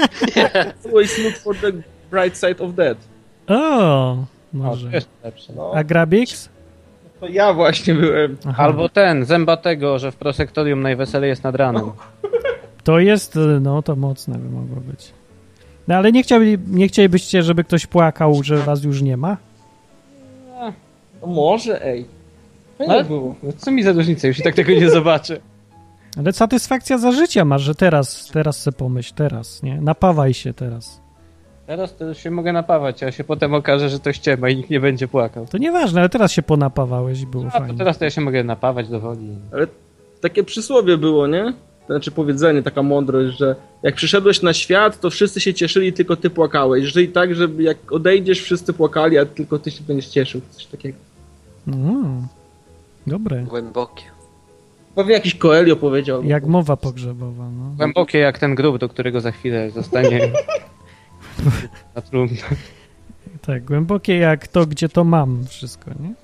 Speaker 11: Always look for the bright side of No. death.
Speaker 1: O, może.
Speaker 10: No, jest lepsze.
Speaker 1: A Grabix?
Speaker 11: To ja właśnie byłem.
Speaker 10: Albo ten, zębatego, że w prosektorium najweselej jest nad ranem.
Speaker 1: To jest, y, no to mocne by mogło być. No ale nie, chcieli, nie chcielibyście, żeby ktoś płakał, że was już nie ma?
Speaker 11: No może, ej. Fajnie
Speaker 10: Ale-
Speaker 11: było.
Speaker 10: No Co mi za różnica, już i tak tego nie zobaczę.
Speaker 1: Ale satysfakcja za życia masz, że teraz, teraz se pomyśl, teraz, nie? Napawaj się teraz.
Speaker 10: Teraz to się mogę napawać, a się potem okaże, że to ściema i nikt nie będzie płakał.
Speaker 1: To nieważne, ale teraz się ponapawałeś i było
Speaker 10: A to
Speaker 1: fajnie.
Speaker 10: teraz to ja się mogę napawać do woli.
Speaker 11: Ale takie przysłowie było, nie? Znaczy powiedzenie, taka mądrość, że jak przyszedłeś na świat, to wszyscy się cieszyli, tylko ty płakałeś. Żyj tak, żeby jak odejdziesz, wszyscy płakali, a tylko ty się będziesz cieszył. Coś takiego.
Speaker 1: Mm, dobre.
Speaker 2: Głębokie.
Speaker 11: Pewnie jakiś Coelho powiedział.
Speaker 1: Jak mowa pogrzebowa, no.
Speaker 10: Głębokie jak ten grób, do którego za chwilę zostanie na trumnę.
Speaker 1: Tak, głębokie jak to, gdzie to mam wszystko, nie?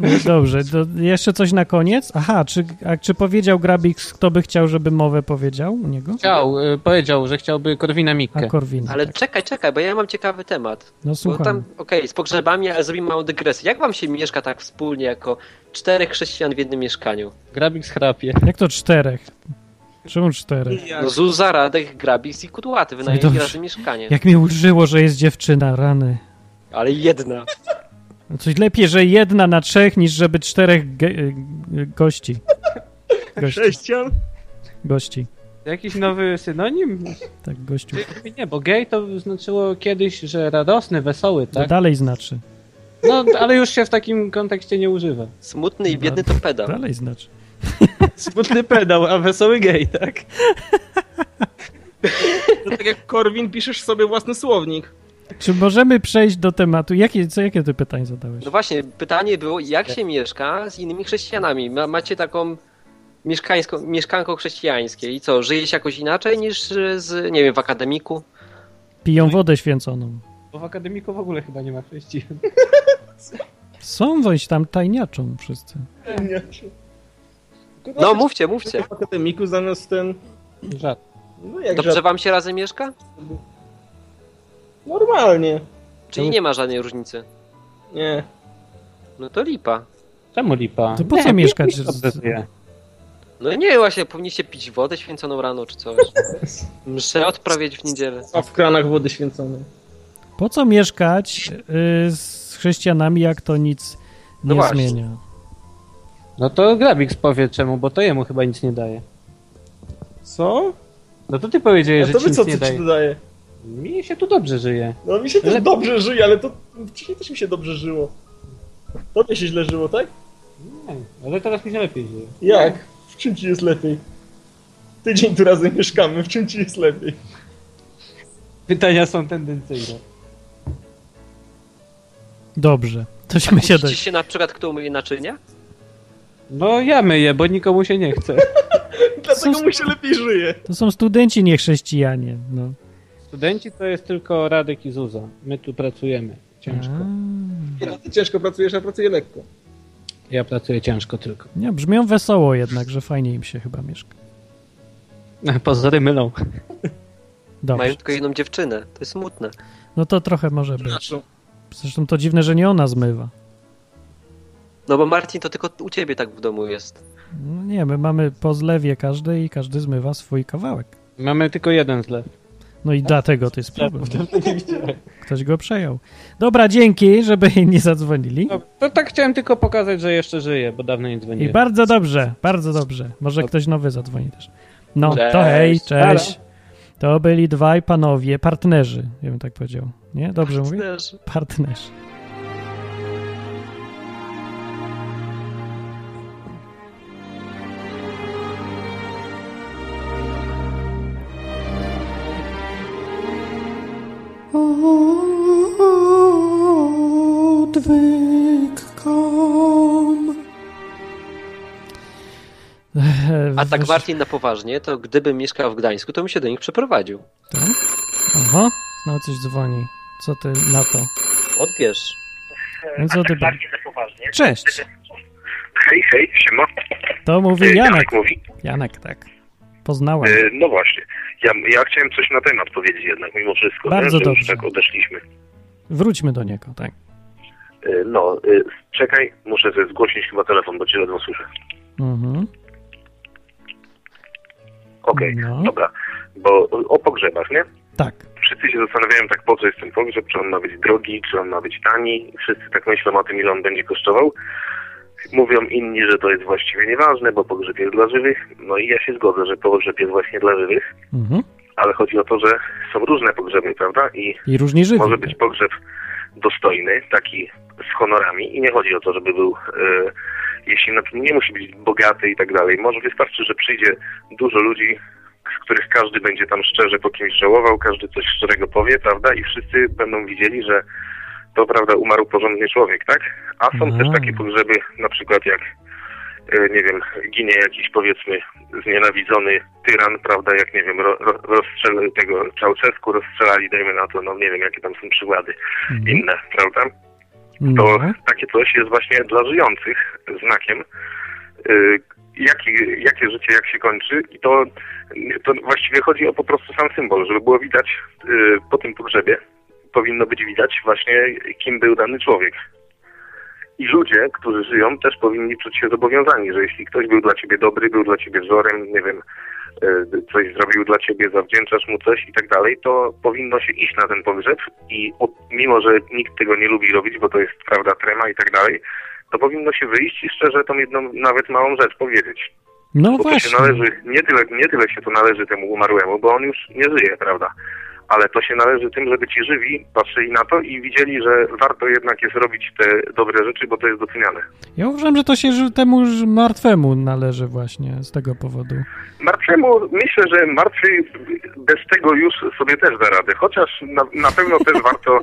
Speaker 1: No Dobrze, to jeszcze coś na koniec? Aha, czy, a czy powiedział Grabix, kto by chciał, żeby mowę powiedział u niego? No
Speaker 10: Chciał, y, powiedział, że chciałby Korwina
Speaker 1: A
Speaker 10: Mikke.
Speaker 1: Korwin.
Speaker 2: Ale czekaj, czekaj, bo ja mam ciekawy temat.
Speaker 1: No
Speaker 2: Bo tam,
Speaker 1: tak. słucham.
Speaker 2: okej, z pogrzebami, ale zrobimy małą dygresję. Jak wam się mieszka tak wspólnie jako czterech chrześcijan w jednym mieszkaniu?
Speaker 10: Grabik schrapie.
Speaker 1: Jak to czterech? Czemu czterech?
Speaker 2: No Zuza, Radek, Grabis i Kudłaty
Speaker 1: No
Speaker 2: wynajęli
Speaker 1: dobrze.
Speaker 2: razem mieszkanie.
Speaker 1: Jak mi ulżyło, że jest dziewczyna, rany.
Speaker 2: Ale jedna.
Speaker 1: No Coś lepiej, że jedna na trzech, niż żeby czterech ge- y, y, gości. Gości.
Speaker 11: Chrześcijan?
Speaker 1: Gości.
Speaker 10: Jakiś nowy synonim?
Speaker 1: Tak, gościu.
Speaker 10: Nie, bo gej to znaczyło kiedyś, że radosny, wesoły,
Speaker 1: To
Speaker 10: tak?
Speaker 1: dalej znaczy.
Speaker 10: No, ale już się w takim kontekście nie używa.
Speaker 2: Smutny i biedny to pedał.
Speaker 1: No, Dalej znaczy.
Speaker 11: Smutny pedał, a wesoły gej, tak? To tak jak Korwin, piszesz sobie własny słownik.
Speaker 1: Czy możemy przejść do tematu? Jakie, co, jakie ty pytań zadałeś?
Speaker 2: No właśnie, pytanie było, jak się mieszka z innymi chrześcijanami? Ma, macie taką mieszkańską, mieszkanką chrześcijańskie i co, żyje się jakoś inaczej niż e, z, nie wiem, w akademiku?
Speaker 1: Piją wodę święconą.
Speaker 10: Bo w akademiku w ogóle chyba nie ma chrześcijan.
Speaker 1: Są wojść tam tajniaczą wszyscy.
Speaker 2: No mówcie, mówcie.
Speaker 11: W akademiku zamiast ten...
Speaker 10: Żad.
Speaker 11: No jak
Speaker 2: Dobrze
Speaker 11: Dobrze.
Speaker 2: wam się razem mieszka?
Speaker 11: Normalnie.
Speaker 2: Czyli nie ma żadnej różnicy.
Speaker 11: No. Nie.
Speaker 2: No to lipa.
Speaker 10: Czemu lipa?
Speaker 1: To po
Speaker 10: Nie,
Speaker 1: co
Speaker 10: nie,
Speaker 1: mieszkać
Speaker 10: nie
Speaker 1: z-
Speaker 10: obrazuje.
Speaker 2: No nie, właśnie, powinniście pić wodę święconą rano czy coś. Mszę odprawiać w niedzielę.
Speaker 11: A w kranach wody święconej.
Speaker 1: Po co mieszkać y, z chrześcijanami, jak to nic
Speaker 2: No
Speaker 1: nie
Speaker 2: właśnie.
Speaker 1: zmienia?
Speaker 10: No to Grabik powie czemu, bo to jemu chyba nic nie daje.
Speaker 11: Co?
Speaker 10: No to ty powiedziałeś,
Speaker 11: A
Speaker 10: że
Speaker 11: to
Speaker 10: ci
Speaker 11: by co
Speaker 10: nic nie
Speaker 11: ty ci
Speaker 10: daje.
Speaker 11: dodaje?
Speaker 10: Mi się tu dobrze żyje.
Speaker 11: No mi się też
Speaker 10: Ale-
Speaker 11: dobrze żyje, ale to wcześniej też mi się dobrze żyło. Tobie się źle żyło, tak?
Speaker 10: Nie, ale teraz mi się lepiej żyje.
Speaker 11: Jak? W czym ci jest lepiej? Tydzień tu razem mieszkamy, w czym ci jest lepiej?
Speaker 10: Pytania są tendencyjne.
Speaker 1: Dobrze. Tośmy się do...
Speaker 2: Kłócicie się na przykład, kto umyje naczynia?
Speaker 10: No ja myję, bo nikomu się nie chce.
Speaker 11: Dlatego mu się lepiej żyje.
Speaker 1: To są studenci, nie chrześcijanie. No.
Speaker 10: Studenci to jest tylko Radek i Zuza. My tu pracujemy ciężko.
Speaker 1: A.
Speaker 11: Nie, no ty ciężko pracujesz, a pracuję lekko.
Speaker 10: Ja pracuję ciężko tylko.
Speaker 1: tak. Nie, brzmią wesoło jednak, że fajnie im się chyba mieszka.
Speaker 10: Pozory mylą.
Speaker 1: Dobrze.
Speaker 2: Mają tylko jedną dziewczynę. To jest smutne.
Speaker 1: No to trochę może być.
Speaker 12: Znaczy.
Speaker 11: Naszą.
Speaker 1: Zresztą to dziwne, że nie ona zmywa.
Speaker 2: No bo Marcin, to tylko u ciebie tak w domu jest.
Speaker 1: No nie, my mamy po zlewie każdy i każdy zmywa swój kawałek.
Speaker 10: Mamy tylko jeden zlew.
Speaker 1: No i dlatego to jest problem. Ktoś go przejął. Dobra, dzięki, żeby nie zadzwonili.
Speaker 10: To tak chciałem tylko pokazać, że jeszcze żyję, bo dawno nie
Speaker 1: I
Speaker 10: dzwoniłem.
Speaker 1: bardzo dobrze, bardzo dobrze. Może ktoś nowy zadzwoni też. No,
Speaker 10: Cześć.
Speaker 1: to hej, cześć.
Speaker 10: Halo.
Speaker 1: To byli dwaj panowie, partnerzy, ja bym tak powiedział. Nie? Dobrze mówię?
Speaker 2: Partnerzy.
Speaker 1: Partnerzy. No.
Speaker 13: Odwyk.com
Speaker 2: A tak bardziej na poważnie, to gdybym mieszkał w Gdańsku, to bym się do nich przeprowadził.
Speaker 1: Aha, no coś dzwoni. Co ty na to? No
Speaker 2: Odbierz.
Speaker 12: E,
Speaker 1: Więc
Speaker 12: tak,
Speaker 1: o tym-
Speaker 2: tak
Speaker 1: Cześć,
Speaker 12: Hej, hej, siema.
Speaker 1: to
Speaker 12: E,
Speaker 1: mówi Janek.
Speaker 12: mówi.
Speaker 1: Janek, tak. Poznałem.
Speaker 12: E, no właśnie. Ja, ja chciałem coś na temat powiedzieć jednak, mimo wszystko.
Speaker 1: Bardzo
Speaker 12: nie? Że
Speaker 1: dobrze.
Speaker 12: Już tak odeszliśmy.
Speaker 1: Wróćmy do niego, tak.
Speaker 12: E, no, e, czekaj, muszę sobie zgłośnić chyba telefon, bo cię ledwo słyszę.
Speaker 1: Mhm.
Speaker 12: Okej, dobra. Bo e, o, o pogrzebach, nie?
Speaker 1: No. Tak.
Speaker 12: Wszyscy się zastanawiają tak, po co jest ten pogrzeb, czy on ma być drogi, czy on ma być tani. Wszyscy tak myślą o tym, ile on będzie kosztował. Mówią inni, że to jest właściwie nieważne, bo pogrzeb jest dla żywych. No i ja się zgodzę, że pogrzeb jest właśnie dla żywych.
Speaker 1: Mhm.
Speaker 12: ale chodzi o to, że są różne pogrzeby, prawda? I,
Speaker 1: I różni żywi.
Speaker 12: może być pogrzeb dostojny, taki z honorami i nie chodzi o to, żeby był, e, jeśli na nie musi być bogaty i tak dalej. Może wystarczy, że przyjdzie dużo ludzi, z których każdy będzie tam szczerze po kimś żałował, każdy coś szczerego powie, prawda? I wszyscy będą widzieli, że to, prawda, umarł porządny człowiek, tak? A są
Speaker 1: Mhm.
Speaker 12: też takie pogrzeby, na przykład jak e, nie wiem, ginie jakiś powiedzmy znienawidzony tyran, prawda, jak nie wiem, ro, ro, rozstrzel tego Czałczesku rozstrzelali, dajmy na to, no nie wiem, jakie tam są przykłady
Speaker 14: Mhm.
Speaker 12: inne, prawda?
Speaker 1: No.
Speaker 12: Takie coś jest właśnie dla żyjących znakiem, y, jaki, jakie życie, jak się kończy i to, to właściwie chodzi o po prostu sam symbol, żeby było widać y, po tym pogrzebie, powinno być widać właśnie, kim był dany człowiek. I ludzie, którzy żyją, też powinni czuć się zobowiązani, że jeśli ktoś był dla ciebie dobry, był dla ciebie wzorem, nie wiem, y, coś zrobił dla ciebie, zawdzięczasz mu coś i tak dalej, to powinno się iść na ten pogrzeb i o- mimo, że nikt tego nie lubi robić, bo to jest, prawda, trema i tak dalej, to powinno się wyjść i szczerze tą jedną, nawet małą rzecz powiedzieć.
Speaker 1: No
Speaker 12: bo to się
Speaker 1: właśnie.
Speaker 12: należy, nie tyle, nie tyle się to należy temu umarłemu, bo on już nie żyje, prawda? Ale to się należy tym, żeby ci żywi patrzyli na to i widzieli, że warto jednak jest robić te dobre rzeczy, bo to jest doceniane.
Speaker 1: Ja uważam, że to się ży- temu ż- martwemu należy właśnie z tego powodu.
Speaker 12: Martwemu, myślę, że martwy bez tego już sobie też da radę, chociaż na, na pewno też warto,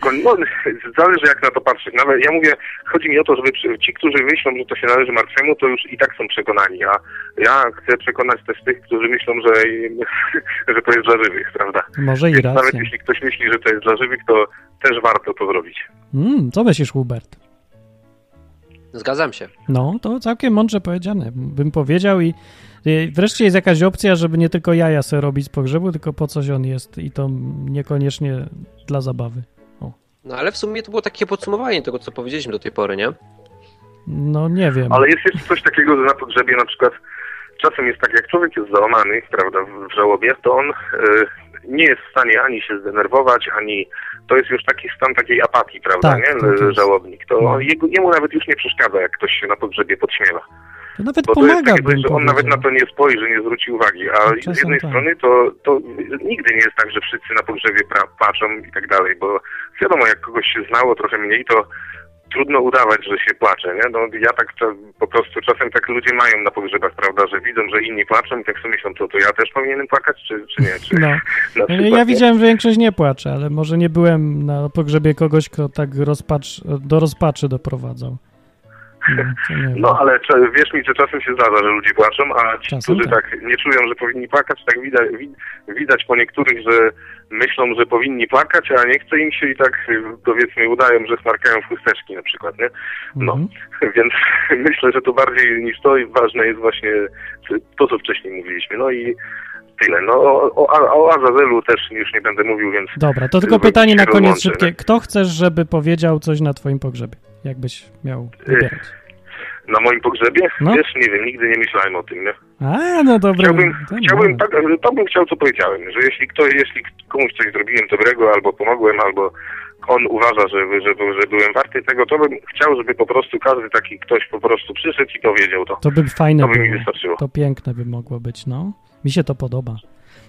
Speaker 12: skoń... no, zależy jak na to patrzeć. Nawet ja mówię, chodzi mi o to, żeby przy- ci, którzy myślą, że to się należy martwemu, to już i tak są przekonani, a ja chcę przekonać też tych, którzy myślą, że, że to jest dla żywych, prawda?
Speaker 1: Może i
Speaker 12: Więc nawet
Speaker 1: racja.
Speaker 12: jeśli ktoś myśli, że to jest dla żywych, to też warto to zrobić.
Speaker 1: Mm, co myślisz, Hubert?
Speaker 2: Zgadzam się.
Speaker 1: No, to całkiem mądrze powiedziane, bym powiedział i i wreszcie jest jakaś opcja, żeby nie tylko jaja sobie robić z pogrzebu, tylko po coś on jest i to niekoniecznie dla zabawy.
Speaker 2: No ale w sumie to było takie podsumowanie tego, co powiedzieliśmy do tej pory, nie?
Speaker 1: No, nie wiem.
Speaker 12: Ale jest jeszcze coś takiego, że na pogrzebie na przykład czasem jest tak, jak człowiek jest załamany, prawda, w- w żałobie, to on e, nie jest w stanie ani się zdenerwować, ani to jest już taki stan takiej apatii, prawda,
Speaker 1: Tak,
Speaker 12: nie?
Speaker 1: to
Speaker 12: Że-
Speaker 1: jest.
Speaker 12: Żałobnik. To
Speaker 1: No.
Speaker 12: jego, jemu nawet już nie przeszkadza, jak ktoś się na pogrzebie podśmiewa.
Speaker 1: To nawet
Speaker 12: Bo to jest
Speaker 1: pomaga,
Speaker 12: takie coś,
Speaker 1: bym
Speaker 12: że on nawet
Speaker 1: powiedział.
Speaker 12: na to nie spojrzy, nie zwróci uwagi, a
Speaker 1: Czasem
Speaker 12: z jednej
Speaker 1: tak.
Speaker 12: strony to, to nigdy nie jest tak, że wszyscy na pogrzebie pra- patrzą i tak dalej, bo wiadomo, jak kogoś się znało trochę mniej, to trudno udawać, że się płacze, nie? No, ja tak cza- po prostu czasem tak ludzie mają na pogrzebach, prawda, że widzą, że inni płaczą i tak sobie myślą, to, to ja też powinienem płakać, czy, czy nie? Czy,
Speaker 1: No.
Speaker 12: na
Speaker 1: Ja-
Speaker 12: przykład,
Speaker 1: Ja
Speaker 12: nie?
Speaker 1: widziałem, że większość nie płacze, ale może nie byłem na pogrzebie kogoś, kto tak rozpacz, do rozpaczy doprowadzał. No, to nie wiem.
Speaker 12: No ale cza- wierz mi, że czasem się zdarza, że ludzie płaczą, a ci,
Speaker 1: Czasem
Speaker 12: którzy tak. nie czują, że powinni płakać, tak widać, wi- widać po niektórych, że myślą, że powinni płakać, a nie chce im się i tak y, powiedzmy udają, że smarkają w chusteczki na przykład, nie?
Speaker 1: No.
Speaker 12: Więc myślę, że to bardziej niż to i ważne jest właśnie to, co wcześniej mówiliśmy. No i tyle. No o, o, o Azazelu też już nie będę mówił, więc...
Speaker 1: Dobra, to tylko
Speaker 12: y,
Speaker 1: pytanie
Speaker 12: się
Speaker 1: na koniec
Speaker 12: rozłączę,
Speaker 1: szybkie.
Speaker 12: nie?
Speaker 1: Kto chcesz, żeby powiedział coś na twoim pogrzebie? Jakbyś miał
Speaker 12: Y,
Speaker 1: wybierać.
Speaker 12: Na moim pogrzebie?
Speaker 1: No.
Speaker 12: Wiesz, nie wiem, nigdy nie myślałem o tym, nie?
Speaker 1: A, no dobra.
Speaker 12: Chciałbym,
Speaker 1: To
Speaker 12: chciałbym
Speaker 1: dobra.
Speaker 12: tak, to bym chciał, co powiedziałem, że jeśli, kto, jeśli komuś coś zrobiłem dobrego, albo pomogłem, albo on uważa, że, że, że byłem warty tego, to bym chciał, żeby po prostu każdy taki ktoś po prostu przyszedł i powiedział to.
Speaker 1: To by fajne
Speaker 12: To by mi
Speaker 1: było.
Speaker 12: wystarczyło.
Speaker 1: To piękne by mogło być, no. Mi się to podoba.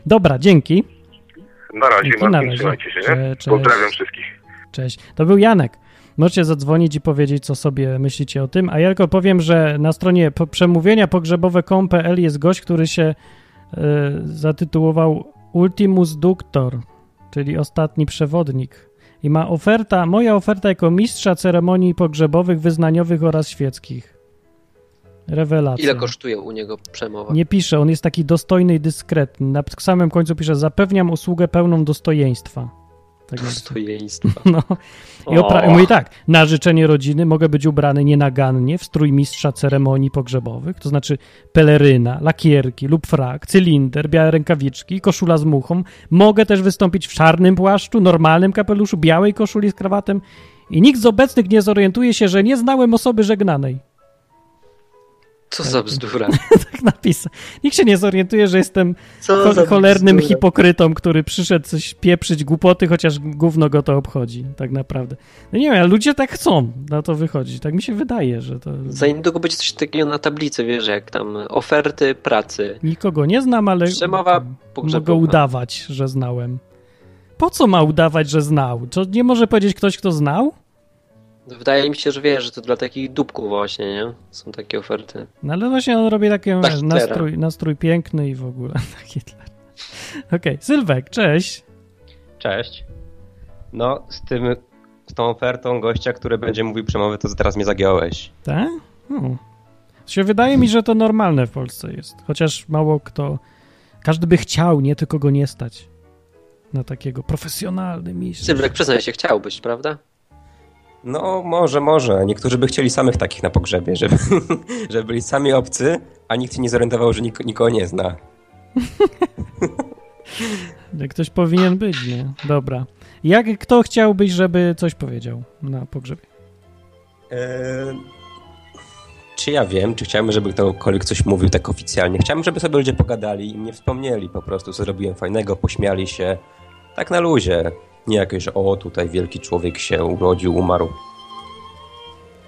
Speaker 1: Dobra, dzięki.
Speaker 12: Na razie,
Speaker 1: Dzięki, na
Speaker 12: Martin,
Speaker 1: razie.
Speaker 12: trzymajcie się, nie?
Speaker 1: Cze- cześć.
Speaker 12: Pozdrawiam wszystkich.
Speaker 1: Cześć. To był Janek. Możecie zadzwonić i powiedzieć, co sobie myślicie o tym. A ja tylko powiem, że na stronie po- przemówienia pogrzebowe.com.pl jest gość, który się y, zatytułował Ultimus Ductor, czyli ostatni przewodnik. I ma oferta, moja oferta jako mistrza ceremonii pogrzebowych, wyznaniowych oraz świeckich. Rewelacja.
Speaker 2: Ile kosztuje u niego przemowa?
Speaker 1: Nie pisze, on jest taki dostojny i dyskretny. Na samym końcu pisze, zapewniam usługę pełną dostojeństwa. Tak jest.
Speaker 2: Dostojeństwa.
Speaker 1: No. I, opra-
Speaker 2: O.
Speaker 1: i mówi tak, na życzenie rodziny mogę być ubrany nienagannie w strój mistrza ceremonii pogrzebowych, to znaczy peleryna, lakierki lub frak, cylinder, białe rękawiczki, i koszula z muchą. Mogę też wystąpić w czarnym płaszczu, normalnym kapeluszu, białej koszuli z krawatem i nikt z obecnych nie zorientuje się, że nie znałem osoby żegnanej.
Speaker 2: Co za bzdura.
Speaker 1: tak napisał. Nikt się nie zorientuje, że jestem
Speaker 2: Co
Speaker 1: cho-
Speaker 2: za
Speaker 1: cholernym
Speaker 2: bzdura.
Speaker 1: hipokrytą, który przyszedł coś pieprzyć głupoty, chociaż gówno go to obchodzi, tak naprawdę. No nie wiem, ale ludzie tak chcą, na to wychodzi. Tak mi się wydaje, że to...
Speaker 2: Za niedługo będzie coś takiego na tablicy, wiesz, jak tam oferty pracy.
Speaker 1: Nikogo nie znam, ale
Speaker 2: Przemowa
Speaker 1: mogę
Speaker 2: pogrzebowa.
Speaker 1: udawać, że znałem. Po co ma udawać, że znał? To nie może powiedzieć ktoś, kto znał?
Speaker 2: Wydaje mi się, że wiesz, że to dla takich dupków właśnie, nie? Są takie oferty.
Speaker 1: No ale właśnie on robi taki
Speaker 2: Tak,
Speaker 1: wiesz,
Speaker 2: teraz.
Speaker 1: nastrój, nastrój piękny i w ogóle taki dla... Okej, Sylwek, cześć.
Speaker 13: Cześć. No, z tym, z tą ofertą gościa, który będzie mówił przemowy, to teraz mnie zagiąłeś.
Speaker 1: Tak? No. Się wydaje mi, że to normalne w Polsce jest. Chociaż mało kto. Każdy by chciał, nie tylko go nie stać. Na takiego profesjonalny mistrz.
Speaker 2: Sylwek, przyznaj się, chciałbyś, prawda?
Speaker 13: No, może, może. Niektórzy by chcieli samych takich na pogrzebie, żeby, żeby byli sami obcy, a nikt się nie zorientował, że nik- nikogo nie zna.
Speaker 1: Jak Ktoś powinien być, nie? Dobra. Jak kto chciałbyś, żeby coś powiedział na pogrzebie?
Speaker 13: Eee, czy ja wiem, czy chciałbym, żeby ktokolwiek coś mówił tak oficjalnie? Chciałbym, żeby sobie ludzie pogadali i mnie wspomnieli po prostu, co zrobiłem fajnego, pośmiali się. Tak na luzie. Nie jakieś, że o, tutaj wielki człowiek się urodził, umarł.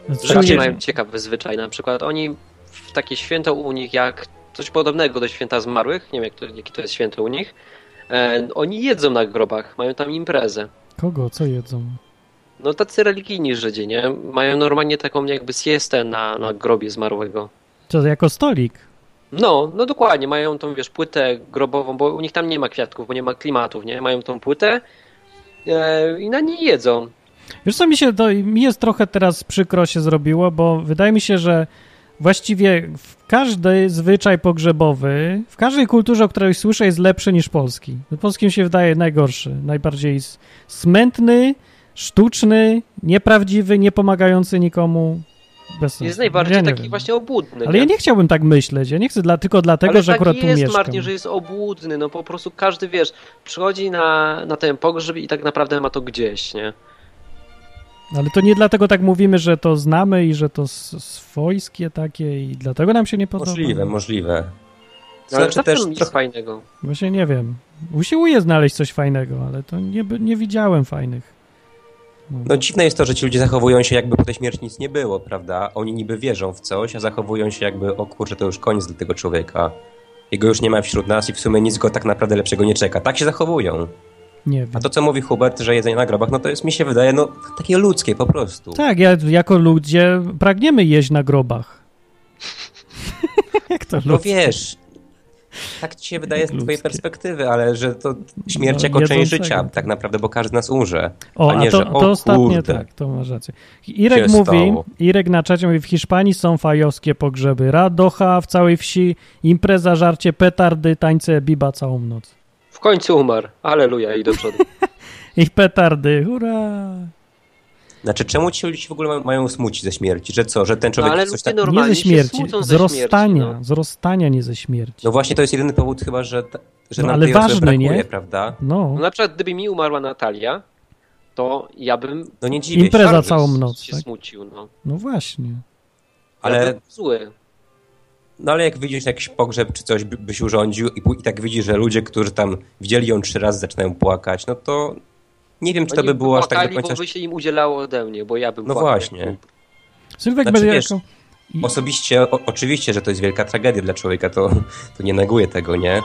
Speaker 2: Żydzi
Speaker 1: No
Speaker 13: Czyli-
Speaker 2: mają ciekawy zwyczaj. Na przykład oni w takie święto u nich, jak coś podobnego do święta zmarłych, nie wiem, jak to, jakie to jest święto u nich, e, oni jedzą na grobach, mają tam imprezę.
Speaker 1: Kogo? Co jedzą?
Speaker 2: No tacy religijni Żydzi, nie? Mają normalnie taką jakby siestę na, na grobie zmarłego.
Speaker 1: Co, jako stolik?
Speaker 2: No, no dokładnie, mają tą, wiesz, płytę grobową, bo u nich tam nie ma kwiatków, bo nie ma klimatów, nie? Mają tą płytę e, i na niej jedzą.
Speaker 1: Wiesz co, mi się to, mi jest trochę teraz przykro się zrobiło, bo wydaje mi się, że właściwie w każdy zwyczaj pogrzebowy, w każdej kulturze, o której słyszę, jest lepszy niż polski. Polskim się wydaje najgorszy, najbardziej s- smętny, sztuczny, nieprawdziwy, niepomagający nikomu. Bez sensu.
Speaker 2: Jest najbardziej
Speaker 1: Ja nie
Speaker 2: taki
Speaker 1: wiem.
Speaker 2: właśnie obłudny.
Speaker 1: Ale ja
Speaker 2: nie?
Speaker 1: nie chciałbym tak myśleć, ja nie chcę dla, tylko dlatego,
Speaker 2: Ale
Speaker 1: że
Speaker 2: tak
Speaker 1: akurat
Speaker 2: jest,
Speaker 1: tu mieszkam.
Speaker 2: Martin, że jest obłudny, no po prostu każdy, wiesz, przychodzi na, na ten pogrzeb i tak naprawdę ma to gdzieś, nie?
Speaker 1: Ale to nie dlatego tak mówimy, że to znamy i że to s- swojskie takie i dlatego nam się nie podoba.
Speaker 13: Możliwe, możliwe.
Speaker 2: Ale
Speaker 13: Znaczy
Speaker 2: znaczy
Speaker 13: też
Speaker 2: też nic
Speaker 13: trochę-
Speaker 2: fajnego.
Speaker 1: Właśnie nie wiem. Usiłuję znaleźć coś fajnego, ale to nie, by- nie widziałem fajnych.
Speaker 13: No dziwne jest to, że ci ludzie zachowują się jakby po tej śmierci nic nie było, prawda? Oni niby wierzą w coś, a zachowują się jakby, o kurczę, to już koniec dla tego człowieka. Jego już nie ma wśród nas i w sumie nic go tak naprawdę lepszego nie czeka. Tak się zachowują.
Speaker 1: Nie wiem.
Speaker 13: A to, co mówi Hubert, że jedzenie na grobach, no to jest, mi się wydaje, no takie ludzkie po prostu.
Speaker 1: Tak, ja, jako ludzie pragniemy jeść na grobach. Jak to
Speaker 13: No
Speaker 1: ludzkie?
Speaker 13: wiesz, tak ci się wydaje z twojej perspektywy, ale że to śmierć
Speaker 1: No,
Speaker 13: jako część
Speaker 1: jedzącego.
Speaker 13: życia tak naprawdę, bo każdy nas umrze.
Speaker 1: O,
Speaker 13: a nie,
Speaker 1: a to,
Speaker 13: że o
Speaker 1: to ostatnie,
Speaker 13: kurde.
Speaker 1: tak, to masz rację. Irek
Speaker 13: Się
Speaker 1: mówi,
Speaker 13: stało.
Speaker 1: Irek na czacie mówi, w Hiszpanii są fajowskie pogrzeby. Radocha w całej wsi, impreza, żarcie, petardy, tańce, biba całą noc.
Speaker 2: W końcu umarł, aleluja i do przodu.
Speaker 1: I petardy, hurra!
Speaker 13: Znaczy, czemu ci ludzie się w ogóle mają, mają smucić ze śmierci? Że co, że ten człowiek
Speaker 2: No, ale
Speaker 13: coś
Speaker 2: ludzie
Speaker 13: tak...
Speaker 1: Nie ze śmierci,
Speaker 2: smucą
Speaker 1: z
Speaker 2: ze
Speaker 1: rozstania, z rozstania, nie ze śmierci.
Speaker 13: No właśnie, to jest jedyny powód chyba, że, ta- że
Speaker 1: No,
Speaker 13: nam
Speaker 1: ale
Speaker 13: tej osoby
Speaker 1: ważny,
Speaker 13: brakuje,
Speaker 1: nie?
Speaker 13: prawda?
Speaker 1: No,
Speaker 2: No, na przykład gdyby mi umarła Natalia, to ja bym
Speaker 13: No nie dziwię
Speaker 1: impreza
Speaker 13: się.
Speaker 1: całą noc,
Speaker 2: się
Speaker 1: tak?
Speaker 2: smucił, no.
Speaker 1: No właśnie.
Speaker 2: Ja
Speaker 13: Ale
Speaker 2: bym zły.
Speaker 13: No ale jak widzisz jakiś pogrzeb czy coś by- byś urządził i, pó- i tak widzisz, że ludzie, którzy tam widzieli ją trzy razy zaczynają płakać, no to nie wiem, czy to
Speaker 2: Oni
Speaker 13: by było aż tak do
Speaker 2: No płakali,
Speaker 13: końca...
Speaker 2: bo by się im udzielało ode mnie, bo ja bym
Speaker 13: No
Speaker 2: płakał.
Speaker 13: właśnie.
Speaker 1: Sylwek
Speaker 13: Znaczy,
Speaker 1: będzie
Speaker 13: wiesz,
Speaker 1: jako...
Speaker 13: Osobiście, o, oczywiście, że to jest wielka tragedia dla człowieka, to, to nie neguję tego, nie?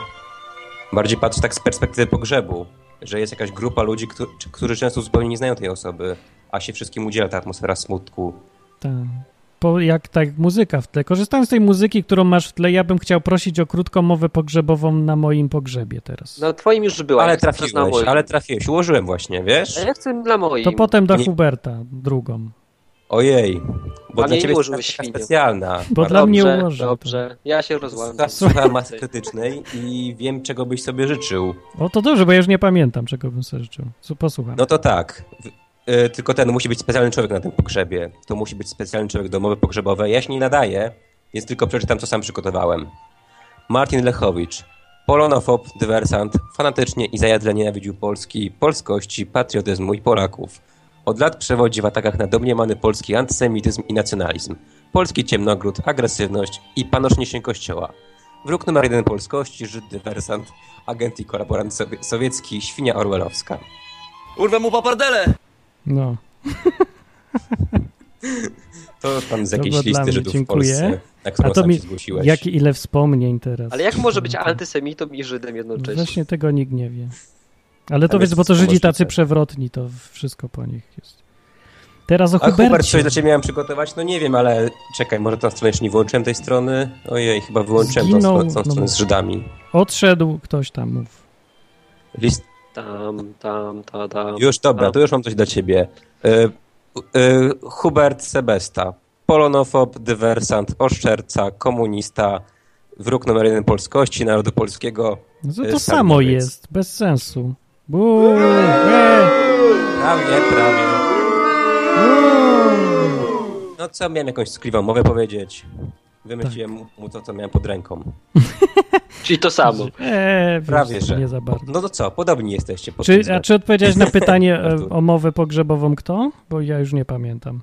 Speaker 13: Bardziej patrzę tak z perspektywy pogrzebu, że jest jakaś grupa ludzi, którzy, którzy często zupełnie nie znają tej osoby, a się wszystkim udziela ta atmosfera smutku.
Speaker 1: Tak. Po, jak tak muzyka w tle. Korzystając z tej muzyki, którą masz w tle, ja bym chciał prosić o krótką mowę pogrzebową na moim pogrzebie teraz.
Speaker 2: Na No, twoim już była.
Speaker 13: Ale
Speaker 2: ja chcę teraz na
Speaker 13: trafiłeś,
Speaker 2: moim.
Speaker 13: ale trafiłeś. Ułożyłem właśnie, wiesz?
Speaker 2: A ja chcę dla moim.
Speaker 1: To potem do
Speaker 13: Nie-
Speaker 1: Huberta drugą.
Speaker 13: Ojej, bo
Speaker 2: A
Speaker 13: dla
Speaker 2: mnie
Speaker 13: ciebie jest
Speaker 2: ułożyłeś
Speaker 13: taka
Speaker 2: świnie.
Speaker 13: specjalna.
Speaker 1: Bo dla mnie
Speaker 13: Dobrze,
Speaker 1: ułożył.
Speaker 2: Dobrze, ja się rozłamam.
Speaker 13: Słucham masy krytycznej i wiem, czego byś sobie życzył.
Speaker 1: O, to dobrze, bo ja już nie pamiętam, czego bym sobie życzył. Su- Posłucham.
Speaker 13: No to tak. W- y, Tylko ten musi być specjalny człowiek na tym pogrzebie. To musi być specjalny człowiek domowy pogrzebowy. Ja się nie nadaję, więc tylko przeczytam, co sam przygotowałem. Martin Lechowicz. Polonofob, dywersant, fanatycznie i zajadle nienawidził Polski, polskości, patriotyzmu i Polaków. Od lat przewodzi w atakach na domniemany polski antysemityzm i nacjonalizm, polski ciemnogród, agresywność i panoszniesień kościoła. Wróg numer jeden polskości, Żyd dywersant, agent i kolaborant sowie- sowiecki, świnia orwellowska.
Speaker 9: Urwę mu papardele!
Speaker 1: No.
Speaker 13: To tam z
Speaker 1: To
Speaker 13: jakiejś
Speaker 1: było dla
Speaker 13: listy
Speaker 1: mnie,
Speaker 13: Żydów w
Speaker 1: dziękuję.
Speaker 13: Polsce, na którą
Speaker 1: A to
Speaker 13: sam
Speaker 1: mi,
Speaker 13: się zgłosiłeś.
Speaker 1: Jak ile wspomnień teraz. No,
Speaker 2: Ale jak może być antysemitą i Żydem jednocześnie?
Speaker 1: Właśnie tego nikt nie wie. Ale to
Speaker 13: Tam
Speaker 1: wiesz,
Speaker 13: jest
Speaker 1: bo to Żydzi
Speaker 13: możliwe.
Speaker 1: tacy przewrotni, to wszystko po nich jest. Teraz o
Speaker 13: A Hubert,
Speaker 1: Hubercie.
Speaker 13: coś dla ciebie miałem przygotować? No nie wiem, ale czekaj, może tą stronę jeszcze nie wyłączyłem tej strony? Ojej, chyba wyłączyłem tą,
Speaker 1: Zginął,
Speaker 13: stronę- tą
Speaker 1: no
Speaker 13: stronę z
Speaker 1: mów.
Speaker 13: Żydami.
Speaker 1: Odszedł ktoś tam, mów.
Speaker 13: List...
Speaker 2: Tam, tam, ta, tam.
Speaker 13: Już, dobra,
Speaker 2: tam.
Speaker 13: to już mam coś dla ciebie. Y, y, Hubert Sebesta. Polonofob, dywersant, oszczerca, komunista, wróg numer jeden polskości, narodu polskiego.
Speaker 1: No to,
Speaker 13: y,
Speaker 1: to samo
Speaker 13: sarmiowiec.
Speaker 1: jest, bez sensu. Bu, e,
Speaker 13: Prawie, prawie. No co, miałem jakąś skliwą mowę powiedzieć.
Speaker 1: Tak.
Speaker 13: Wymyśliłem mu to, co miałem pod ręką.
Speaker 2: Czyli to samo.
Speaker 1: e, wiesz,
Speaker 13: Prawie, że.
Speaker 1: Nie za bardzo.
Speaker 13: No to co, podobni jesteście. pod tym
Speaker 1: Czy, a
Speaker 13: względem.
Speaker 1: czy odpowiedziałeś na pytanie e, o mowę pogrzebową kto? Bo ja już nie pamiętam.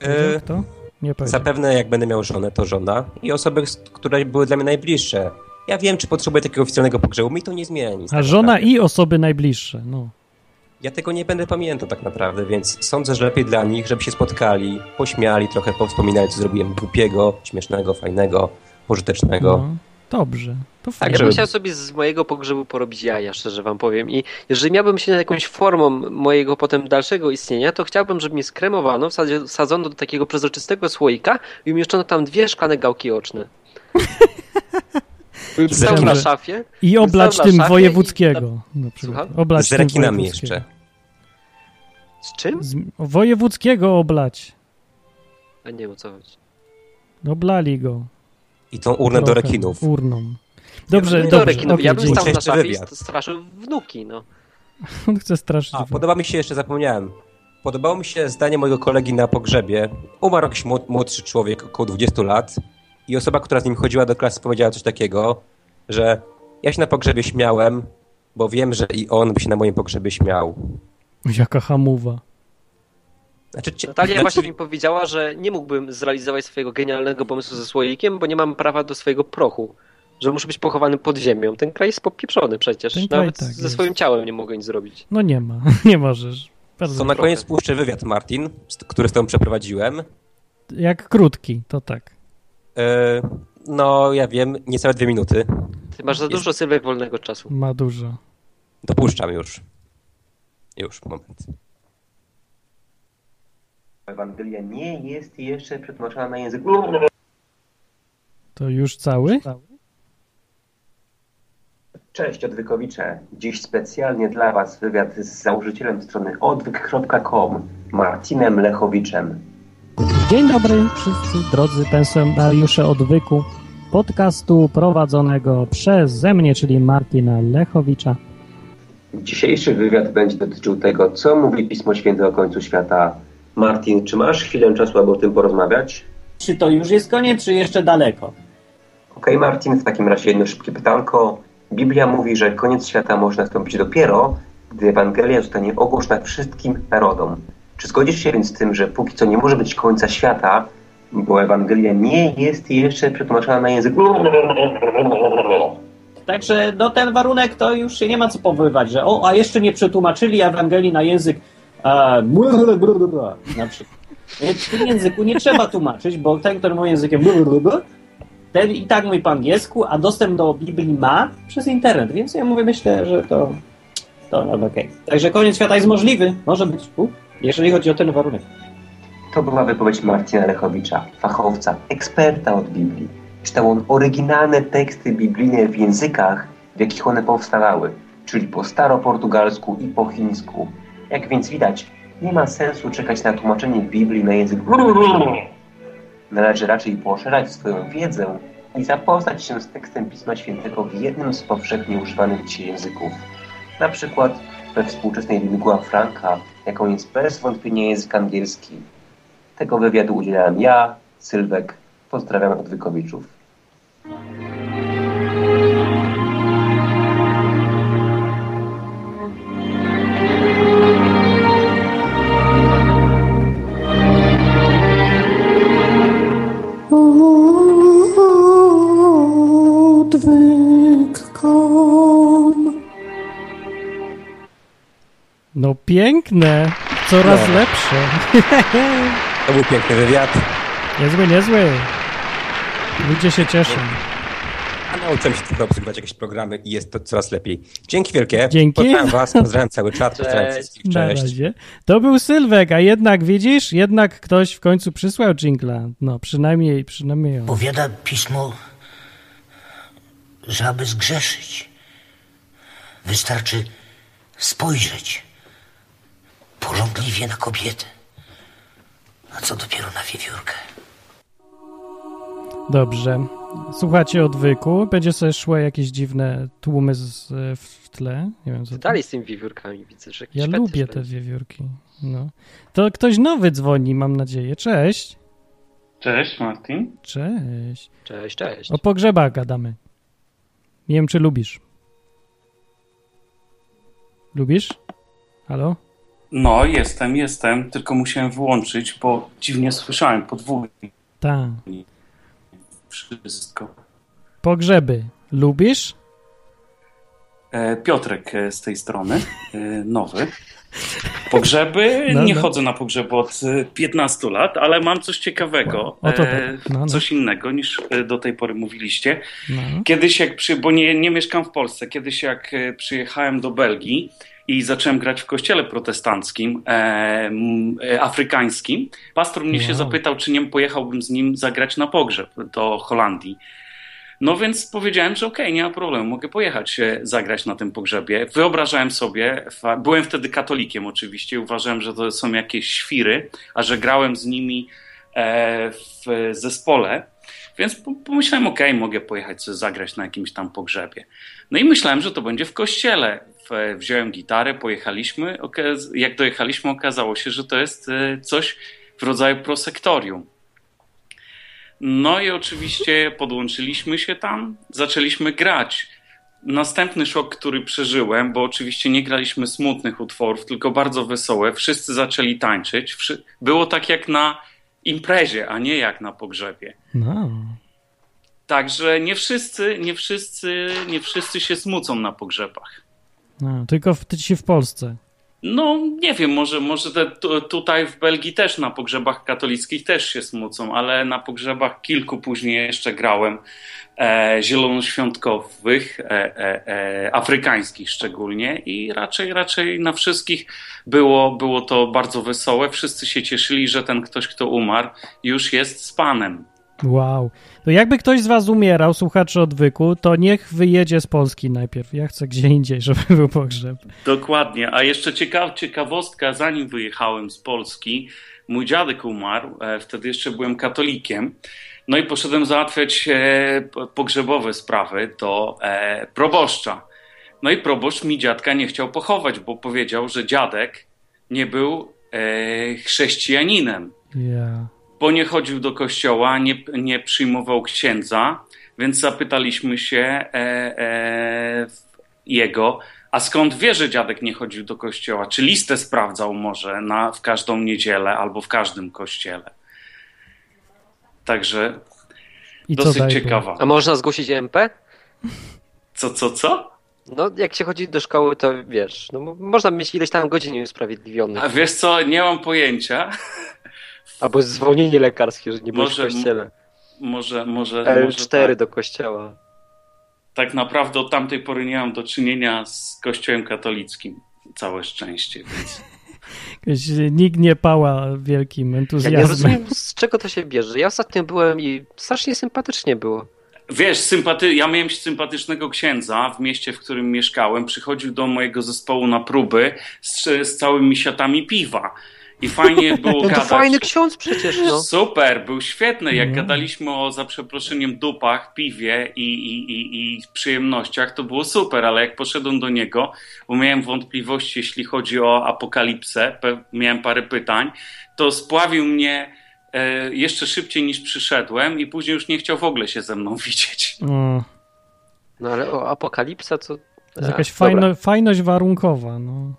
Speaker 13: E,
Speaker 1: Kto? Nie powiedział.
Speaker 13: Zapewne jak będę miał żonę, to żona i osoby, z- które były dla mnie najbliższe. Ja wiem, czy potrzebuję takiego oficjalnego pogrzebu, mi to nie zmieni.
Speaker 1: A żona i osoby najbliższe, no.
Speaker 13: Ja tego nie będę pamiętał tak naprawdę, więc sądzę, że lepiej dla nich, żeby się spotkali, pośmiali, trochę powspominali, co zrobiłem głupiego, śmiesznego, fajnego, pożytecznego.
Speaker 1: No. Dobrze. To
Speaker 2: Tak,
Speaker 1: fajnie.
Speaker 2: ja bym chciał sobie z mojego pogrzebu porobić jaja, szczerze wam powiem. I jeżeli miałbym się nad jakąś formą mojego potem dalszego istnienia, to chciałbym, żeby mnie skremowano, wsadzi- wsadzono do takiego przezroczystego słoika i umieszczono tam dwie szklane gałki oczne. Stał na
Speaker 1: Dobrze.
Speaker 2: szafie.
Speaker 1: I oblać
Speaker 2: stał na
Speaker 1: tym
Speaker 2: szafie
Speaker 1: wojewódzkiego. na przykład.
Speaker 2: Słucham?
Speaker 1: Oblać
Speaker 13: Z
Speaker 1: tym
Speaker 13: rekinami
Speaker 1: wojewódzkiego.
Speaker 13: jeszcze.
Speaker 2: Z czym?
Speaker 1: Z, wojewódzkiego oblać.
Speaker 2: A nie wiem o co chodzi.
Speaker 1: Oblali go.
Speaker 13: I tą urnę do
Speaker 1: Trochę.
Speaker 13: rekinów.
Speaker 1: Urną. Dobrze,
Speaker 2: Nie
Speaker 1: dobrze.
Speaker 2: dorek, no,
Speaker 1: okej,
Speaker 2: ja bym
Speaker 1: dzięki.
Speaker 2: stał na
Speaker 13: Jeszcze
Speaker 2: szafie i
Speaker 13: wywiad.
Speaker 2: st- straszył wnuki, no.
Speaker 1: On chce straszyć.
Speaker 13: A, podoba mi się, jeszcze zapomniałem. Podobało mi się zdanie mojego kolegi na pogrzebie. Umarł jakiś młod- młodszy człowiek, około 20 lat i osoba, która z nim chodziła do klasy powiedziała coś takiego, że ja się na pogrzebie śmiałem, bo wiem, że i on by się na moim pogrzebie śmiał.
Speaker 1: Jaka hamuwa.
Speaker 13: Znaczy, cie-
Speaker 2: Natalia
Speaker 13: znaczy,
Speaker 2: No tak, właśnie mi powiedziała, że nie mógłbym zrealizować swojego genialnego pomysłu ze słoikiem, bo nie mam prawa do swojego prochu. Że muszę być pochowany pod ziemią. Ten kraj jest popieprzony przecież.
Speaker 1: Ten kraj
Speaker 2: Nawet
Speaker 1: tak
Speaker 2: ze
Speaker 1: jest.
Speaker 2: swoim ciałem nie mogę nic zrobić.
Speaker 1: No nie ma, nie możesz. Bardzo
Speaker 13: To na koniec puszczę wywiad, Martin, z- który z tobą przeprowadziłem.
Speaker 1: Jak krótki, to tak.
Speaker 13: E, no, ja wiem, niecałe dwie minuty.
Speaker 2: Ty masz za dużo Sylwek wolnego czasu.
Speaker 1: Ma dużo.
Speaker 13: Dopuszczam już. Już, moment.
Speaker 15: Ewangelia nie jest jeszcze przetłumaczona na język.
Speaker 1: To już cały?
Speaker 15: Cześć odwykowicze. Dziś specjalnie dla Was wywiad z założycielem strony odwyk.com Marcinem Lechowiczem.
Speaker 1: Dzień dobry wszyscy drodzy pensjonariusze odwyku podcastu prowadzonego przeze mnie, czyli Martina Lechowicza.
Speaker 15: Dzisiejszy wywiad będzie dotyczył tego, co mówi Pismo Święte o końcu świata. Martin, czy masz chwilę czasu, aby o tym porozmawiać?
Speaker 16: Czy to już jest koniec, czy jeszcze daleko?
Speaker 15: Okej, Marcin, w takim razie jedno szybkie pytanko. Biblia mówi, że koniec świata może nastąpić dopiero, gdy Ewangelia zostanie ogłoszona wszystkim narodom. Czy zgodzisz się więc z tym, że póki co nie może być końca świata, bo Ewangelia nie jest jeszcze przetłumaczona na język.
Speaker 16: Także no, ten warunek to już się nie ma co powoływać, że o, a jeszcze nie przetłumaczyli Ewangelii na język e, na przykład. Więc w tym języku nie trzeba tłumaczyć, bo ten, który mówi językiem ten i tak mówi po angielsku, a dostęp do Biblii ma przez internet, więc ja mówię, myślę, że to, to nawet okej. Także koniec świata jest możliwy, może być, u, jeżeli chodzi o ten warunek.
Speaker 15: To była wypowiedź Marcina Lechowicza, fachowca, eksperta od Biblii. Czytał on oryginalne teksty biblijne w językach, w jakich one powstawały, czyli po staroportugalsku i po chińsku. Jak więc widać, nie ma sensu czekać na tłumaczenie Biblii na język. Należy raczej poszerzać swoją wiedzę i zapoznać się z tekstem Pisma Świętego w jednym z powszechnie używanych dzisiaj języków. Na przykład we współczesnej lingua franca, jaką jest bez wątpienia język angielski. Tego wywiadu udzielałem ja, Sylwek. Pozdrawiam Odwykowiczów.
Speaker 17: Odwyk.com
Speaker 1: No piękne, coraz
Speaker 13: No.
Speaker 1: lepsze.
Speaker 13: To był piękny wywiad.
Speaker 1: niezły, niezły. Ludzie się cieszą.
Speaker 13: A nauczyłem się tylko obsługiwać jakieś programy i jest to coraz lepiej. Dzięki wielkie.
Speaker 1: Dzięki.
Speaker 13: Pozdrawiam was, pozdrawiam cały czat, pozdrawiam wszystkich.
Speaker 1: Na
Speaker 13: Cześć.
Speaker 1: razie. To był Sylwek, a jednak widzisz, jednak ktoś w końcu przysłał jingla. No, przynajmniej, przynajmniej on.
Speaker 14: Powiada pismo, że aby zgrzeszyć, wystarczy spojrzeć pożądliwie na kobietę, a co dopiero na wiewiórkę.
Speaker 1: Dobrze. Słuchacie odwyku. Będzie sobie szły jakieś dziwne tłumy z, w tle. Nie wiem, co to.
Speaker 2: Dalej z tymi wiewiórkami widzę, że jakiś
Speaker 1: No, Ja
Speaker 2: fetysz
Speaker 1: lubię te
Speaker 2: będzie.
Speaker 1: wiewiórki. No. To ktoś nowy dzwoni, mam nadzieję. Cześć.
Speaker 18: Cześć Martin.
Speaker 1: Cześć.
Speaker 2: Cześć, cześć.
Speaker 1: O pogrzebach gadamy. Nie wiem, czy lubisz. Lubisz? Halo?
Speaker 18: No, jestem, jestem, tylko musiałem wyłączyć, bo dziwnie słyszałem podwójnie
Speaker 1: Tak.
Speaker 18: wszystko.
Speaker 1: Pogrzeby. Lubisz?
Speaker 18: E, Piotrek e, z tej strony, e, nowy. Pogrzeby,
Speaker 1: No,
Speaker 18: nie
Speaker 1: no.
Speaker 18: chodzę na pogrzeby od e, 15 lat, ale mam coś ciekawego,
Speaker 1: O, to
Speaker 18: e,
Speaker 1: tak. No, no.
Speaker 18: coś innego niż e, do tej pory mówiliście.
Speaker 1: No.
Speaker 18: Kiedyś jak przy, bo nie, nie mieszkam w Polsce, kiedyś jak e, przyjechałem do Belgii i zacząłem grać w kościele protestanckim, e, m, e, afrykańskim, pastor mnie się
Speaker 19: Wow.
Speaker 18: zapytał, czy nie pojechałbym z nim zagrać na pogrzeb do Holandii. No więc powiedziałem, że okej, nie ma problemu, mogę pojechać e, zagrać na tym pogrzebie. Wyobrażałem sobie, fa- byłem wtedy katolikiem oczywiście, i uważałem, że to są jakieś świry, a że grałem z nimi e, w zespole, więc po- pomyślałem, okej, mogę pojechać sobie zagrać na jakimś tam pogrzebie. No i myślałem, że to będzie w kościele. W- Wziąłem gitarę, pojechaliśmy. Okaz- Jak dojechaliśmy, okazało się, że to jest e, coś w rodzaju prosektorium. No i oczywiście podłączyliśmy się tam, zaczęliśmy grać. Następny szok, który przeżyłem, bo oczywiście nie graliśmy smutnych utworów, tylko bardzo wesołe. Wszyscy zaczęli tańczyć. Wszy- Było tak jak na imprezie, a nie jak na pogrzebie.
Speaker 1: No.
Speaker 18: Także nie wszyscy, nie wszyscy, nie wszyscy się smucą na pogrzebach.
Speaker 1: no. Tylko w, ty się w Polsce.
Speaker 18: No, nie wiem, może, może te, tu, tutaj w Belgii też na pogrzebach katolickich też się smucą, ale na pogrzebach kilku później jeszcze grałem e, zielonoświątkowych, e, e, e, afrykańskich szczególnie i raczej, raczej na wszystkich było, było to bardzo wesołe. Wszyscy się cieszyli, że ten ktoś, kto umarł, już jest z Panem.
Speaker 1: Wow. To jakby ktoś z was umierał, słuchaczy odwyku, to niech wyjedzie z Polski najpierw. Ja chcę gdzie indziej, żeby był pogrzeb.
Speaker 18: Dokładnie. A jeszcze ciekaw, ciekawostka, zanim wyjechałem z Polski, mój dziadek umarł, e, wtedy jeszcze byłem katolikiem. No i poszedłem załatwiać e, po- pogrzebowe sprawy do e, proboszcza. No i proboszcz mi dziadka nie chciał pochować, bo powiedział, że dziadek nie był e, chrześcijaninem
Speaker 1: Ja.
Speaker 18: bo nie chodził do kościoła, nie, nie przyjmował księdza, więc zapytaliśmy się e, e, w- jego, a skąd wie, że dziadek nie chodził do kościoła? Czy listę sprawdzał może na, w każdą niedzielę albo w każdym kościele? Także
Speaker 1: I co
Speaker 18: dosyć
Speaker 1: dalej
Speaker 18: ciekawa.
Speaker 2: A można zgłosić MP?
Speaker 18: Co, co, co?
Speaker 2: No, jak się chodzi do szkoły, to wiesz, no, mo- można mieć ileś tam godzin usprawiedliwionych.
Speaker 18: A wiesz co, nie mam pojęcia.
Speaker 2: Albo zwolnienie lekarskie, że nie byłeś w
Speaker 18: Może-
Speaker 2: kościele.
Speaker 18: Może, może, może
Speaker 2: L4
Speaker 18: tak,
Speaker 2: do kościoła.
Speaker 18: tak naprawdę od tamtej pory nie mam do czynienia z kościołem katolickim. Całe szczęście, więc
Speaker 1: Jakoś Nikt nie pała wielkim
Speaker 2: Ja nie
Speaker 1: entuzjazmem.
Speaker 2: rozumiem, z czego to się bierze. Ja ostatnio byłem i strasznie sympatycznie było.
Speaker 18: Wiesz, sympaty... ja miałem sympatycznego księdza w mieście, w którym mieszkałem. Przychodził do mojego zespołu na próby z, z całymi siatami piwa. I fajnie było
Speaker 2: No to
Speaker 18: gadać.
Speaker 2: fajny ksiądz przecież, no. Mhm.
Speaker 18: Super, był świetny. Jak gadaliśmy o, za przeproszeniem, dupach, piwie i, i, i, i przyjemnościach, to było super, ale jak poszedłem do niego, bo miałem wątpliwości, jeśli chodzi o apokalipsę, pe- miałem parę pytań, to spławił mnie e, jeszcze szybciej niż przyszedłem i później już nie chciał w ogóle się ze mną widzieć.
Speaker 1: O,
Speaker 2: No ale o, apokalipsa to...
Speaker 1: to
Speaker 18: E,
Speaker 1: jest jakaś
Speaker 2: A, dobra.
Speaker 1: fajno, fajność warunkowa. No.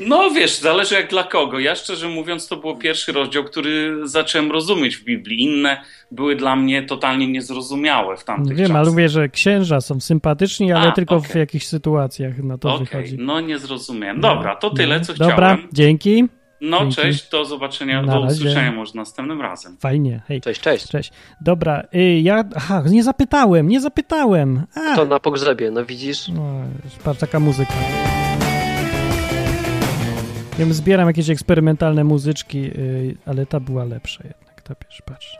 Speaker 18: No wiesz, zależy jak dla kogo. Ja szczerze mówiąc, to był pierwszy rozdział, który zacząłem rozumieć w Biblii. Inne były dla mnie totalnie niezrozumiałe w
Speaker 1: Nie
Speaker 18: tamtych
Speaker 1: wiem,
Speaker 18: czasach.
Speaker 1: ale mówię, że księża są sympatyczni, ale
Speaker 18: A,
Speaker 1: tylko w
Speaker 18: okej.
Speaker 1: jakichś sytuacjach na to
Speaker 18: Okej,
Speaker 1: wychodzi.
Speaker 18: no nie zrozumiałem. Dobra, to tyle, co
Speaker 1: Dobra,
Speaker 18: chciałem.
Speaker 1: dzięki.
Speaker 18: No
Speaker 1: Dzięki.
Speaker 18: cześć, do zobaczenia,
Speaker 1: Na
Speaker 18: do
Speaker 1: razie.
Speaker 18: usłyszenia może następnym razem.
Speaker 1: Fajnie, hej.
Speaker 2: Cześć, cześć.
Speaker 1: Cześć. Dobra, y, ja... Aha, nie zapytałem, nie zapytałem. A,
Speaker 2: To na pogrzebie, no widzisz?
Speaker 1: No, już patrz, taka muzyka. Wiem, zbieram jakieś eksperymentalne muzyczki, y, ale ta była lepsza jednak, ta pierwsza, patrz.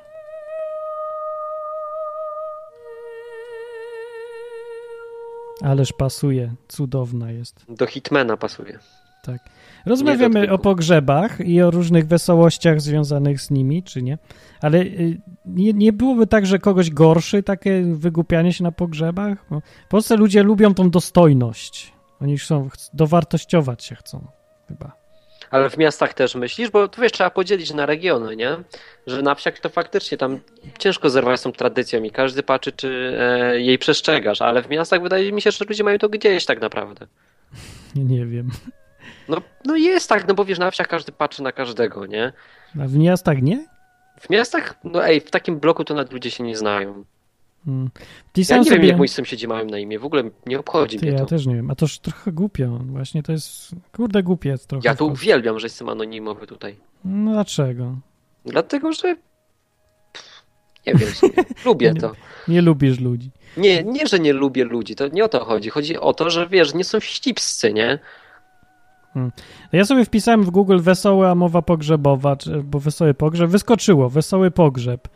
Speaker 1: Ależ pasuje, cudowna jest.
Speaker 2: Do Hitmana pasuje.
Speaker 1: Tak. Rozmawiamy o pogrzebach i o różnych wesołościach związanych z nimi, czy nie? Ale y, nie, nie byłoby tak, że kogoś gorszy takie wygłupianie się na pogrzebach? Bo w Polsce ludzie lubią tą dostojność. Oni chcą, chc- dowartościować się chcą, chyba.
Speaker 2: Ale w miastach też myślisz, bo tu wiesz, trzeba podzielić na regiony, nie? Że na wsiach to faktycznie tam ciężko zerwać z tą tradycją i każdy patrzy, czy e, jej przestrzegasz, ale w miastach wydaje mi się, że ludzie mają to gdzieś tak naprawdę.
Speaker 1: Nie, nie wiem.
Speaker 2: No, no jest tak, no bo wiesz, na wsiach każdy patrzy na każdego, nie?
Speaker 1: A w miastach nie?
Speaker 2: W miastach, no ej, w takim bloku to nawet ludzie się nie znają.
Speaker 1: Hmm.
Speaker 2: ja nie wiem, jak mój syn siedzi małym na imię, w ogóle nie obchodzi
Speaker 1: Ty,
Speaker 2: mnie
Speaker 1: ja
Speaker 2: to.
Speaker 1: też nie wiem. A toż trochę głupio. Właśnie to jest, kurde, głupie jest trochę.
Speaker 2: Ja to uwielbiam, że jestem anonimowy tutaj.
Speaker 1: No dlaczego?
Speaker 2: Dlatego, że pff, nie wiem, w sumie. lubię
Speaker 1: Nie.
Speaker 2: to.
Speaker 1: Nie lubisz ludzi.
Speaker 2: Nie, nie, że nie lubię ludzi, to nie o to chodzi. Chodzi o to, że wiesz, nie są ścipscy, nie?
Speaker 1: Hmm. Ja sobie wpisałem w Google wesoła mowa pogrzebowa, czy, bo wesoły pogrzeb. Wyskoczyło, wesoły pogrzeb.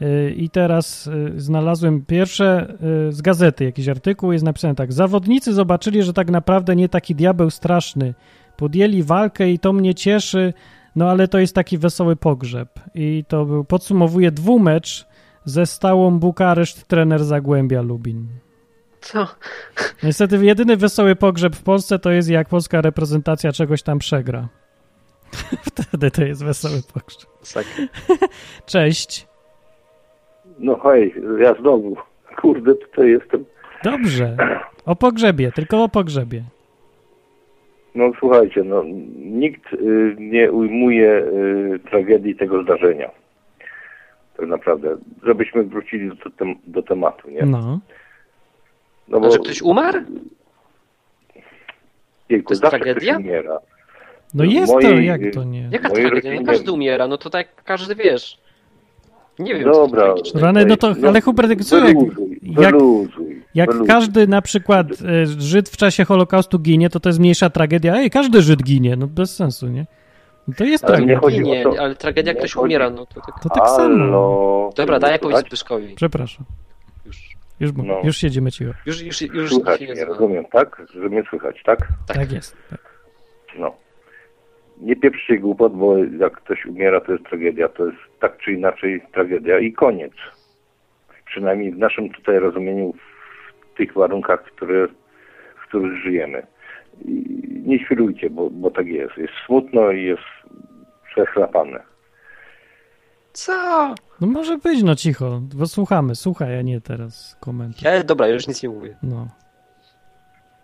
Speaker 1: Yy, I teraz yy, znalazłem pierwsze yy, z gazety jakiś artykuł. Jest napisane tak. Zawodnicy zobaczyli, że tak naprawdę nie taki diabeł straszny. Podjęli walkę i to mnie cieszy, no ale to jest taki wesoły pogrzeb. I to był, podsumowuje dwumecz ze stałą Bukareszt trener Zagłębia Lubin.
Speaker 2: Co?
Speaker 1: Niestety jedyny wesoły pogrzeb w Polsce to jest jak polska reprezentacja czegoś tam przegra. Wtedy to jest wesoły pogrzeb.
Speaker 2: Tak.
Speaker 1: Cześć.
Speaker 3: No hej, ja znowu. Kurde, tutaj jestem.
Speaker 1: Dobrze. O pogrzebie, tylko o pogrzebie.
Speaker 3: No słuchajcie, no, nikt y, nie ujmuje y, tragedii tego zdarzenia. Tak naprawdę. Żebyśmy wrócili do, tem- do tematu, nie?
Speaker 1: No.
Speaker 3: No
Speaker 2: A że Znaczy, ktoś umarł?
Speaker 3: Jejku,
Speaker 2: To jest
Speaker 3: zawsze
Speaker 2: tragedia?
Speaker 3: ktoś umiera.
Speaker 1: No jest to,
Speaker 3: Mojej,
Speaker 1: jak
Speaker 3: y,
Speaker 1: to nie?
Speaker 2: Jaka
Speaker 3: Moi
Speaker 2: tragedia? No
Speaker 3: rodzinie-
Speaker 2: każdy umiera, no to tak każdy wiesz. Nie wiem, co
Speaker 3: Dobra.
Speaker 1: Rany, no to, ale Hubert, co jak,
Speaker 3: wyluzuj,
Speaker 1: jak,
Speaker 3: wyluzuj,
Speaker 1: jak
Speaker 3: wyluzuj.
Speaker 1: każdy na przykład y, Żyd w czasie Holokaustu ginie, to to jest mniejsza tragedia. Ej, każdy Żyd ginie, no bez sensu, nie? No to jest
Speaker 2: ale, nie
Speaker 1: tragedia.
Speaker 2: chodzi nie, ale tragedia jak ktoś umiera, no to tak.
Speaker 1: To tak samo.
Speaker 3: Halo.
Speaker 2: Dobra, daj powiedzieć
Speaker 3: Słuchajcie?
Speaker 2: Zbyszkowi.
Speaker 1: Przepraszam. Już, już,
Speaker 3: No.
Speaker 1: już siedzimy cicho.
Speaker 2: Już, już, już
Speaker 3: Słychać
Speaker 2: się
Speaker 3: mnie,
Speaker 2: nie znam.
Speaker 3: rozumiem, tak? Że mnie słychać, tak?
Speaker 1: Tak, jest.
Speaker 3: No. Nie pieprzcie głupot, bo jak ktoś umiera, to jest tragedia. To jest tak czy inaczej tragedia i koniec. Przynajmniej w naszym tutaj rozumieniu, w tych warunkach, które, w których żyjemy. I nie świrujcie, bo, bo tak jest. Jest smutno i jest przechlapane.
Speaker 2: Co?
Speaker 1: No może być, no cicho, bo słuchamy. Słuchaj, a nie teraz komentarz.
Speaker 2: Ja, dobra, już nic nie mówię.
Speaker 1: No.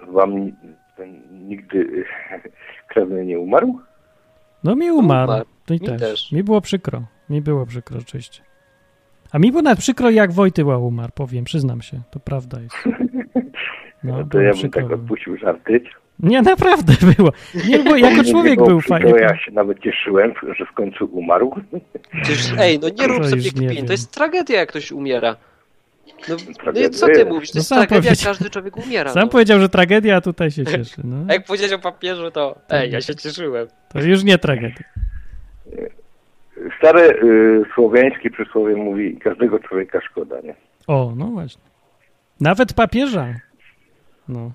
Speaker 3: Wam ni- ten, nigdy krewny nie umarł?
Speaker 1: No mi umarł.
Speaker 3: umarł.
Speaker 1: To i
Speaker 3: Mi
Speaker 1: też.
Speaker 3: też.
Speaker 1: Mi było przykro. Mi było przykro, oczywiście. A mi było nawet przykro, jak Wojtyła umarł, powiem, przyznam się, to prawda jest. No,
Speaker 3: to
Speaker 1: było
Speaker 3: ja bym
Speaker 1: przykro.
Speaker 3: tak odpuścił żarty.
Speaker 1: Nie, naprawdę było. Nie było, jako
Speaker 3: Nie
Speaker 1: człowiek
Speaker 3: było
Speaker 1: był
Speaker 3: przykro,
Speaker 1: fajny.
Speaker 3: Ja się nawet cieszyłem, że w końcu umarł.
Speaker 2: Ej, no nie rób
Speaker 3: To
Speaker 2: sobie
Speaker 3: już nie
Speaker 2: kpin,
Speaker 3: wiem.
Speaker 2: to jest tragedia, jak ktoś umiera. No, no i
Speaker 3: Tragedia
Speaker 2: co ty
Speaker 3: jest.
Speaker 2: mówisz? To
Speaker 1: No
Speaker 2: jest
Speaker 1: sam
Speaker 2: tragedia,
Speaker 1: powiedział-
Speaker 2: każdy człowiek umiera.
Speaker 1: Sam
Speaker 2: no.
Speaker 1: powiedział, że tragedia, a tutaj się cieszy. No.
Speaker 2: A jak powiedziałeś o papieżu, to ej, ja się cieszyłem.
Speaker 1: To już nie tragedia.
Speaker 3: Stare y, słowiańskie przysłowie mówi każdego człowieka szkoda, nie?
Speaker 1: O, no właśnie. Nawet papieża. No.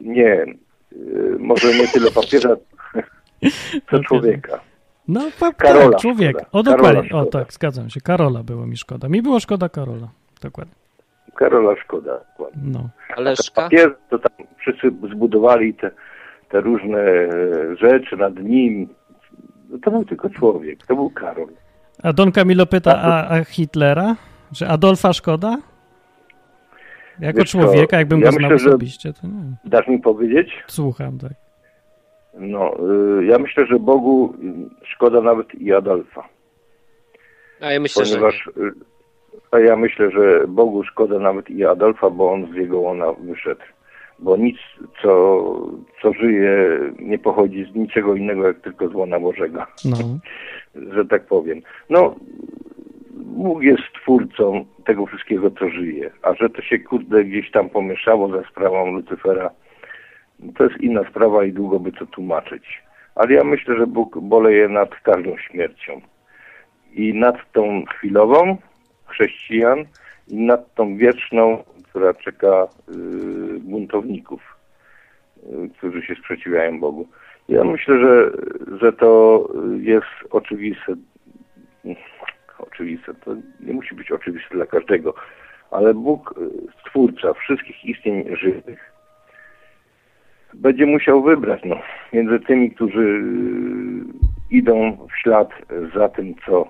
Speaker 3: Nie, y, może nie tyle papieża, co człowieka.
Speaker 1: No, pa-
Speaker 3: Karola
Speaker 1: tak, człowiek.
Speaker 3: szkoda.
Speaker 1: O,
Speaker 3: Karola
Speaker 1: dokładnie. O,
Speaker 3: szkoda.
Speaker 1: tak, zgadzam się. Karola było mi szkoda. Mi było szkoda Karola. Dokładnie.
Speaker 3: Karola szkoda. dokładnie.
Speaker 1: No.
Speaker 2: Ale
Speaker 3: Papier, to tam wszyscy zbudowali te, te różne e, rzeczy nad nim. No To był tylko człowiek, to był Karol.
Speaker 1: A Don Camillo
Speaker 3: Tak,
Speaker 1: pyta, a, a Hitlera? Że Adolfa szkoda? Jako
Speaker 3: Wiesz co,
Speaker 1: człowieka, jakbym
Speaker 3: ja
Speaker 1: go znał
Speaker 3: myślę, że-
Speaker 1: osobiście, to nie.
Speaker 3: Dasz mi powiedzieć?
Speaker 1: Słucham, tak.
Speaker 3: No, y, ja myślę, że Bogu y, szkoda nawet i Adolfa.
Speaker 2: A ja myślę, że
Speaker 3: ponieważ, y, a ja myślę, że Bogu szkoda nawet i Adolfa, bo on z jego łona wyszedł. Bo nic, co, co żyje, nie pochodzi z niczego innego, jak tylko z łona Bożego.
Speaker 1: No.
Speaker 3: że tak powiem. No, Bóg jest twórcą tego wszystkiego, co żyje, a że to się kurde gdzieś tam pomieszało ze sprawą Lucyfera, to jest inna sprawa i długo by to tłumaczyć. Ale ja myślę, że Bóg boleje nad każdą śmiercią. I nad tą chwilową chrześcijan, i nad tą wieczną, która czeka yy, buntowników, yy, którzy się sprzeciwiają Bogu. Ja myślę, że, że to jest oczywiste. Oczywiste, to nie musi być oczywiste dla każdego, ale Bóg, y, stwórca wszystkich istnień żywych, będzie musiał wybrać no, między tymi, którzy y, idą w ślad za tym, co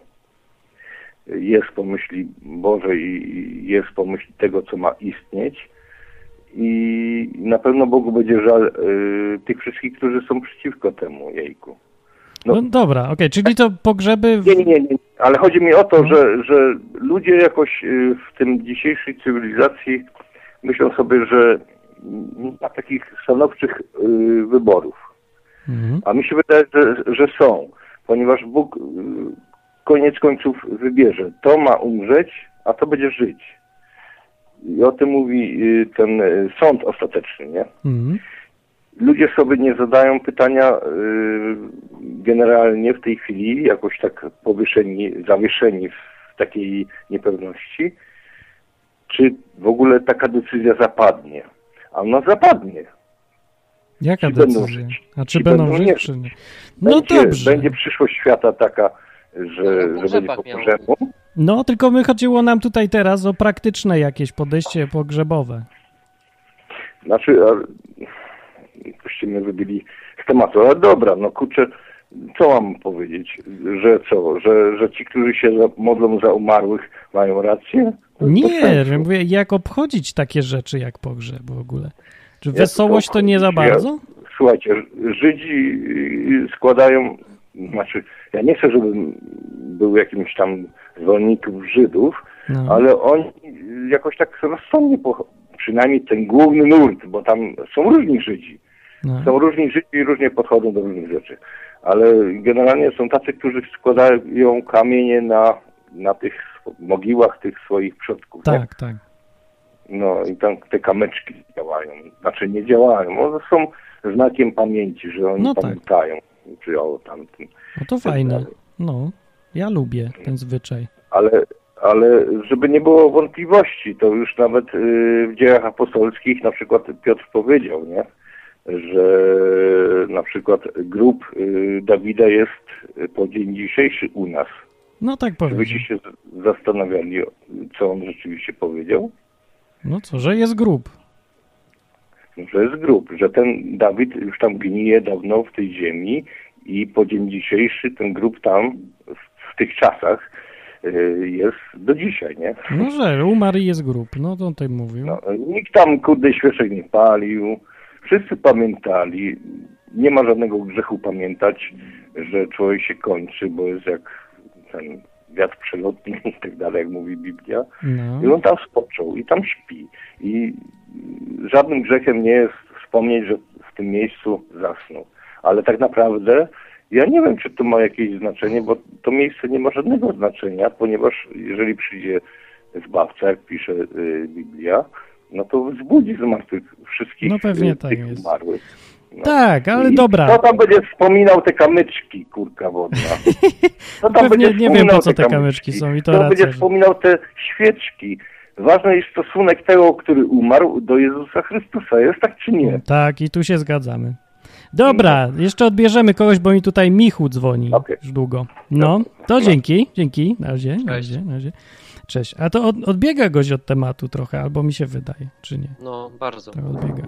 Speaker 3: jest po myśli Bożej i jest po myśli tego, co ma istnieć, i na pewno Bogu będzie żal y, tych wszystkich, którzy są przeciwko temu jejku.
Speaker 1: No, dobra, okej, czyli to pogrzeby... W...
Speaker 3: Nie, nie, Mhm. nie. Ale chodzi mi o to, że, że ludzie jakoś y, w tym dzisiejszej cywilizacji myślą sobie, że nie ma takich stanowczych y, wyborów. A mi się wydaje, że, że są, ponieważ Bóg y, koniec końców wybierze. To ma umrzeć, a to będzie żyć. I o tym mówi y, ten y, sąd ostateczny, nie?
Speaker 1: Mhm.
Speaker 3: ludzie sobie nie zadają pytania y, generalnie w tej chwili, jakoś tak powieszeni, zawieszeni w takiej niepewności, czy w ogóle taka decyzja zapadnie. A ona zapadnie.
Speaker 1: Jaka
Speaker 3: Czy będą
Speaker 1: decyzja? A czy
Speaker 3: Czy
Speaker 1: będą
Speaker 3: będą
Speaker 1: żyć,
Speaker 3: nie Tak
Speaker 1: czy nie? No
Speaker 3: Będzie,
Speaker 1: dobrze.
Speaker 3: będzie przyszłość świata taka, że, że będzie po pogrzebu.
Speaker 1: No, tylko my chodziło nam tutaj teraz o praktyczne jakieś podejście pogrzebowe.
Speaker 3: Znaczy, byście mnie wybili z tematu, ale dobra, no kurczę, co mam powiedzieć, że co, że, że ci, którzy się za- modlą za umarłych, mają rację?
Speaker 1: Nie, że mówię, jak obchodzić takie rzeczy jak pogrzeb w ogóle? Czy wesołość to nie za
Speaker 3: Ja-
Speaker 1: bardzo?
Speaker 3: Słuchajcie, Ż- Żydzi y, składają, znaczy, ja nie chcę, żebym był jakimś tam zwolennikiem Żydów,
Speaker 1: No.
Speaker 3: ale oni y, jakoś tak rozsądnie, po, przynajmniej ten główny nurt, bo tam są różni Żydzi.
Speaker 1: No.
Speaker 3: Są różni Żydzi i różnie podchodzą do różnych rzeczy. Ale generalnie są tacy, którzy składają kamienie na, na tych sw- mogiłach tych swoich przodków. nie?
Speaker 1: Tak, tak.
Speaker 3: No i tam te kamyczki działają. Znaczy nie działają, one są znakiem pamięci, że oni
Speaker 1: No tak.
Speaker 3: pamiętają czy o tamtym.
Speaker 1: No to fajne. No, ja lubię ten zwyczaj.
Speaker 3: Ale, ale żeby nie było wątpliwości, to już nawet y, w dziejach apostolskich na przykład Piotr powiedział, nie? że na przykład grób y, Dawida jest y, po dzień dzisiejszy u nas.
Speaker 1: No tak
Speaker 3: Czy
Speaker 1: powiem.
Speaker 3: byście się z- zastanawiali, co on rzeczywiście powiedział?
Speaker 1: No co, że jest grób.
Speaker 3: że jest grób, że ten Dawid już tam gnije dawno w tej ziemi i po dzień dzisiejszy ten grób tam w- w tych czasach y, jest do dzisiaj, nie?
Speaker 1: No, że umarł i jest grób. No to on tutaj mówił.
Speaker 3: Nikt tam kurde świeczek nie palił, wszyscy pamiętali, nie ma żadnego grzechu pamiętać, że człowiek się kończy, bo jest jak ten wiatr przelotny i tak dalej, jak mówi Biblia.
Speaker 1: No.
Speaker 3: I on tak- tam spoczął i tam śpi. I mm, żadnym grzechem nie jest wspomnieć, że w tym miejscu zasnął. Ale tak naprawdę ja nie wiem, czy to ma jakieś znaczenie, bo to miejsce nie ma żadnego znaczenia, ponieważ jeżeli przyjdzie zbawca, jak pisze y, Biblia, no to wzbudzi z martwych wszystkich
Speaker 1: No pewnie
Speaker 3: y,
Speaker 1: tak
Speaker 3: tych
Speaker 1: jest.
Speaker 3: umarłych. No.
Speaker 1: Tak, ale
Speaker 3: I
Speaker 1: dobra.
Speaker 3: Kto tam będzie wspominał te kamyczki, kurka wodna? Kto tam
Speaker 1: Pewnie nie wiem, po
Speaker 3: wspominał
Speaker 1: co te
Speaker 3: kamyczki?
Speaker 1: kamyczki są i to
Speaker 3: Kto będzie
Speaker 1: racja. że-
Speaker 3: wspominał te świeczki? Ważny jest stosunek tego, który umarł do Jezusa Chrystusa. Jest tak czy nie?
Speaker 1: Tak, i tu się zgadzamy. Dobra, jeszcze odbierzemy kogoś, bo mi tutaj Michu dzwoni już długo. No, to dzięki, dzięki, na razie, na razie, na razie. Cześć. A to od, odbiega goś od tematu trochę, albo mi się wydaje, czy nie?
Speaker 2: No, bardzo.
Speaker 1: Tak odbiega.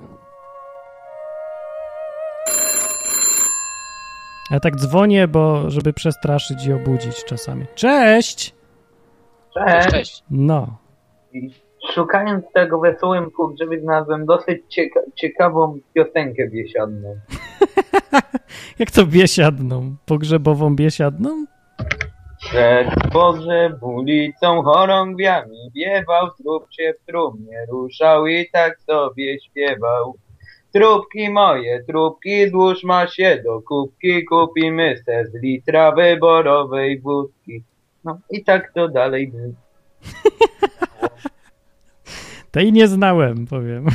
Speaker 1: Ja tak dzwonię, bo żeby przestraszyć i obudzić czasami. Cześć!
Speaker 19: Cześć.
Speaker 1: No,
Speaker 19: Szukając tego wesołym pogrzebie znalazłem dosyć cieka ciekawą piosenkę biesiadną.
Speaker 1: jak to biesiadną? Pogrzebową biesiadną?
Speaker 19: Przed pogrzeb ulicą chorągwiami biewał, trup się w trumnie ruszał i tak sobie śpiewał. Trubki moje, trubki dłuż ma się do kubki, kupimy se z litra wyborowej wódki. No i tak to dalej było.
Speaker 1: Tej nie znałem, powiem.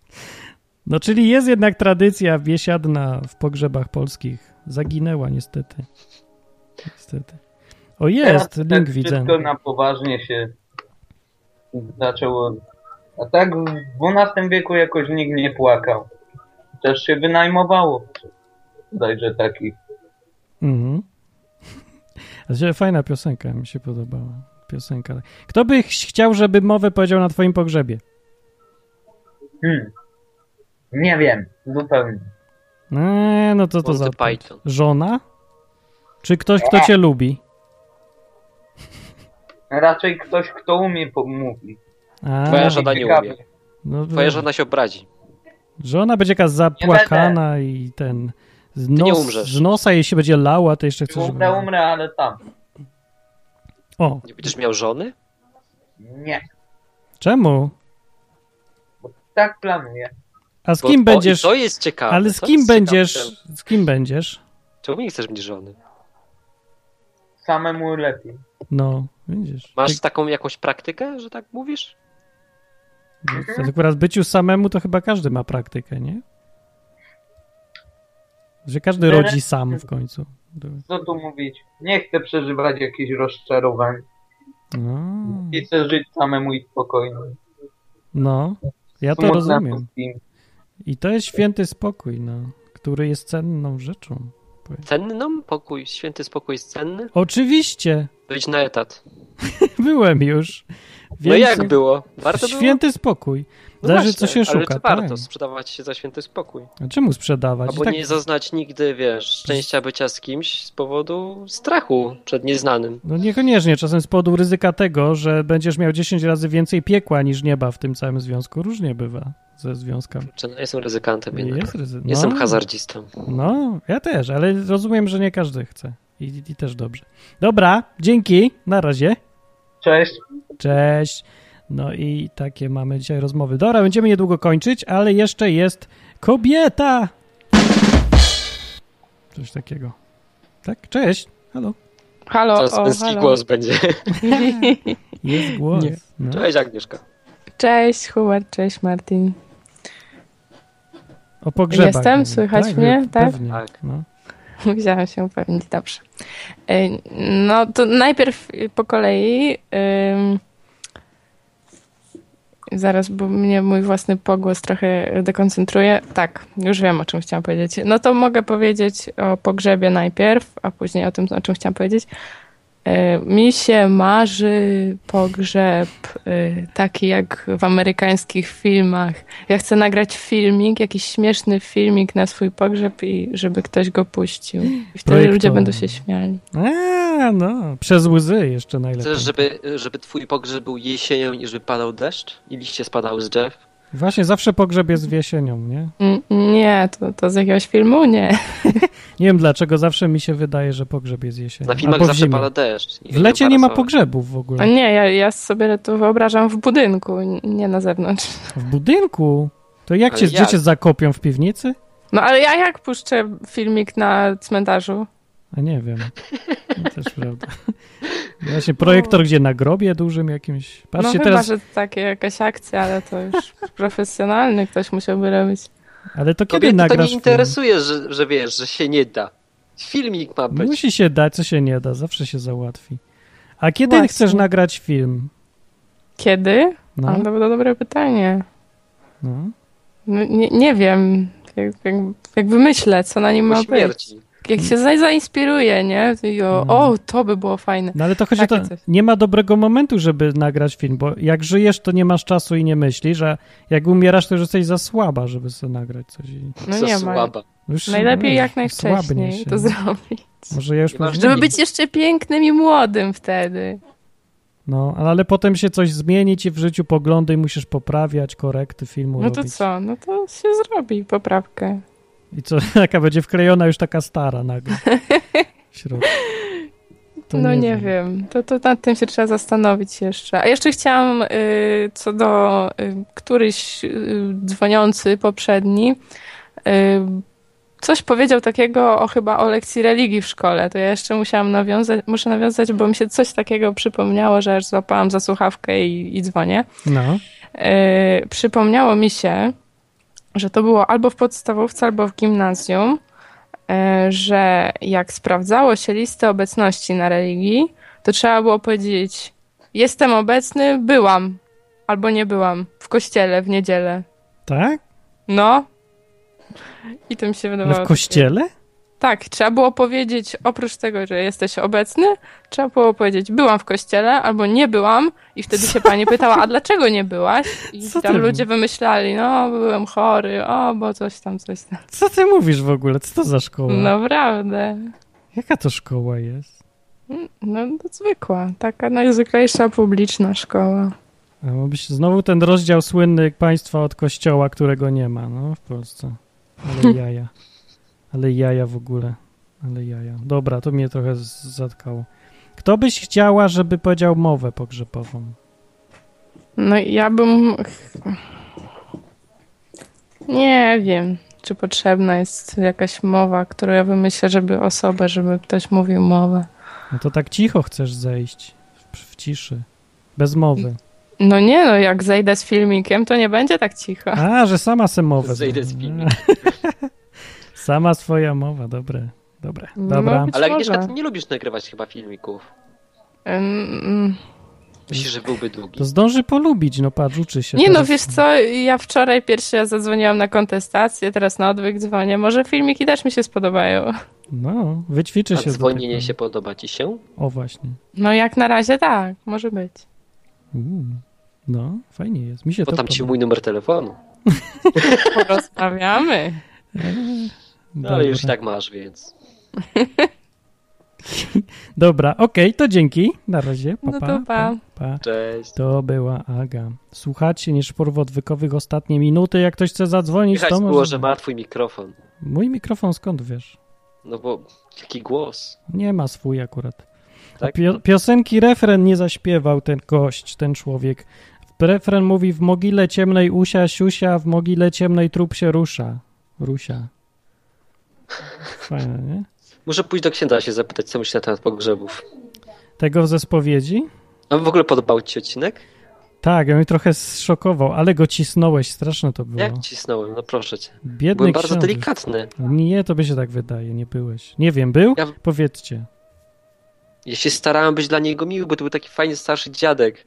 Speaker 1: No, czyli jest jednak tradycja biesiadna w pogrzebach polskich. Zaginęła niestety. Niestety. O, jest,
Speaker 19: Teraz
Speaker 1: link
Speaker 19: tak
Speaker 1: widzę.
Speaker 19: Wszystko na poważnie się zaczęło. A tak w XII wieku jakoś nikt nie płakał. Też się wynajmowało. Dajże taki.
Speaker 1: Mhm. A że Fajna piosenka, mi się podobała. Piosenka. Kto by ch- chciał, żeby mowę powiedział na twoim pogrzebie?
Speaker 19: Hmm. Nie wiem, zupełnie.
Speaker 1: Eee, no to to
Speaker 19: Monty
Speaker 1: za...
Speaker 19: Python.
Speaker 1: Żona? Czy ktoś, kto cię lubi?
Speaker 19: Raczej ktoś, kto umie po- mówi.
Speaker 1: A,
Speaker 2: Twoja żona nie
Speaker 19: Ciekawe.
Speaker 2: umie.
Speaker 1: No,
Speaker 2: Twoja żona się obrazi.
Speaker 1: Żona będzie jakaś zapłakana i ten... Z,
Speaker 2: nie
Speaker 1: nos,
Speaker 2: umrzesz.
Speaker 1: z nosa jej się będzie lała, to jeszcze chcesz... żeby-
Speaker 19: Umrę, umrę, ale tam.
Speaker 1: O,
Speaker 2: Nie będziesz miał żony?
Speaker 19: Nie,
Speaker 1: czemu?
Speaker 19: tak planuję.
Speaker 1: A z
Speaker 2: Bo
Speaker 1: kim
Speaker 2: to-
Speaker 1: będziesz...
Speaker 2: to jest ciekawe,
Speaker 1: Ale z
Speaker 2: to
Speaker 1: kim
Speaker 2: jest ciekawe.
Speaker 1: będziesz... Z kim będziesz?
Speaker 2: Czemu nie chcesz mieć żony?
Speaker 19: Samemu lepiej.
Speaker 1: No, widzisz.
Speaker 2: Masz taką jakąś praktykę, że tak mówisz?
Speaker 1: To Akurat byciu samemu to chyba każdy ma praktykę, nie? Że każdy
Speaker 19: Teraz-
Speaker 1: rodzi sam w końcu.
Speaker 19: Co tu mówić? Nie chcę przeżywać jakichś rozczarowań.
Speaker 1: No,
Speaker 19: I chcę żyć samemu i spokojnie.
Speaker 1: no ja to
Speaker 19: Smutna
Speaker 1: rozumiem.
Speaker 19: postać.
Speaker 1: I to jest święty spokój, no, który jest cenną rzeczą.
Speaker 2: Cenną? Pokój, święty spokój jest cenny?
Speaker 1: Oczywiście,
Speaker 2: Dojdź na etat.
Speaker 1: byłem już.
Speaker 2: No jak było? Warto było?
Speaker 1: Święty spokój.
Speaker 2: No
Speaker 1: Zależy,
Speaker 2: właśnie,
Speaker 1: co się
Speaker 2: ale
Speaker 1: szuka.
Speaker 2: Czy warto
Speaker 1: tak.
Speaker 2: sprzedawać się za święty spokój?
Speaker 1: A czemu sprzedawać? I
Speaker 2: Albo
Speaker 1: tak-
Speaker 2: nie zaznać nigdy, wiesz, szczęścia bycia z kimś z powodu strachu przed nieznanym.
Speaker 1: No niekoniecznie, czasem z powodu ryzyka tego, że będziesz miał 10 razy więcej piekła niż nieba w tym całym związku. Różnie bywa ze związkami.
Speaker 2: Czy- no, Jestem ryzykantem
Speaker 1: Jest
Speaker 2: jednak.
Speaker 1: ryzy- no.
Speaker 2: Jestem hazardzistą.
Speaker 1: No, ja też, ale rozumiem, że nie każdy chce. I, I też dobrze. Dobra, dzięki, na razie.
Speaker 19: Cześć.
Speaker 1: Cześć. No i takie mamy dzisiaj rozmowy. Dobra, będziemy niedługo kończyć, ale jeszcze jest kobieta. Coś takiego. Tak, cześć. Halo.
Speaker 20: Halo,
Speaker 2: Teraz
Speaker 20: o,
Speaker 2: męski
Speaker 20: halo.
Speaker 2: głos będzie.
Speaker 1: Jest głos.
Speaker 20: Nie.
Speaker 1: No.
Speaker 2: Cześć Agnieszka.
Speaker 20: Cześć Hubert, cześć Martin.
Speaker 1: O pogrzebach.
Speaker 20: Jestem,
Speaker 1: mówię.
Speaker 20: słychać mnie,
Speaker 1: no,
Speaker 20: tak?
Speaker 1: Pewnie. No.
Speaker 20: Musiałam się upewnić, dobrze. Ej, No to najpierw y, po kolei. ym, Zaraz, bo mnie mój własny pogłos trochę dekoncentruje. Tak, już wiem o czym chciałam powiedzieć. No to mogę powiedzieć o pogrzebie najpierw, a później o tym, o czym chciałam powiedzieć. E, Mi się marzy pogrzeb e, taki jak w amerykańskich filmach. Ja chcę nagrać filmik, jakiś śmieszny filmik na swój pogrzeb i żeby ktoś go puścił. I wtedy
Speaker 1: Projektowy.
Speaker 20: ludzie będą się śmiali.
Speaker 1: A, no, przez łzy jeszcze najlepiej.
Speaker 2: Chcesz, żeby, żeby twój pogrzeb był jesienią i żeby padał deszcz? I liście spadały z drzew?
Speaker 1: Właśnie zawsze pogrzeb jest jesienią, nie?
Speaker 20: N- Mm, Nie, to, to z jakiegoś filmu? Nie.
Speaker 1: Nie wiem dlaczego, zawsze mi się wydaje, że pogrzeb jest jesienią.
Speaker 2: Na filmach
Speaker 1: Albo w
Speaker 2: zawsze
Speaker 1: zimie.
Speaker 2: pada deszcz.
Speaker 1: W lecie nie ma
Speaker 2: parasole.
Speaker 1: pogrzebów w ogóle.
Speaker 20: A nie, ja, ja sobie to wyobrażam w budynku, n- nie na zewnątrz.
Speaker 1: W budynku? To jak
Speaker 20: Ale
Speaker 1: cię
Speaker 20: jak?
Speaker 1: dziecię zakopią w piwnicy?
Speaker 20: No ale ja jak puszczę filmik na cmentarzu?
Speaker 1: A nie wiem. To Też prawda. Właśnie projektor gdzie na grobie dużym jakimś. Patrzcie
Speaker 20: no
Speaker 1: teraz.
Speaker 20: chyba, że takie jakaś akcja, ale to już profesjonalny ktoś musiałby robić.
Speaker 1: Ale to kiedy
Speaker 2: Kobiety to
Speaker 1: nagrasz
Speaker 2: nie
Speaker 1: film?
Speaker 2: interesuje, że, że wiesz, że się nie da. Filmik ma być.
Speaker 1: Musi się dać, co się nie da, zawsze się załatwi. A kiedy
Speaker 20: Właśnie.
Speaker 1: chcesz nagrać film?
Speaker 20: Kiedy?
Speaker 1: No.
Speaker 20: A, to było dobre pytanie.
Speaker 1: No.
Speaker 20: No, Nie, nie wiem, jak, jak, jakby myślę, co na nim
Speaker 2: Po
Speaker 20: ma
Speaker 2: śmierci.
Speaker 20: być. Jak się za, zainspiruje, nie? I o, o, to by było fajne.
Speaker 1: Mm. No ale to chodzi o to,
Speaker 20: Takie coś.
Speaker 1: nie ma dobrego momentu, żeby nagrać film, bo jak żyjesz, to nie masz czasu i nie myślisz, a jak umierasz, to już jesteś za słaba, żeby sobie nagrać coś. I...
Speaker 20: No nie ma.
Speaker 1: Już-
Speaker 20: Najlepiej
Speaker 1: no,
Speaker 20: jak
Speaker 1: słabnie
Speaker 20: najwcześniej
Speaker 1: się.
Speaker 20: to zrobić.
Speaker 1: Może ja już
Speaker 20: Żeby być jeszcze pięknym i młodym wtedy.
Speaker 1: No, ale- ale potem się coś zmieni ci w życiu, poglądy i musisz poprawiać, korekty filmu
Speaker 20: No to
Speaker 1: robić.
Speaker 20: co? No to się zrobi poprawkę.
Speaker 1: I co, taka będzie wklejona już taka stara nagle. W środku. To
Speaker 20: no nie, wiem, To, to nad tym się trzeba zastanowić jeszcze. A jeszcze chciałam y, co do y, któryś y, dzwoniący poprzedni y, coś powiedział takiego o chyba o lekcji religii w szkole. To ja jeszcze musiałam nawiązać, muszę nawiązać, bo mi się coś takiego przypomniało, że aż złapałam za słuchawkę i, i dzwonię.
Speaker 1: No.
Speaker 20: E, przypomniało mi się, że to było albo w podstawówce, albo w gimnazjum, e, że jak sprawdzało się listę obecności na religii, to trzeba było powiedzieć: Jestem obecny, byłam, albo nie byłam w kościele w niedzielę.
Speaker 1: Tak?
Speaker 20: No. I to mi się
Speaker 1: Ale
Speaker 20: wydawało.
Speaker 1: No, w
Speaker 20: takie-
Speaker 1: kościele?
Speaker 20: Tak, trzeba było powiedzieć, oprócz tego, że jesteś obecny, trzeba było powiedzieć, byłam w kościele albo nie byłam, i wtedy się pani pytała, a dlaczego nie byłaś? I
Speaker 1: Co
Speaker 20: tam
Speaker 1: ty-
Speaker 20: ludzie wymyślali, no, byłem chory, o, bo coś tam, coś tam.
Speaker 1: Co ty mówisz w ogóle? Co to za szkoła?
Speaker 20: No. Naprawdę.
Speaker 1: Jaka to szkoła jest?
Speaker 20: No, no, zwykła, taka najzwyklejsza publiczna szkoła.
Speaker 1: A ma być No, Znowu ten rozdział słynny państwa od kościoła, którego nie ma, no, w Polsce. Ale jaja. Ale jaja w ogóle. Ale jaja. Dobra, to mnie trochę z- zatkało. Kto byś chciała, żeby powiedział mowę pogrzebową?
Speaker 20: No, i ja bym. Nie wiem, czy potrzebna jest jakaś mowa, którą ja wymyślę, żeby osobę, żeby ktoś mówił mowę.
Speaker 1: No to tak cicho chcesz zejść. W, w ciszy. Bez mowy.
Speaker 20: No nie, no jak zejdę z filmikiem, to nie będzie tak cicho.
Speaker 1: A, że sama se mowę.
Speaker 2: Zejdę
Speaker 1: z Sama swoja mowa, dobre. Dobre,
Speaker 20: No,
Speaker 1: dobra.
Speaker 2: Ale Agnieszka,
Speaker 20: może.
Speaker 2: ty nie lubisz nagrywać chyba filmików.
Speaker 20: Ym,
Speaker 2: Myślisz, że byłby długi.
Speaker 1: To zdąży polubić, no patrz, uczy się.
Speaker 20: Nie no,
Speaker 1: teraz.
Speaker 20: wiesz co, ja wczoraj pierwszy raz zadzwoniłam na kontestację, teraz na odwyk dzwonię. Może filmiki też mi się spodobają.
Speaker 1: No, wyćwiczy
Speaker 2: A
Speaker 1: się. do
Speaker 2: dzwonienie
Speaker 1: tego.
Speaker 2: się podoba ci się?
Speaker 1: O, właśnie.
Speaker 20: No jak na razie tak, może być.
Speaker 1: Uuu. No, fajnie jest. Mi się to
Speaker 2: Podam ci mój numer telefonu.
Speaker 20: Porozmawiamy.
Speaker 2: No, ale już i
Speaker 1: Dobra.
Speaker 2: tak masz, więc.
Speaker 1: Dobra, okej, to dzięki. Na razie. Pa,
Speaker 20: No
Speaker 1: pa,
Speaker 20: to pa.
Speaker 1: pa.
Speaker 2: Cześć.
Speaker 1: To była Aga. Słuchacie niż porw odwykowych ostatnie minuty. Jak ktoś chce zadzwonić,
Speaker 2: Słychać
Speaker 1: to może...
Speaker 2: było, że ma twój mikrofon.
Speaker 1: Mój mikrofon skąd wiesz?
Speaker 2: No bo jaki głos.
Speaker 1: Nie ma swój akurat.
Speaker 2: Tak?
Speaker 1: A Pio piosenki refren nie zaśpiewał ten gość, ten człowiek. Refren mówi w mogile ciemnej usia siusia, w mogile ciemnej trup się rusza. Rusia. Fajne, nie?
Speaker 2: Muszę pójść do księdza się zapytać, co myśli na temat pogrzebów.
Speaker 1: Tego ze spowiedzi?
Speaker 2: A w ogóle podobał ci się odcinek?
Speaker 1: Tak, ja mnie trochę zszokował, ale go cisnąłeś, straszne to było.
Speaker 2: Jak cisnąłem, no proszę cię.
Speaker 1: Biedny
Speaker 2: Byłem bardzo
Speaker 1: książę.
Speaker 2: delikatny.
Speaker 1: Nie, tobie się tak wydaje, nie byłeś. Nie wiem, był? Powiedzcie.
Speaker 2: Ja się starałem być dla niego miły, bo to był taki fajny starszy dziadek.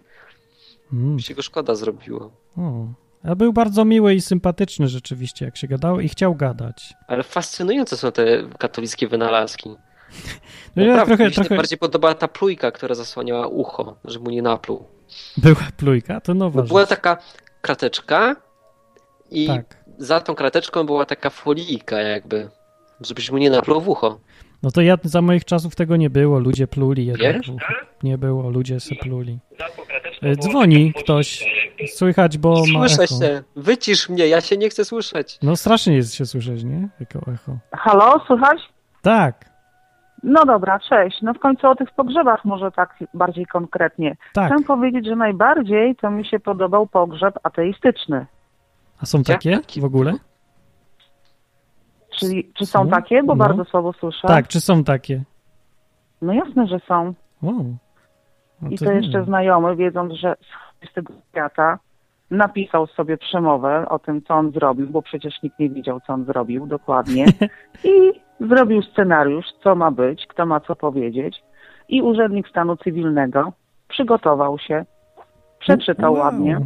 Speaker 1: Mm.
Speaker 2: Mi się go szkoda zrobiło.
Speaker 1: O. A był bardzo miły i sympatyczny rzeczywiście, jak się gadało i chciał gadać.
Speaker 2: Ale fascynujące są te katolickie wynalazki.
Speaker 1: No ja
Speaker 2: Naprawdę,
Speaker 1: trochę-
Speaker 2: mi się
Speaker 1: trochę-
Speaker 2: najbardziej podobała ta plujka, która zasłaniała ucho, żeby mu nie napluł.
Speaker 1: Była plujka, to
Speaker 2: No,
Speaker 1: nowa rzecz.
Speaker 2: była taka krateczka i
Speaker 1: Tak.
Speaker 2: za tą krateczką była taka folijka jakby, żebyś mu nie napluł w ucho.
Speaker 1: No to ja za moich czasów tego nie było, ludzie pluli jednak.
Speaker 2: Wiesz?
Speaker 1: Nie było, ludzie se pluli. E, Dzwoni ktoś. Słychać, bo ma
Speaker 2: Słyszę
Speaker 1: No. echo.
Speaker 2: się. Wycisz mnie, ja się nie chcę słyszeć.
Speaker 1: No strasznie jest się słyszeć, nie? Jako echo.
Speaker 21: Halo, słychać?
Speaker 1: Tak,
Speaker 21: No dobra, cześć. No w końcu o tych pogrzebach może tak bardziej konkretnie.
Speaker 1: Tak.
Speaker 21: Chcę powiedzieć, że najbardziej to mi się podobał pogrzeb ateistyczny.
Speaker 1: a są takie w ogóle?
Speaker 21: Czyli, czy są takie? Bo
Speaker 1: No.
Speaker 21: bardzo słabo słyszę.
Speaker 1: Tak, czy są takie?
Speaker 21: No jasne, że są.
Speaker 1: Wow. No
Speaker 21: I
Speaker 1: to
Speaker 21: to,
Speaker 1: nie
Speaker 21: jeszcze
Speaker 1: wiem.
Speaker 21: znajomy, wiedząc, że z tego świata napisał sobie przemowę o tym, co on zrobił, bo przecież nikt nie widział, co on zrobił dokładnie. I zrobił scenariusz, co ma być, kto ma co powiedzieć. I urzędnik stanu cywilnego przygotował się, przeczytał ładnie.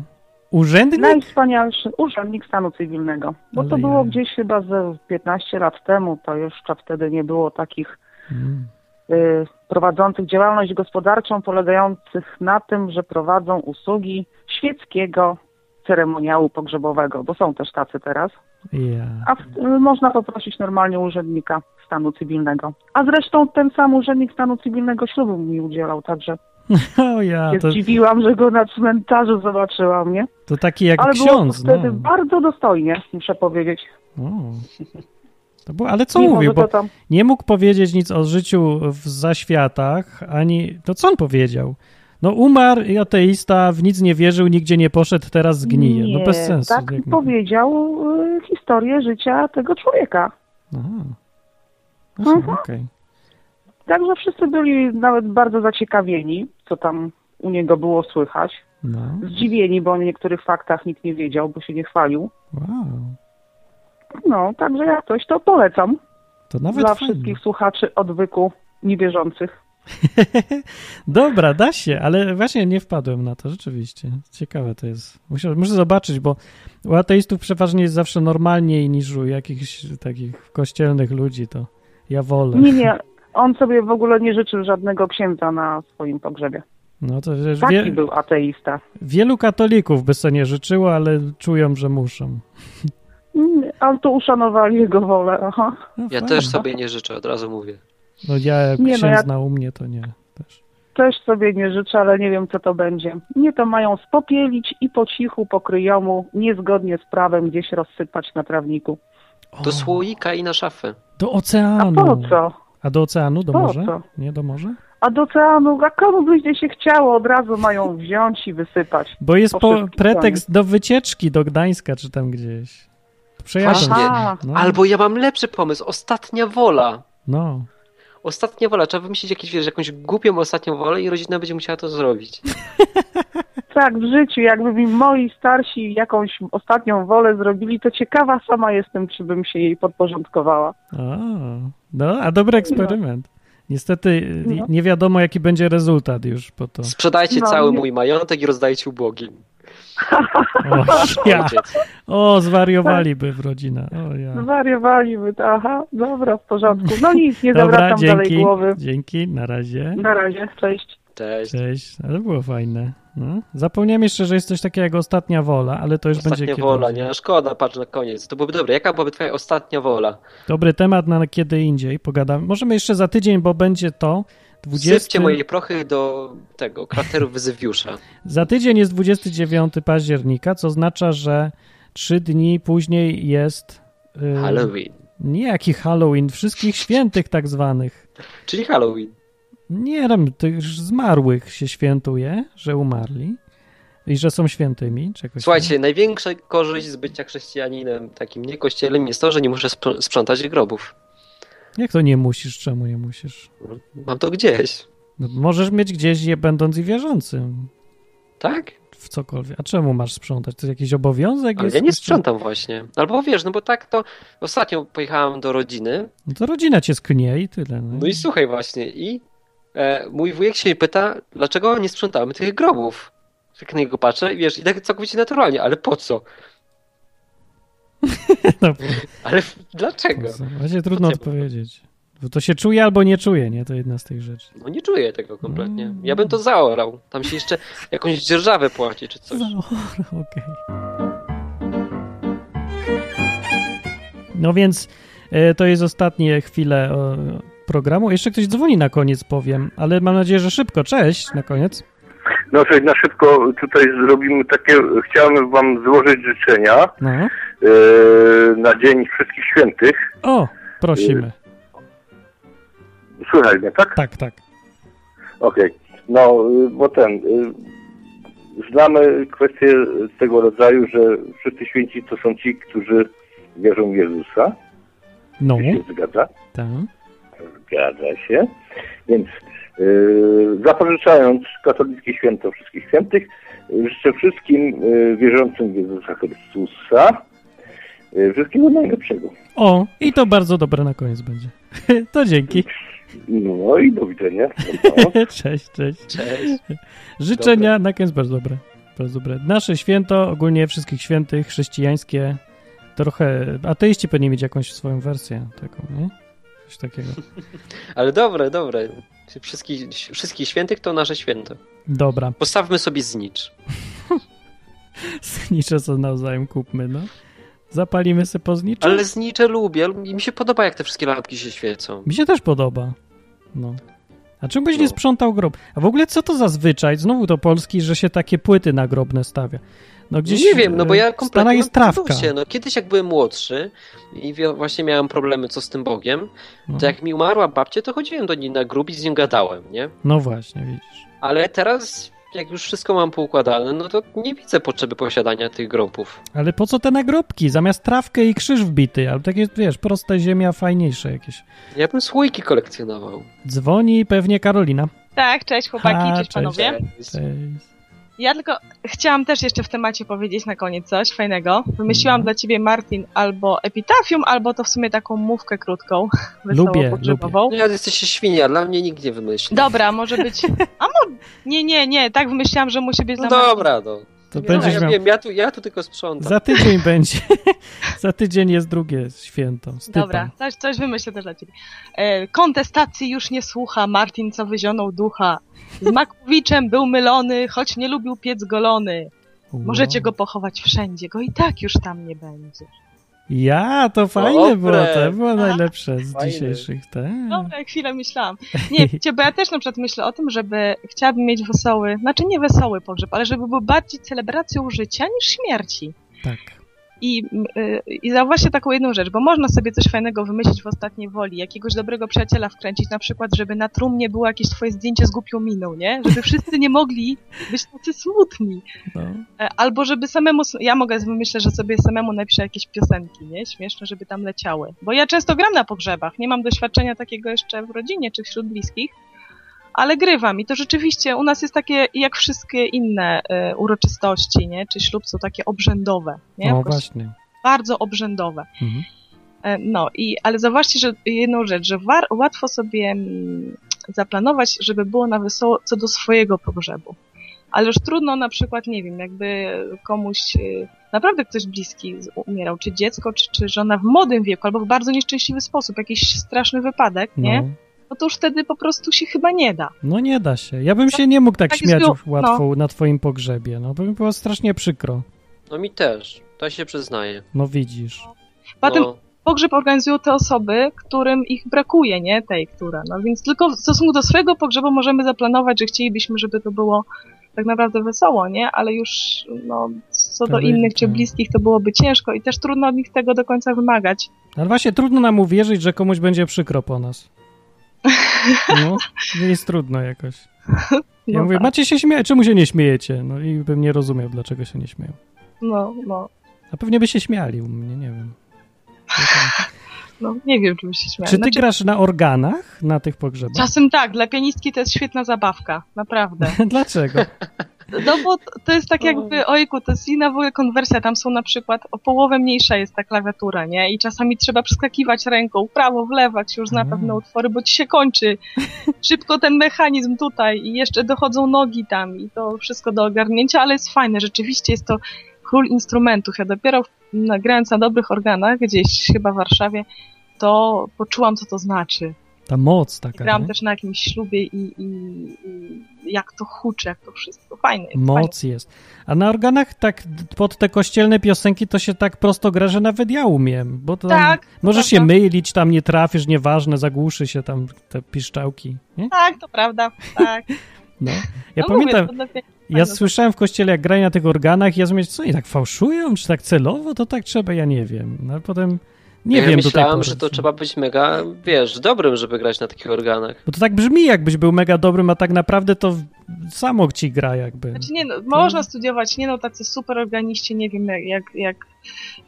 Speaker 1: Urzędnik?
Speaker 21: Najwspanialszy urzędnik stanu cywilnego. Bo to
Speaker 1: Ale
Speaker 21: było gdzieś chyba ze 15 lat temu, to jeszcze wtedy nie było takich
Speaker 1: Mhm.
Speaker 21: y, prowadzących działalność gospodarczą polegających na tym, że prowadzą usługi świeckiego ceremoniału pogrzebowego, bo są też tacy teraz.
Speaker 1: Ja.
Speaker 21: A w, y, można poprosić normalnie urzędnika stanu cywilnego. A zresztą ten sam urzędnik stanu cywilnego ślubu mi udzielał, także
Speaker 1: O ja,
Speaker 21: się
Speaker 1: to,
Speaker 21: zdziwiłam, że go na cmentarzu zobaczyłam, nie?
Speaker 1: to taki jak
Speaker 21: Ale
Speaker 1: ksiądz.
Speaker 21: było to wtedy
Speaker 1: No.
Speaker 21: bardzo dostojnie, muszę powiedzieć.
Speaker 1: O. To było, ale co
Speaker 21: Mimo,
Speaker 1: mówił?
Speaker 21: że to
Speaker 1: Bo
Speaker 21: tam-
Speaker 1: nie mógł powiedzieć nic o życiu w zaświatach, ani. To co on powiedział? No umarł i ateista, w nic nie wierzył, nigdzie nie poszedł, teraz zgnije.
Speaker 21: Nie,
Speaker 1: no bez sensu.
Speaker 21: Tak
Speaker 1: jak-
Speaker 21: powiedział y, historię życia tego człowieka.
Speaker 1: Aha.
Speaker 21: Mhm.
Speaker 1: Okej.
Speaker 21: Także wszyscy byli nawet bardzo zaciekawieni, co tam u niego było słychać.
Speaker 1: No.
Speaker 21: Zdziwieni, bo o niektórych faktach nikt nie wiedział, bo się nie chwalił.
Speaker 1: Wow.
Speaker 21: No, także ja coś to polecam
Speaker 1: To nawet
Speaker 21: dla
Speaker 1: fajnie.
Speaker 21: wszystkich słuchaczy odwyku niewierzących.
Speaker 1: Dobra, da się, ale właśnie nie wpadłem na to, rzeczywiście. Ciekawe to jest. Muszę, muszę zobaczyć, bo u ateistów przeważnie jest zawsze normalniej niż u jakichś takich kościelnych ludzi, to ja wolę.
Speaker 21: Nie, nie, on sobie w ogóle nie życzył żadnego księdza na swoim pogrzebie.
Speaker 1: No to wiesz,
Speaker 21: Taki
Speaker 1: wie,
Speaker 21: był ateista.
Speaker 1: wielu katolików by sobie nie życzyło, ale czują, że muszą.
Speaker 21: Mm, Ale to uszanowali jego wolę. Aha.
Speaker 2: Ja też sobie nie życzę, od razu mówię.
Speaker 1: No ja jak
Speaker 21: Nie, no ja-
Speaker 1: księżna u mnie to nie.
Speaker 21: Też sobie nie życzę, ale nie wiem, co to będzie. Nie to mają spopielić i po cichu, po kryjomu, niezgodnie z prawem gdzieś rozsypać na trawniku.
Speaker 2: Do słoika i na szafę.
Speaker 1: Do oceanu.
Speaker 21: A po co?
Speaker 1: A do oceanu, do
Speaker 21: Po
Speaker 1: morza?
Speaker 21: co?
Speaker 1: Nie do morza?
Speaker 21: A do oceanu, a komu byście się chciało, od razu mają wziąć i wysypać.
Speaker 1: Bo jest po
Speaker 21: wszystkich
Speaker 1: pretekst do wycieczki do Gdańska czy tam gdzieś. To No. Przejadę.
Speaker 2: Właśnie. Albo ja mam lepszy pomysł. Ostatnia wola.
Speaker 1: No.
Speaker 2: Ostatnia wola. Trzeba wymyślić jakieś, wiesz, jakąś głupią ostatnią wolę i rodzina będzie musiała to zrobić.
Speaker 21: koniec. Tak, w życiu, jakby mi moi starsi jakąś ostatnią wolę zrobili, to ciekawa sama jestem, czy bym się jej podporządkowała.
Speaker 1: A, no, a dobry eksperyment. Niestety y,
Speaker 21: No.
Speaker 1: nie wiadomo, jaki będzie rezultat już po to.
Speaker 2: Sprzedajcie
Speaker 21: No,
Speaker 2: cały
Speaker 21: nie-
Speaker 2: mój majątek i rozdajcie ubogim.
Speaker 21: No.
Speaker 1: O, ja.
Speaker 2: Ojciec.
Speaker 1: o zwariowaliby w rodzina. O,
Speaker 21: No,
Speaker 1: ja.
Speaker 21: Zwariowaliby to, aha, dobra, w porządku. No nic, nie
Speaker 1: Dobra,
Speaker 21: zawracam
Speaker 1: dzięki.
Speaker 21: dalej głowy.
Speaker 1: Dzięki, na razie.
Speaker 21: Na razie, cześć.
Speaker 2: Cześć.
Speaker 1: Cześć, ale było fajne. No. Zapomniałem jeszcze, że jest coś takiego jak ostatnia wola, ale to już
Speaker 2: Ostatnia
Speaker 1: będzie kiedy.
Speaker 2: wola, nie? No Szkoda, patrz na koniec. To byłoby dobre. Jaka byłaby twoja ostatnia wola?
Speaker 1: Dobry temat na kiedy indziej, pogadamy. Możemy jeszcze za tydzień, bo będzie to 20...
Speaker 2: Sypcie moje prochy do tego, krateru Wyzywiusza.
Speaker 1: Za tydzień jest 29 października, co oznacza, że trzy dni później jest. y,
Speaker 2: Halloween.
Speaker 1: Nie jaki Halloween, wszystkich świętych tak zwanych.
Speaker 2: Czyli Halloween.
Speaker 1: Nie wiem, tych zmarłych się świętuje, że umarli i że są świętymi. czy jakoś
Speaker 2: Słuchajcie, największa korzyść z bycia chrześcijaninem, takim niekościelem, jest to, że nie muszę spr- sprzątać grobów.
Speaker 1: tak. Jak to nie musisz, czemu nie musisz?
Speaker 2: Mam to gdzieś.
Speaker 1: No, możesz mieć gdzieś je będąc i wierzącym.
Speaker 2: Tak?
Speaker 1: W cokolwiek. A czemu masz sprzątać? To jakiś obowiązek?
Speaker 2: Ale
Speaker 1: Tak jest?
Speaker 2: ja nie sprzątam właśnie. Albo wiesz, no bo tak to ostatnio pojechałem do rodziny,
Speaker 1: No to rodzina cię sknie i tyle. No.
Speaker 2: no i słuchaj właśnie, i e, mój wujek się mnie pyta, dlaczego nie sprzątamy tych grobów. Tak na niego patrzę i wiesz, i tak całkowicie naturalnie, ale po co?
Speaker 1: No.
Speaker 2: Ale f- dlaczego?
Speaker 1: Właśnie trudno odpowiedzieć. Bo to się czuje albo nie czuje, nie? To jedna z tych rzeczy.
Speaker 2: No nie czuję tego kompletnie. Ja bym to zaorał. Tam się jeszcze jakąś dzierżawę płaci czy coś.
Speaker 1: Okej. No więc e, to jest ostatnie chwile e, programu. Jeszcze ktoś dzwoni na koniec, powiem, ale mam nadzieję, że szybko. Cześć na koniec.
Speaker 3: No słuchaj, na szybko tutaj zrobimy takie, chciałem wam złożyć życzenia
Speaker 1: No.
Speaker 3: e, na Dzień Wszystkich Świętych.
Speaker 1: O, prosimy.
Speaker 3: Słychać mnie, tak?
Speaker 1: Tak, tak.
Speaker 3: Okej. No, y, bo ten... y, Znamy kwestię tego rodzaju, że wszyscy święci to są ci, którzy wierzą w Jezusa.
Speaker 1: No,
Speaker 3: Zgadza?
Speaker 1: tak.
Speaker 3: Zgadza się. Więc yy, zapożyczając katolickie święto wszystkich świętych, yy, życzę wszystkim yy, wierzącym w Jezusa Chrystusa yy, wszystkiego najlepszego.
Speaker 1: O, i to bardzo dobre na koniec będzie. To dzięki.
Speaker 3: No i do widzenia.
Speaker 1: Cześć, cześć. Życzenia na koniec bardzo dobre. Bardzo dobre. Nasze święto, ogólnie wszystkich świętych, chrześcijańskie, trochę... Ateiści powinni mieć jakąś swoją wersję taką, nie? Coś takiego.
Speaker 2: Ale dobre, dobre. Wszystkich, wszystkich świętych to nasze święto.
Speaker 1: Dobra.
Speaker 2: Postawmy sobie znicz.
Speaker 1: Znicze co nawzajem kupmy, no. Zapalimy sobie po zniczu.
Speaker 2: Ale znicze lubię i mi się podoba, jak te wszystkie lampki się świecą.
Speaker 1: Mi się też podoba. No. A czemu byś nie
Speaker 2: No.
Speaker 1: sprzątał grob? A w ogóle co to za zwyczaj? Znowu to polski, że się takie płyty nagrobne stawia. No gdzieś
Speaker 2: nie wiem, no bo ja
Speaker 1: w Stanach
Speaker 2: kompletnie
Speaker 1: jest
Speaker 2: mam
Speaker 1: trawka.
Speaker 2: poczucie. no, kiedyś jak byłem młodszy i wio- właśnie miałem problemy co z tym Bogiem,
Speaker 1: No.
Speaker 2: to jak mi umarła babcia, to chodziłem do niej na grób i z nią gadałem, nie?
Speaker 1: No właśnie, widzisz.
Speaker 2: Ale teraz, jak już wszystko mam poukładane, no to nie widzę potrzeby posiadania tych grobów.
Speaker 1: Ale po co te nagrobki? Zamiast trawkę i krzyż wbity, albo takie, wiesz, proste ziemia, fajniejsze jakieś.
Speaker 2: Ja bym słoiki kolekcjonował.
Speaker 1: Dzwoni pewnie Karolina.
Speaker 22: Tak, cześć chłopaki,
Speaker 1: A,
Speaker 22: cześć panowie.
Speaker 1: Cześć.
Speaker 22: Ja tylko chciałam też jeszcze w temacie powiedzieć na koniec coś fajnego. Wymyśliłam dla ciebie, Martin, albo epitafium, albo to w sumie taką mówkę krótką,
Speaker 2: lubię,
Speaker 22: wesoło
Speaker 2: No Ja jesteście świnia, dla mnie nikt nie wymyśli.
Speaker 22: Dobra, może być... A mo... Nie, nie, nie, tak wymyśliłam, że musi być
Speaker 2: No
Speaker 22: dla Martina.
Speaker 2: dobra, no.
Speaker 1: To
Speaker 2: Ja
Speaker 1: będziesz
Speaker 2: ja
Speaker 1: miał-
Speaker 2: wiem, ja tu, ja tu tylko sprzątam.
Speaker 1: Za tydzień będzie. Za tydzień jest drugie święto. Stypa.
Speaker 22: Dobra, coś, coś wymyślę też dla ciebie. E, kontestacji już nie słucha, Martin co wyzionął ducha. Z Makowiczem był mylony, choć nie lubił piec golony. Możecie go pochować wszędzie, go i tak już tam nie będzie.
Speaker 1: Ja, to fajne
Speaker 22: Dobre.
Speaker 1: było, to było najlepsze z
Speaker 22: Fajne.
Speaker 1: dzisiejszych. tak? Te.
Speaker 22: Dobra, chwilę myślałam. Nie, wiecie, bo ja też na przykład myślę o tym, żeby chciałabym mieć wesoły, znaczy nie wesoły pogrzeb, ale żeby był bardziej celebracją życia niż śmierci.
Speaker 1: Tak.
Speaker 22: I, m, y, I zauważcie taką jedną rzecz, bo można sobie coś fajnego wymyślić w ostatniej woli, jakiegoś dobrego przyjaciela wkręcić, na przykład, żeby na trumnie było jakieś twoje zdjęcie z głupią miną, nie? Żeby wszyscy nie mogli być tacy smutni. E, Albo żeby samemu, s- ja mogę, myślę, że sobie samemu napiszę jakieś piosenki, nie? Śmieszne, żeby tam leciały. Bo ja często gram na pogrzebach, nie mam doświadczenia takiego jeszcze w rodzinie czy wśród bliskich, ale grywam i to rzeczywiście u nas jest takie, jak wszystkie inne e, uroczystości, nie? Czy ślub są takie obrzędowe, nie?
Speaker 1: No
Speaker 22: Po prostu
Speaker 1: właśnie.
Speaker 22: Bardzo obrzędowe.
Speaker 1: Mhm.
Speaker 22: E, No i, ale zauważcie, że jedną rzecz, że war, łatwo sobie mm, zaplanować, żeby było na wesoło co do swojego pogrzebu. Ale już trudno na przykład, nie wiem, jakby komuś e, naprawdę ktoś bliski z- umierał, czy dziecko, czy, czy żona w młodym wieku, albo w bardzo nieszczęśliwy sposób, jakiś straszny wypadek, nie?
Speaker 1: No.
Speaker 22: No, to już wtedy po prostu się chyba nie da.
Speaker 1: No nie da się. Ja bym się nie mógł tak
Speaker 22: Tak
Speaker 1: śmiać
Speaker 22: jest, no.
Speaker 1: łatwo na twoim pogrzebie. No bo mi było strasznie przykro.
Speaker 2: No mi też, to się przyznaję.
Speaker 1: No widzisz.
Speaker 22: Poza tym
Speaker 2: No.
Speaker 22: pogrzeb organizują te osoby, którym ich brakuje, nie tej, która. No więc tylko w stosunku do swojego pogrzebu możemy zaplanować, że chcielibyśmy, żeby to było tak naprawdę wesoło, nie? Ale już no, co do
Speaker 1: To wie-
Speaker 22: innych czy bliskich to byłoby ciężko i też trudno od nich tego do końca wymagać.
Speaker 1: No Ale właśnie trudno nam uwierzyć, że komuś będzie przykro po nas. No, jest trudno jakoś. Ja
Speaker 22: No
Speaker 1: mówię,
Speaker 22: tak.
Speaker 1: macie się śmiać, czemu się nie śmiejecie? No i bym nie rozumiał, dlaczego się nie śmieją.
Speaker 22: No, no,
Speaker 1: A pewnie by się śmiali u mnie, nie wiem.
Speaker 22: no nie wiem, czy by się śmiała.
Speaker 1: Czy ty grasz na organach na tych pogrzebach?
Speaker 22: Czasem tak, dla pianistki to jest świetna zabawka, naprawdę.
Speaker 1: Dlaczego?
Speaker 22: No bo t- to jest tak jakby, ojku, to jest inna w ogóle konwersja, tam są na przykład, o połowę mniejsza jest ta klawiatura, nie? I czasami trzeba przeskakiwać ręką w prawo, w lewo, jak się już zna
Speaker 1: Mm.
Speaker 22: pewne utwory, bo ci się kończy szybko ten mechanizm tutaj i jeszcze dochodzą nogi tam i to wszystko do ogarnięcia, ale jest fajne, rzeczywiście jest to król instrumentów. Ja dopiero no, grając na dobrych organach, gdzieś chyba w Warszawie, to poczułam, co to znaczy.
Speaker 1: Ta moc
Speaker 22: I Grałam
Speaker 1: taka, nie?
Speaker 22: też na jakimś ślubie i, i, i jak to huczy, jak to wszystko. Fajne jest. fajne.
Speaker 1: Moc jest. A na organach tak d- pod te kościelne piosenki to się tak prosto gra, że nawet ja umiem. Bo to tam
Speaker 22: Tak, to
Speaker 1: możesz się
Speaker 22: prawda.
Speaker 1: mylić, tam nie trafisz, nieważne, zagłuszy się tam te piszczałki. Nie?
Speaker 22: Tak, to prawda, tak.
Speaker 1: No. Ja
Speaker 22: No mówię,
Speaker 1: pamiętam,
Speaker 22: to dla pia-
Speaker 1: Ja słyszałem w kościele, jak grali na tych organach i ja zrozumiałem, co oni tak fałszują, czy tak celowo, to tak trzeba, ja nie wiem. No a potem, nie
Speaker 2: ja
Speaker 1: wiem tak- do tej
Speaker 2: myślałem,
Speaker 1: pory.
Speaker 2: że to trzeba być mega, wiesz, dobrym, żeby grać na takich organach.
Speaker 1: Bo to tak brzmi, jakbyś był mega dobrym, a tak naprawdę to w- samo ci gra jakby.
Speaker 22: Znaczy nie, no, można studiować, nie no, tacy super organiści, nie wiem, jak, jak, jak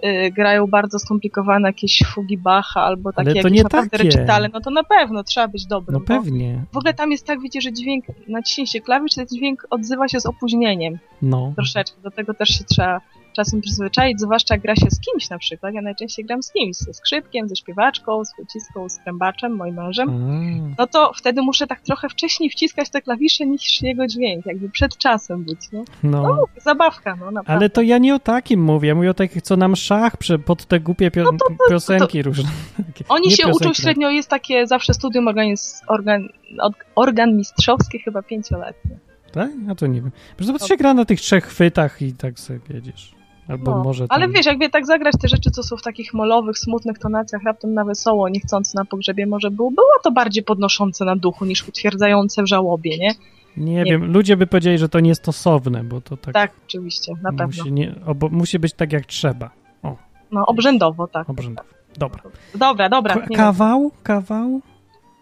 Speaker 22: y, grają bardzo skomplikowane jakieś fugi Bacha albo takie
Speaker 1: Ale to
Speaker 22: jakieś
Speaker 1: nie
Speaker 22: naprawdę
Speaker 1: takie.
Speaker 22: recitale, no to na pewno trzeba być dobrym.
Speaker 1: No
Speaker 22: bo
Speaker 1: pewnie,
Speaker 22: W ogóle tam jest tak, wiecie, że dźwięk, naciśnie się klawisz, ten dźwięk odzywa się z opóźnieniem
Speaker 1: no.
Speaker 22: troszeczkę, do tego też się trzeba czasem przyzwyczaić, zwłaszcza jak gra się z kimś na przykład. Ja najczęściej gram z kimś, ze skrzypkiem, ze śpiewaczką, z wyciską, z trębaczem, moim mężem
Speaker 1: Mm.
Speaker 22: no to wtedy muszę tak trochę wcześniej wciskać te klawisze niż jego dźwięk, jakby przed czasem być, nie?
Speaker 1: No.
Speaker 22: No, zabawka, no naprawdę.
Speaker 1: Ale to ja nie o takim mówię, ja mówię o takich, co nam szach prze- pod te głupie
Speaker 22: No
Speaker 1: pio- piosenki różne. Takie-
Speaker 22: Oni
Speaker 1: nie
Speaker 22: się uczą
Speaker 1: piosenki, no.
Speaker 22: średnio, jest takie zawsze studium organ, organ, od- organ mistrzowski, chyba pięcioletnie.
Speaker 1: Tak? Ja to nie wiem. Po prostu się gra na tych trzech chwytach i tak sobie jedziesz. Albo
Speaker 22: No.
Speaker 1: może
Speaker 22: Ale
Speaker 1: tam-
Speaker 22: wiesz, jakby tak zagrać te rzeczy, co są w takich molowych, smutnych tonacjach, raptem na wesoło, niechcący na pogrzebie, może było, było to bardziej podnoszące na duchu niż utwierdzające w żałobie, nie?
Speaker 1: Nie, wiem, ludzie by powiedzieli, że to niestosowne, bo to tak,
Speaker 22: Tak, oczywiście, na pewno.
Speaker 1: musi, nie, obo, musi być tak jak trzeba. O,
Speaker 22: No, obrzędowo, tak.
Speaker 1: obrzędowo. Dobra.
Speaker 22: Dobra, dobra.
Speaker 1: K-
Speaker 22: nie wiem.
Speaker 1: kawał? Kawał?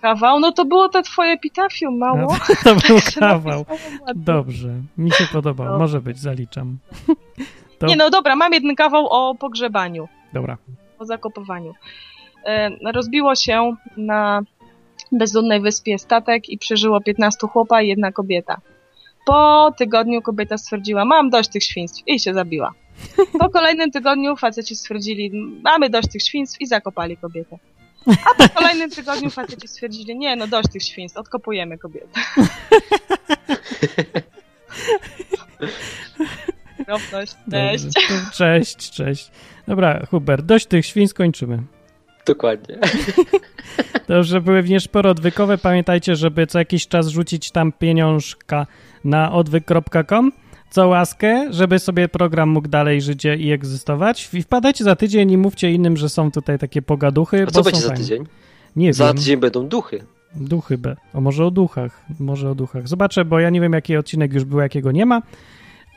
Speaker 22: Kawał, no to było to twoje epitafium, mało.
Speaker 1: A, No, To
Speaker 22: tak,
Speaker 1: był kawał.
Speaker 22: ładnie.
Speaker 1: Dobrze, mi się podobał.
Speaker 22: No.
Speaker 1: Może być, zaliczam. To-
Speaker 22: Nie no, dobra, mam jeden kawał o pogrzebaniu,
Speaker 1: Dobra.
Speaker 22: o zakopowaniu. E, rozbiło się na bezludnej wyspie statek i przeżyło 15 chłopa i jedna kobieta. Po tygodniu kobieta stwierdziła, mam dość tych świństw i się zabiła. Po kolejnym tygodniu faceci stwierdzili, mamy dość tych świństw i zakopali kobietę. A po kolejnym tygodniu faceci stwierdzili, nie no dość tych świństw, odkopujemy kobietę. Drobność, cześć.
Speaker 1: Dobrze. To- Cześć, cześć. Dobra, Hubert, dość tych świń, skończymy.
Speaker 2: Dokładnie.
Speaker 1: Dobrze, były również pory odwykowe. Pamiętajcie, żeby co jakiś czas rzucić tam pieniążka na odwyk.com. Co łaskę, żeby sobie program mógł dalej żyć i egzystować. I wpadajcie za tydzień i mówcie innym, że są tutaj takie pogaduchy.
Speaker 2: A co
Speaker 1: bo
Speaker 2: będzie
Speaker 1: są
Speaker 2: za
Speaker 1: fajne.
Speaker 2: tydzień?
Speaker 1: Nie
Speaker 2: za
Speaker 1: wiem.
Speaker 2: tydzień będą duchy.
Speaker 1: Duchy B. O, może o duchach. Może o duchach. Zobaczę, bo ja nie wiem, jaki odcinek już był, jakiego nie ma.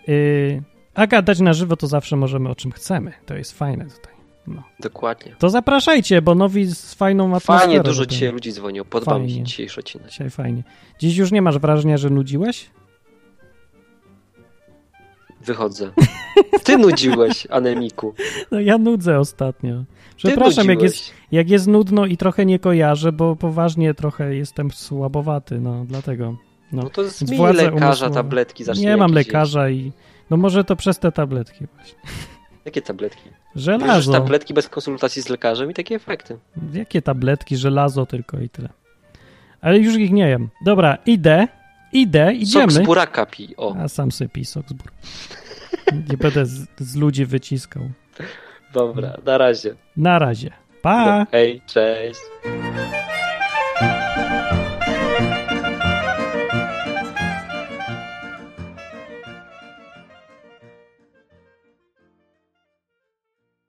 Speaker 1: Yy, a gadać na żywo to zawsze możemy o czym chcemy. To jest fajne tutaj.
Speaker 2: Dokładnie.
Speaker 1: To zapraszajcie, bo nowi z fajną atmosferą.
Speaker 2: Fajnie, dużo
Speaker 1: robią.
Speaker 2: dzisiaj ludzi dzwoniło. Podoba mi się
Speaker 1: Fajnie.
Speaker 2: dzisiejszy odcinek.
Speaker 1: Dzisiaj fajnie. Dziś już nie masz wrażenia, że nudziłeś?
Speaker 2: Wychodzę. Ty nudziłeś, Anemiku.
Speaker 1: No ja nudzę ostatnio. Przepraszam, jak
Speaker 2: nudziłeś.
Speaker 1: jest, jak jest nudno i trochę nie kojarzę, bo poważnie trochę jestem słabowaty, no dlatego. No,
Speaker 2: to zmień
Speaker 1: władza
Speaker 2: lekarza,
Speaker 1: umysłowa.
Speaker 2: tabletki zacznij
Speaker 1: Nie mam
Speaker 2: jakieś
Speaker 1: lekarza i... No może to przez te tabletki właśnie.
Speaker 2: Jakie tabletki?
Speaker 1: Żelazo.
Speaker 2: Bierzesz tabletki bez konsultacji z lekarzem i takie efekty.
Speaker 1: Jakie tabletki? Żelazo tylko i tyle. Ale już ich nie jem. Dobra, idę. Idę, idziemy.
Speaker 2: z buraka pij, o.
Speaker 1: A sam sobie pij sok z buraka. Nie będę z, z ludzi wyciskał.
Speaker 2: Dobra, na razie.
Speaker 1: Na razie. Pa!
Speaker 2: Hej, cześć.